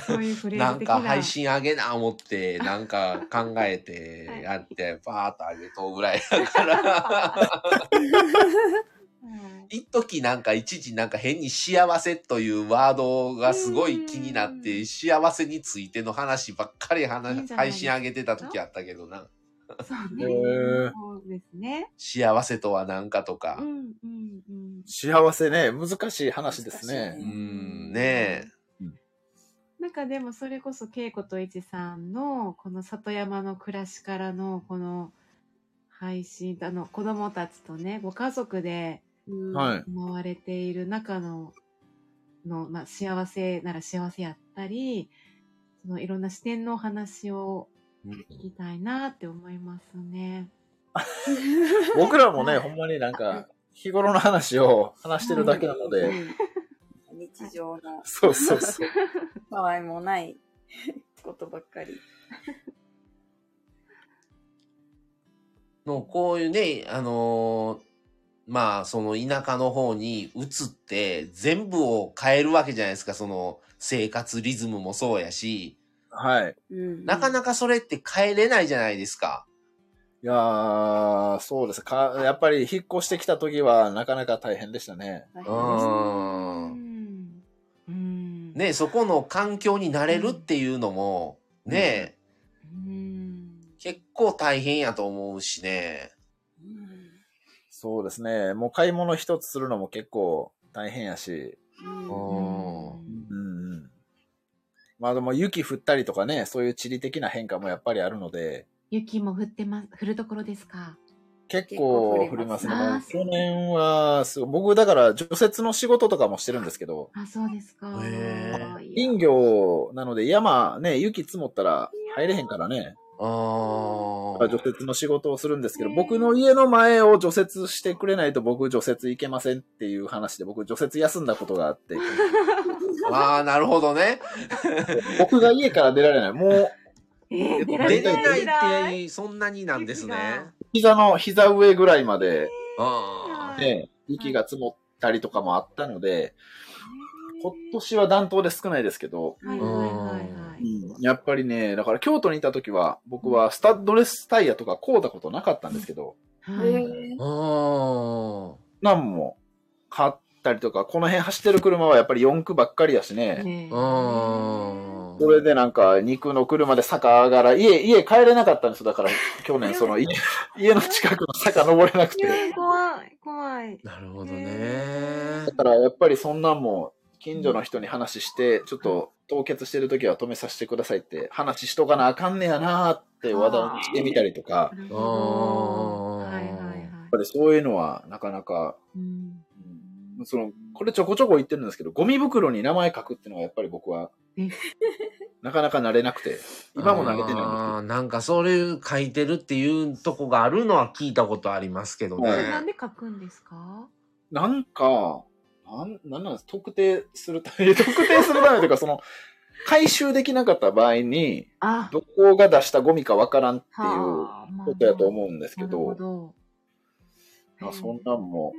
そういうフレー
な
ズ
ん
的
か
な。
配信上げな思 って、なんか考えてやって、バーっと上げとうぐらいだから。
うん
一時なんか一時なんか変に幸せというワードがすごい気になっ
う
て、
ん
幸せについての話ばっかり
いいん
話
じゃない
配信上げてた時あったけどな。
そうね
へー。
そうですね。
幸せとは何かとか
う。んうんうん。
幸せね、難しい話です
う、
うんん
ね。
ね
なんかでもそれこそ恵子といちさんのこの里山の暮らしからのこの配信あの子供たちとねご家族で
うん
はい。
回れている中のの、まあ、幸せなら幸せやったりそのいろんな視点のお話を
え。
聞きたいなって思いますね。
僕らもね、
はい
ほんまになんか、日頃の話を話してるだけなの
う
で、
ん日常の
そうそうそう。
場合もないことばっかり。
のこういうね、あのーまあその田舎の方に移って全部を変えるわけじゃないですか。その生活リズムもそうやし、
はい。
うん
なかなかそれって変えれないじゃないですか。
いやー、そうですか。やっぱり引っ越してきた時はなかなか大変でしたね。
う
大変です
ーん。
うん。
ね、そこの環境になれるっていうのも、ね、
うん。
結構大変やと思うしね。
そうですね。もう買い物一つするのも結構大変やし。
う
う
んうん
ん。
うんうん。まあでも雪降ったりとかね、そういう地理的な変化もやっぱりあるので、
雪も降ってます。降るところですか。
結構
結構
降
降
りま
りますす
ね。
ね
もう去年はすごい、僕だから除雪の仕事とかもしてるんですけど、
あ、そうですか。
へー
いや
林業なので山ね、雪積もったら入れへんからね。
ああ。
除雪の仕事をするんですけど、僕の家の前を除雪してくれないと僕除雪行けませんっていう話で、僕除雪休んだことがあって、
ああ、なるほどね。
僕が家から出られない。もう、
えー、出ら
出
れ
れ
ない出られ
な
ない。
いって、そんなになんですね。
膝の膝上ぐらいまで、
あ
はい
ね、雪が積もったりとかもあったので、今年は暖冬で少ないですけど、
はいはいはいは
う
い。
んやっぱりね、だから京都にいた時は、僕はスタッドレスタイヤとか買うたことなかったんですけど、
はい
へ
あ。あ
なんも買ったりとか、この辺走ってる車はやっぱり四駆ばっかりやしね、
ねえ
あ。うん。
それでなんか、肉の車で坂上がら、家、家帰れなかったんですよ。だから、去年その、家家の近くの坂登れなくて。
えー怖い、怖い。
なるほどね
へ
だ。から、やっぱりそんなんも、近所の人に話して、ちょっと凍結してる時は止めさせてくださいって、話しとかなあかんねやなーって話題にしてみたりとか、やっ
なるほど。
あー
はいはいはい。
ぱりそういうのはなかなか、
うん
うんその、これちょこちょこ言ってるんですけど、ゴミ袋に名前書くっていうのはやっぱり僕は
え、
なかなか慣れなくて、今も慣れてないんですけど
あーなんかそういう書いてるっていうとこがあるのは聞いたことありますけどね。
は
こ
い
れなんで書くんですか
なんか、なん、なんなんです特定するため、 特定するためというか、その、回収できなかった場合に、
あ
どこが出したゴミかわからんっていう
はあまあ
ことやと思うんですけ
なるほ
ど、
ど。
まあそんなんも。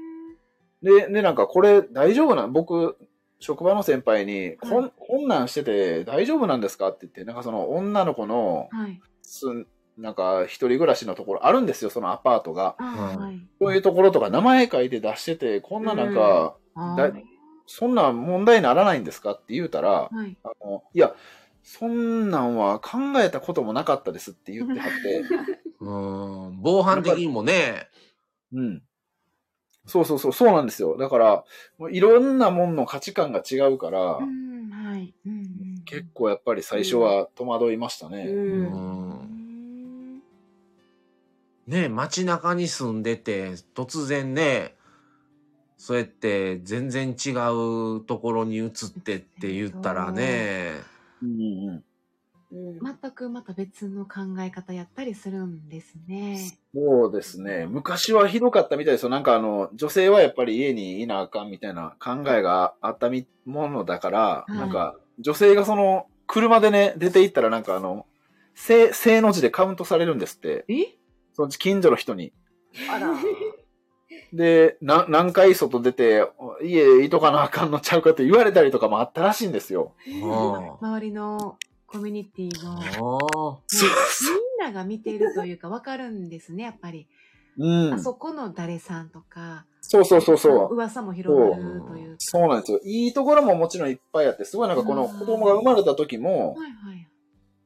で、ね、なんかこれ大丈夫なん、僕、職場の先輩に、こん、こんなんしてて大丈夫なんですかって言って、なんかその女の子の、
はい。
すん、なんか一人暮らしのところあるんですよ、そのアパートが。
あ
うん
はい。
こういうところとか名前書いて出してて、こんななんか、
あ
だ
ー
そんなん問題にならないんですかって言うた
は
ら、
い。
あのいや、そんなんは考えたこともなかったですって言ってはって、
うん。防犯的にもね。
うん。そうそうそう、そうなんですよ。だから、もういろんなもんの価値観が違うから、
うん、はい。うんうん
結構やっぱり最初は戸惑いましたね。
ーう。
うんん。ね街中に住んでて、突然ね、そうやって全然違うところに移ってって言ったらね、
うんうん
うん
全くまた別の考え方やったりするんですね。
そうですね。昔はひどかったみたいですよ。なんかあの、女性はやっぱり家にいなあかんみたいな考えがあったみものだから、
うん
なんか、女性がその、車でね、出て行ったらなんかあの、正、正の字でカウントされるんですって。
え
その近所の人に。
あら。
で、な何回外出て、お家いとかなあかんのちゃうかって言われたりとかもあったらしいんですよ。
うん
周りのコミュニティの、ね
あ
そう
みんなが見ているというかわかるんですね、やっぱり。
うん
あ。そこの誰さんとか、
そうそうそうそう。
噂も広がるというか。
そうなんですよ。いいところももちろんいっぱいあって、すごいなんかこの子供が生まれた時も、
はいはい。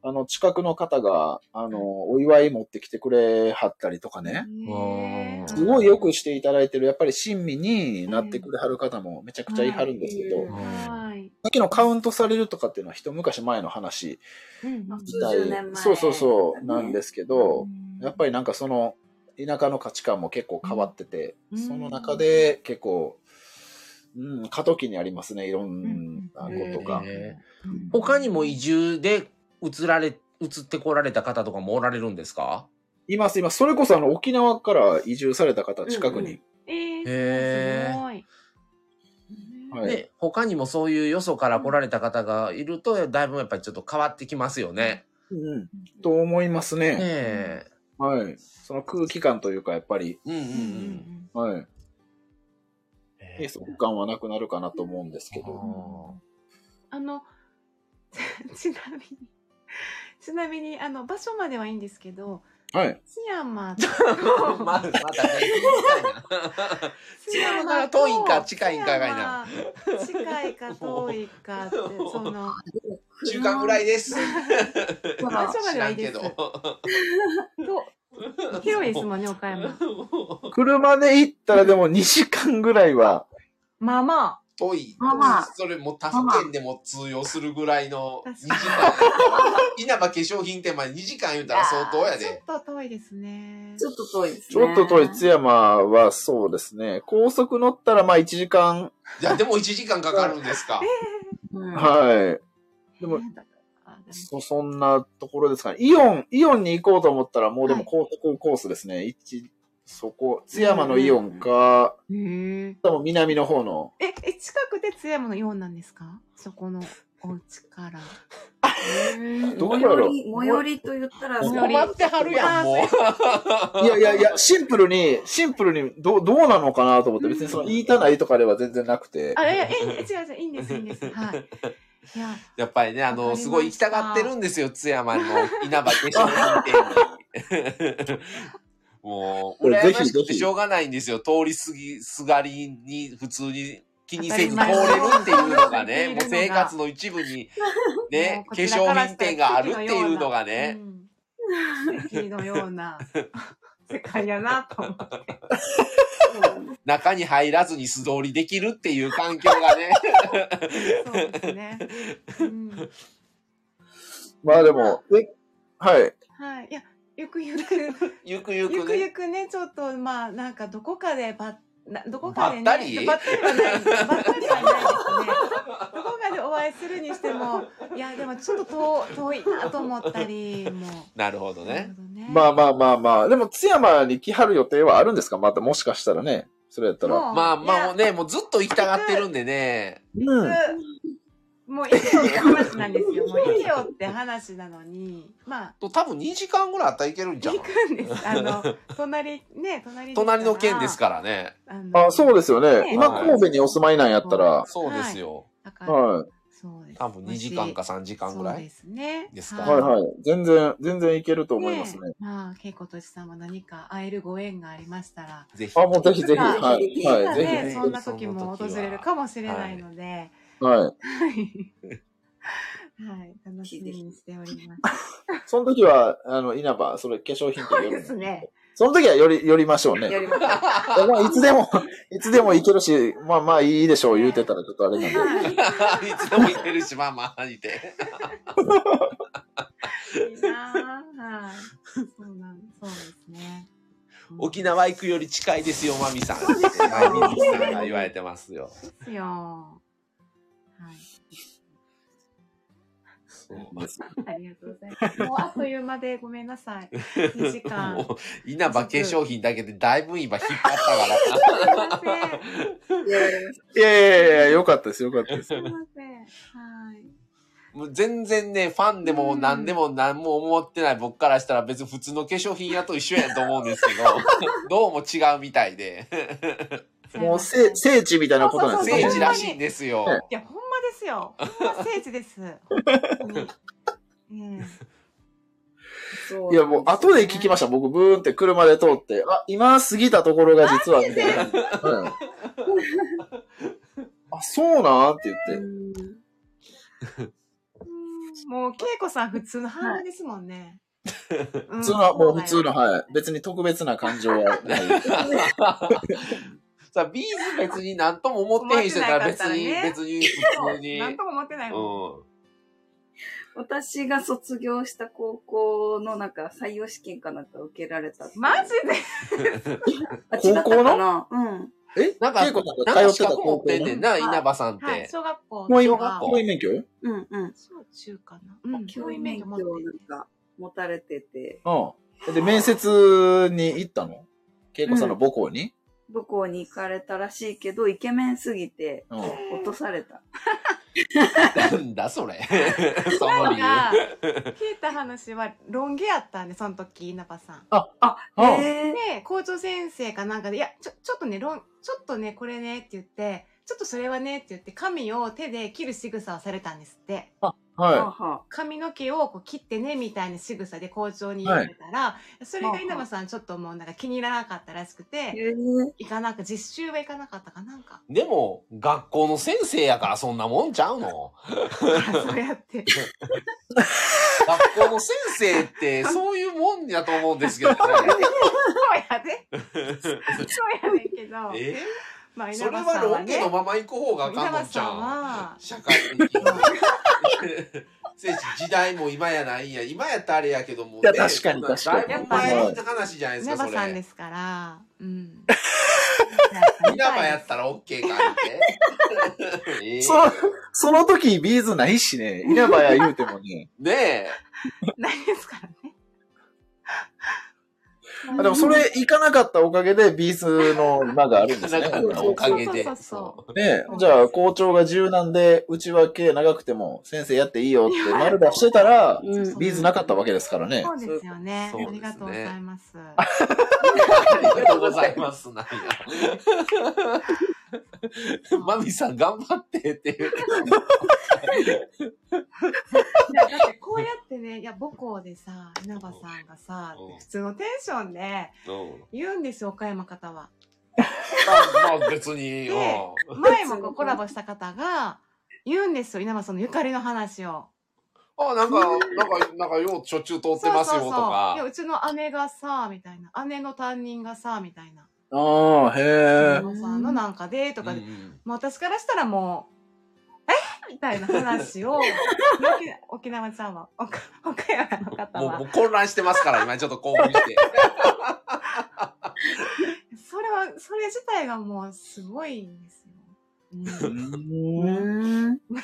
あの、近くの方が、あの、お祝い持ってきてくれはったりとかね。
ねえ
あー
すごいよくしていただいてる、やっぱり親身になってくれはる方もめちゃくちゃいはるんですけど、
うん
はい。
さっきのカウントされるとかっていうのは一昔前の話
うん
あ
みたい
数十年前
そうそうそう、なんですけど、やっぱ
り、
りなんかその、田舎の価値観も結構変わってて、
うん
その中で結構、うん、過渡期にありますね、いろんなことが。
うん他にも移
住
住で移られ、移ってこられた方とかもおられるんですか
います、います。それこそあの、沖縄から移住された方、近く
うんう
に。
え
へ
え
え
すごい。
はい
で、他にもそういうよそから来られた方がいると、だいぶやっぱりちょっと変わってきますよね。
うん、と思いますね。
ねえ。
はい。その空気感というか、やっぱり、
うんうんう
うんうん
ん。
はい。閉
え
塞感はなくなるかなと思うんですけ
う
ど。
んあの、ちなみに、ちなみに、あの、場所まではいいんですけど、
はい。
津山と、
まだ、まだ、津山から遠いんか近いんかがいな
津山。近いか遠いか って、その、
中間ぐらいです。
ほ
場
ら
所まではいいです。と広いですもんね、岡山。
車で行ったらでも2時間ぐらいは、
まあまあ、
遠い。
まあまあ
それもう他府県でも通用するぐらいの2
確
時間。稲葉化粧品店まで2時間言うたら相当や
ちょっ
で。
と遠いですね。
ちょっと遠いです
ち
ね。
ょっと遠い津山はそうですね。高速乗ったらまあ1時間、
いや、でも1時間かかるんですか。
うん
はい。でも
えーだからでも
そ、そんなところですかね。イオン、イオンに行こうと思ったらもうでも
はい
高速コースですね。一、そこ、津山のイオンか、
へえ
多分南の方の。
え、え、近くで津山のようなんですかそこのお家から。
うん
どこ
最
やろ
寄り、最寄りと言ったら、
もう
最寄り。
困ってはるやん、もう。
いやいやいや、シンプルに、シンプルに、どう、どうなのかなと思って、別にその、言いたないとかでは全然なくて。
あ、いや、いやいや違う違う、いいんです、いいんです。はい。いや、
やっぱりね、あ
わか
の、
りました
すごい行きたがってるんですよ、津山の稲葉化粧品 店に。もう、
これぜ
羨
ひ
ましく
ぜ
て
ひ
しょうがないんですよ。通り過ぎ、すがりに、普通に気にせず通
当た
れ
り前
るっていうのがね、
そう
もう生活の一部に、ね
も、う
化粧品店があるっていうのがね。。
こちらからしたら奇跡のようなうん奇跡のような世界やなと思って。
中に入らずに素通りできるっていう環境が ね。
そうですね。うん
まあでも、えはい。
はい。いや、ゆくゆく、
ゆくゆ
ゆ
く
くゆ
ね。
くね、ちょっと、まあ、なんか、どこかでば、などこかでね、
ばったり
ばったりはないです。ばったりはないですね。どこかでお会いするにしても、いや、でもちょっと遠遠いなと思ったりも。
なるほど
なる
ね。
ほどね
まあまあまあまあ。でも、津山に来はる予定はあるんですかまた、もしかしたらね。それやったら。
もう
まあ
い
まあ
や
もうね、もうずっと行きたがってるんでね。
うん。
もういいよって話なんですよ。もういいよって話なのに、まあ、
と多分2時間ぐらいあったらいけるんじゃん
行。く んです。あの、隣、ね、隣ですから
隣の県です。からね。
あの
あ、そうですよ
ね
ね。今、
はい
神戸にお住まいなんやったら。
そうですよ。
だから、
は
そうです。
多分2時間か3時間ぐら
そう
い
で。すね。
です
い。
か
はいはい。全然、全然いけると思いますね。
まあ、恵子とじさんも何か会えるご縁がありましたら、
ぜひ。
あ、もうぜひぜひ。
なんか
はい。はい。ぜひ
ね、
ぜ
そんな時も
そ
訪
の時は
れるかもしれないので、はい、
ひ。はい。
はい、楽しみにしております。
その時は、あの、稲葉、それ、化粧品と
そう
寄
です
る。
ね。
その時は寄り、寄りましょうね。
寄りましょう
まあ、いつでも、 いつでも行けるし、まあまあいいでしょう、言うてたらちょっとあれなんで。
は い
いつでも行けるし、まあまあ、い て。
いいなぁはい。そうなん、そうですね。
沖縄行くより近いですよ、マミさん。はい、ミミさんが言われてますよ。
ですよ。はい。ありがとうございます。もうあっという間でごめんなさい。2時間。
もう稲葉化粧品だけでだいぶ今引っ張った から。
すいません。
いやいやいや
いやいやいや、よかったです、よかったです。
すいません。はい。
もう全然ね、ファンでも何でも何も思ってない僕からしたら別に普通の化粧品屋と一緒やと思うんですけど、 どうも違うみたいで。
もう、
すいませ
せ
ん
聖地みたいなことなんです
聖
ね
地。らしいんですよ。
いや、ほんまですよ。ほんま聖地です。本当にうん
そう
いや、もう、後で聞きました。僕、ブーンって車で通って、あ、今過ぎたところが実は、みたいな。うんあ、そうなんって
う
言って。
ん
うんもう、恵子さん普通の半分ですもんね。普
普通の、もう普通の、はい。別に特別な感情 はない。
さあ、ビーズ別に何とも思ってへん人やったら別に、
思ってなかった
別に普通に。
なんとも思ってないもん。
う
私が卒業した高校のなんか採用試験かなんか受けられたっていう。
マジで
あ違った
高校の
かなうん。
え
ん。な
なんん
か、
か、
な
恵
んか
子さんが通っ
資
てた
格持
高
って
校
ん
の
ねんな、
はい
稲葉さんっ
はい、
て。
小学校。
もう
小
今、
学
学
校
校
教員免許うん。
うんうん。
小中かな。うん、
教
教
員
員
免
免
許
許
な
持
ん
って
か持たれてて、
で、面接に行ったの恵子さんの母校に
母校に行かれたらしいけど、イケメンすぎて
うん。
落とされた。
なんだそれ。 その
な
理
ん
由。
か、聞いた話は、ロン毛やったんで、その時、稲葉さん。
あ、
うん
え
で、校長先生かなんかで、いや、ちょ、ちょっとね、ロン、ちょっとね、これね、って言って、ちょっとそれはね、って言って、髪を手で切る仕草をされたんですって。
は
は
は
あは
髪の毛をこう切ってねみたいな仕草で校長に言われたら、それが稲葉さんちょっともうなんか気に入らなかったらしく
あ。
て、
へー
行かなく、実習は行かなかったかなん か。
でも、学校の先生やからそんなもんちゃうの
そうやって。
学校の先生 ってそういうもんやと思うんですけどね。
そうやで。そうやねんけど。
え
まあ
それ
稲葉
は
さん
ロ
は
ケの
ね。
まま行く方があか
稲
んの
葉
んちゃ
さん
う
は、
社会的に。 せやし時代も今やないんや。今やったらあれやけども、
いや確か
そん
に
な
確かに
だいぶ前の話じゃないです
稲
か、
葉
そ
さん
れ
で。すから、うん。
稲葉やったら OK かい て。ええ
そその時ビーズないしね、稲葉や言うても ね。
ねえ。
ないですからね。
あでもそれ行かなかったおかげでビーズの間があるん ですね。
なか
ね
ったおかげで。
そうそうそう
じゃあ校長が柔軟で、うちは毛長くても先生やっていいよって丸出してたら、
うん
そう
ビーズなかったわけですからね
そ。うですよね。
そうで
あ
すね
りがとうござ います。
ありがとうございます。 なんや。マミさん頑張ってっていう。
いやだってこうやってね、いや母校でさ、稲葉さんがさ
うん、
普通のテンションで
うん
言うんですよ、岡山方は。
まあ、まあ別に。うん
で前もこうコラボした方が言うんですよ、稲葉さんのゆかりの話を。
あ、なんか、なんか、なんか、よう、しょっちゅう通ってますよと
いや、
か。
うちの姉がさ、みたいな。姉の担任がさ、みたいな。
ああ、へ
稲葉さんのなんかで、とか
う
で
んうん
もう私からしたらもう、えみたいな 話を、沖沖縄ちゃんは、岡岡山の方
もう、も
は、
う混乱してますから、今ちょっと興奮して。
それは、それ自体がもうすごいんですよ。う
え。
ん
うーん。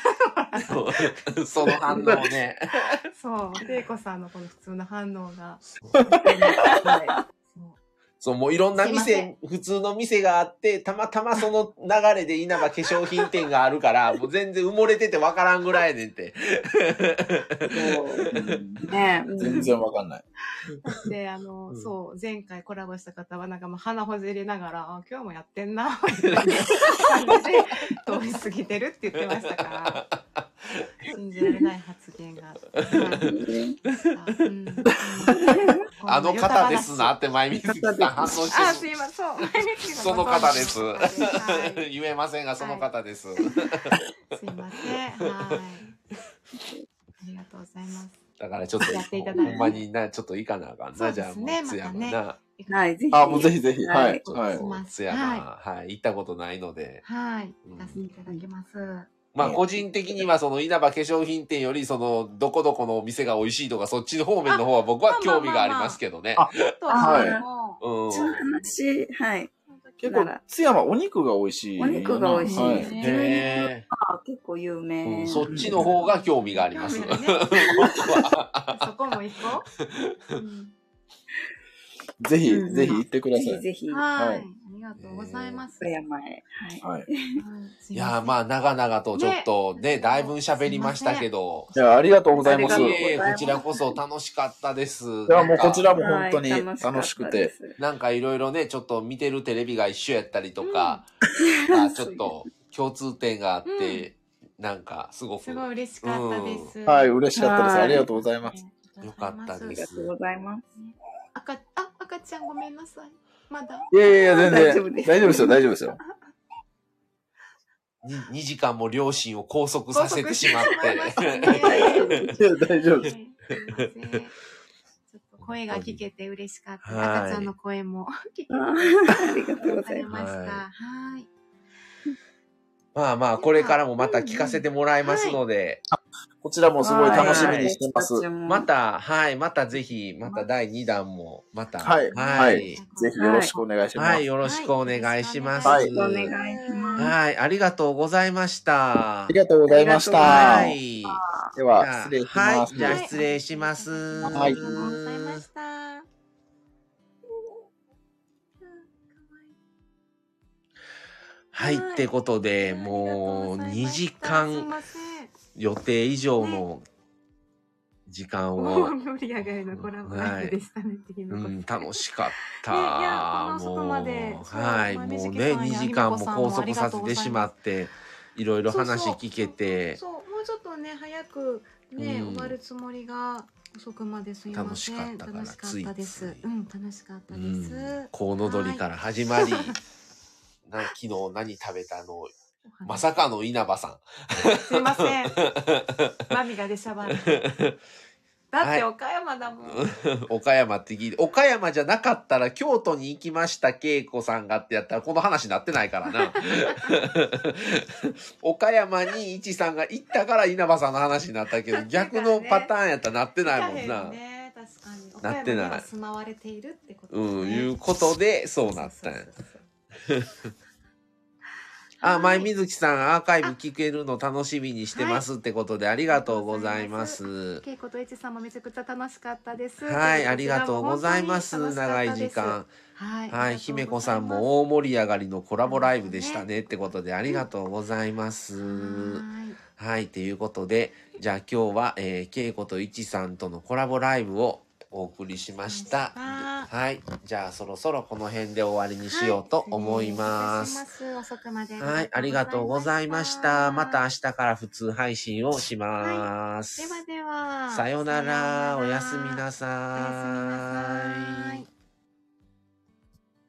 その反応ね。
そう、聖子さんのこの普通の反応が。そう
そう、もういろんな
すいま
店、普通の店があって、たまたまその流れで稲葉化粧品店がある から、もう全然埋もれててわからんぐらいやねんって。
ねえ。
全然わかんない。
で、あの、
うん
そう、前回コラボした方は、なんかもう鼻ほじりながら、あ今日もやって んな、みたいな感じで、通り過ぎてるって言ってましたから、信じられない発言 があってうんうん
あの方ですな。って前見月さん反応して
あ、すいません。そう。前見つけた
その方です
はい
言えませんが、その方です。
すいません。はい。ありがとうございます。
だからちょっと、
やっていただい
ほ
て
んまにな、ちょっといかなあかん
そ
な、
う
じ
で
ゃあ
す
もう
ね、
津
また
山
ね
な。
はい、ぜひ。
あ、もうぜひぜひ。はい。
は
はいい。
ま。す
津山、はい、行ったことないので。
はい。行かせていただきます。
まあ個人的にはその稲葉化粧品店よりそのどこどこのお店が美味しいとかそっちの方面の方は僕は興味がありますけどね。
あ
あとは
はい
も
うん。
その話、はい。
結構、津山お肉が美味しいな。
お肉が美味しい
は
ね
へ
あ結構有
え、
名。
うんそっちの方が興味があります。
興味
僕
がね
は
う、そこも行こう。 うん
ぜひ、
うん
ぜひ行ってくだ
ぜ
さ
ひ
い。
ぜひ、
は
はいい。
ありがとうございます。
富山へ。
は
はい。
い。
い やーまあ長々とちょっとね
ね
だいぶ喋りましたけど。
じゃあ、ありがとうございます。
あ
い
り
い
がとうござ
え
い
いえ
ます
こちらこそ楽しかったです。い
や、もうこちらも
は
本
い
当に楽しくて。。
なんかいろいろね、ちょっと見てるテレビが一緒やったりとか、まあちょっと共通点があって、なんかすごく
すごい嬉しかったです。
はい、嬉しかったです。
はい
ありがとうございます。
よかった
あ
で
り
す
がとうございます。
赤、あ、赤ちゃんごめんなさい。まだ。
いやいやいや、全
大丈夫で
然。
す
大丈夫ですよ、大丈夫ですよ。
に2時間も両親を拘束させてしまっ
拘束して
て。
しまいましたね
いや大丈夫
は
で
い
す。
すいませんちょっと声が聞けて嬉しかった。
はい
赤ちゃんの声も聞けて
あ
嬉し
ーありがとうご
か
ざいま
ました。
はい
はい。
まあまあ、これからもまた聞かせてもらいますので、
こちらも
す。
すごい楽しみにしてます。
はい
は
ま、た、はい、またぜひ、また第2弾も、また、
い。
は
はいい。ぜひよろしくお願いします。
はいよろしくお願いします。
は
よろしくお願いします
はいありがとうございました。
ありがとうございまし
あ
た。
はい。
では、
じゃあ
失礼します。
はいじゃあ失礼します
はいありがとうございました。
はい、ってことで、もう2時間予定以上の時間 を、
盛り上がりのコラボライブでしたね、っていう
う
のが
ん、楽しかっ
ねいや
た。
この外まで
もう
そう
はい、
まあ
もう
水木
ね、
さんや
2時間も
ひみこさんも
拘束させてしまって、いろいろ話聞けて、
そうそうそうもうちょっとね早くね、
うん
終わるつもりが遅くまですいません。
楽しかったから
楽しかったです
ついつい
うん、楽しかった
う
で
ん
す。
コウノドリから始まり、 な昨日何食べたの
お話
まさかの稲葉さ
すいません。マミが出しゃば る。だって岡山だもん。
ん。 岡山って聞いて、岡山じゃなかったら京都に行きました、恵子さんがってやったら、この話になってないからな。 岡山に一さんが行ったから稲葉さんの話になったけ ど、逆のパターンやったらなってないもんな。
行かへね、確かに。
なってない
岡山では住まわれているってことですね。
うん、いうことで、そうなったんや
そう。そうそうそう
あ、前
はい
水木さん、アーカイブ聞けるの楽しみにしてますってことで、ありがとうございます。
恵子とエチさんもめちゃくちゃ楽しかったです。
はい、あ
とうことで
りがとうございます。長い時。間。
はい、
は
ありがとうござい
い、
ます
姫子さん。も大盛り上がりのコラボライブでしたねってことで、ありがとうございます。
はい
はい、ということで、じゃあ今日は、えー、恵子といちさんとのコラボライブをお送りしました。
あー
はい、じゃあそろそろこの辺で終わりにしようと思います。
はい失礼いたします。遅くまで。
はい、ありがとうございました。また明日から普通配信をします。
ではでは。
さよなら、おやすみ
さよなら
なさ
おやすみなさ
ーい
い。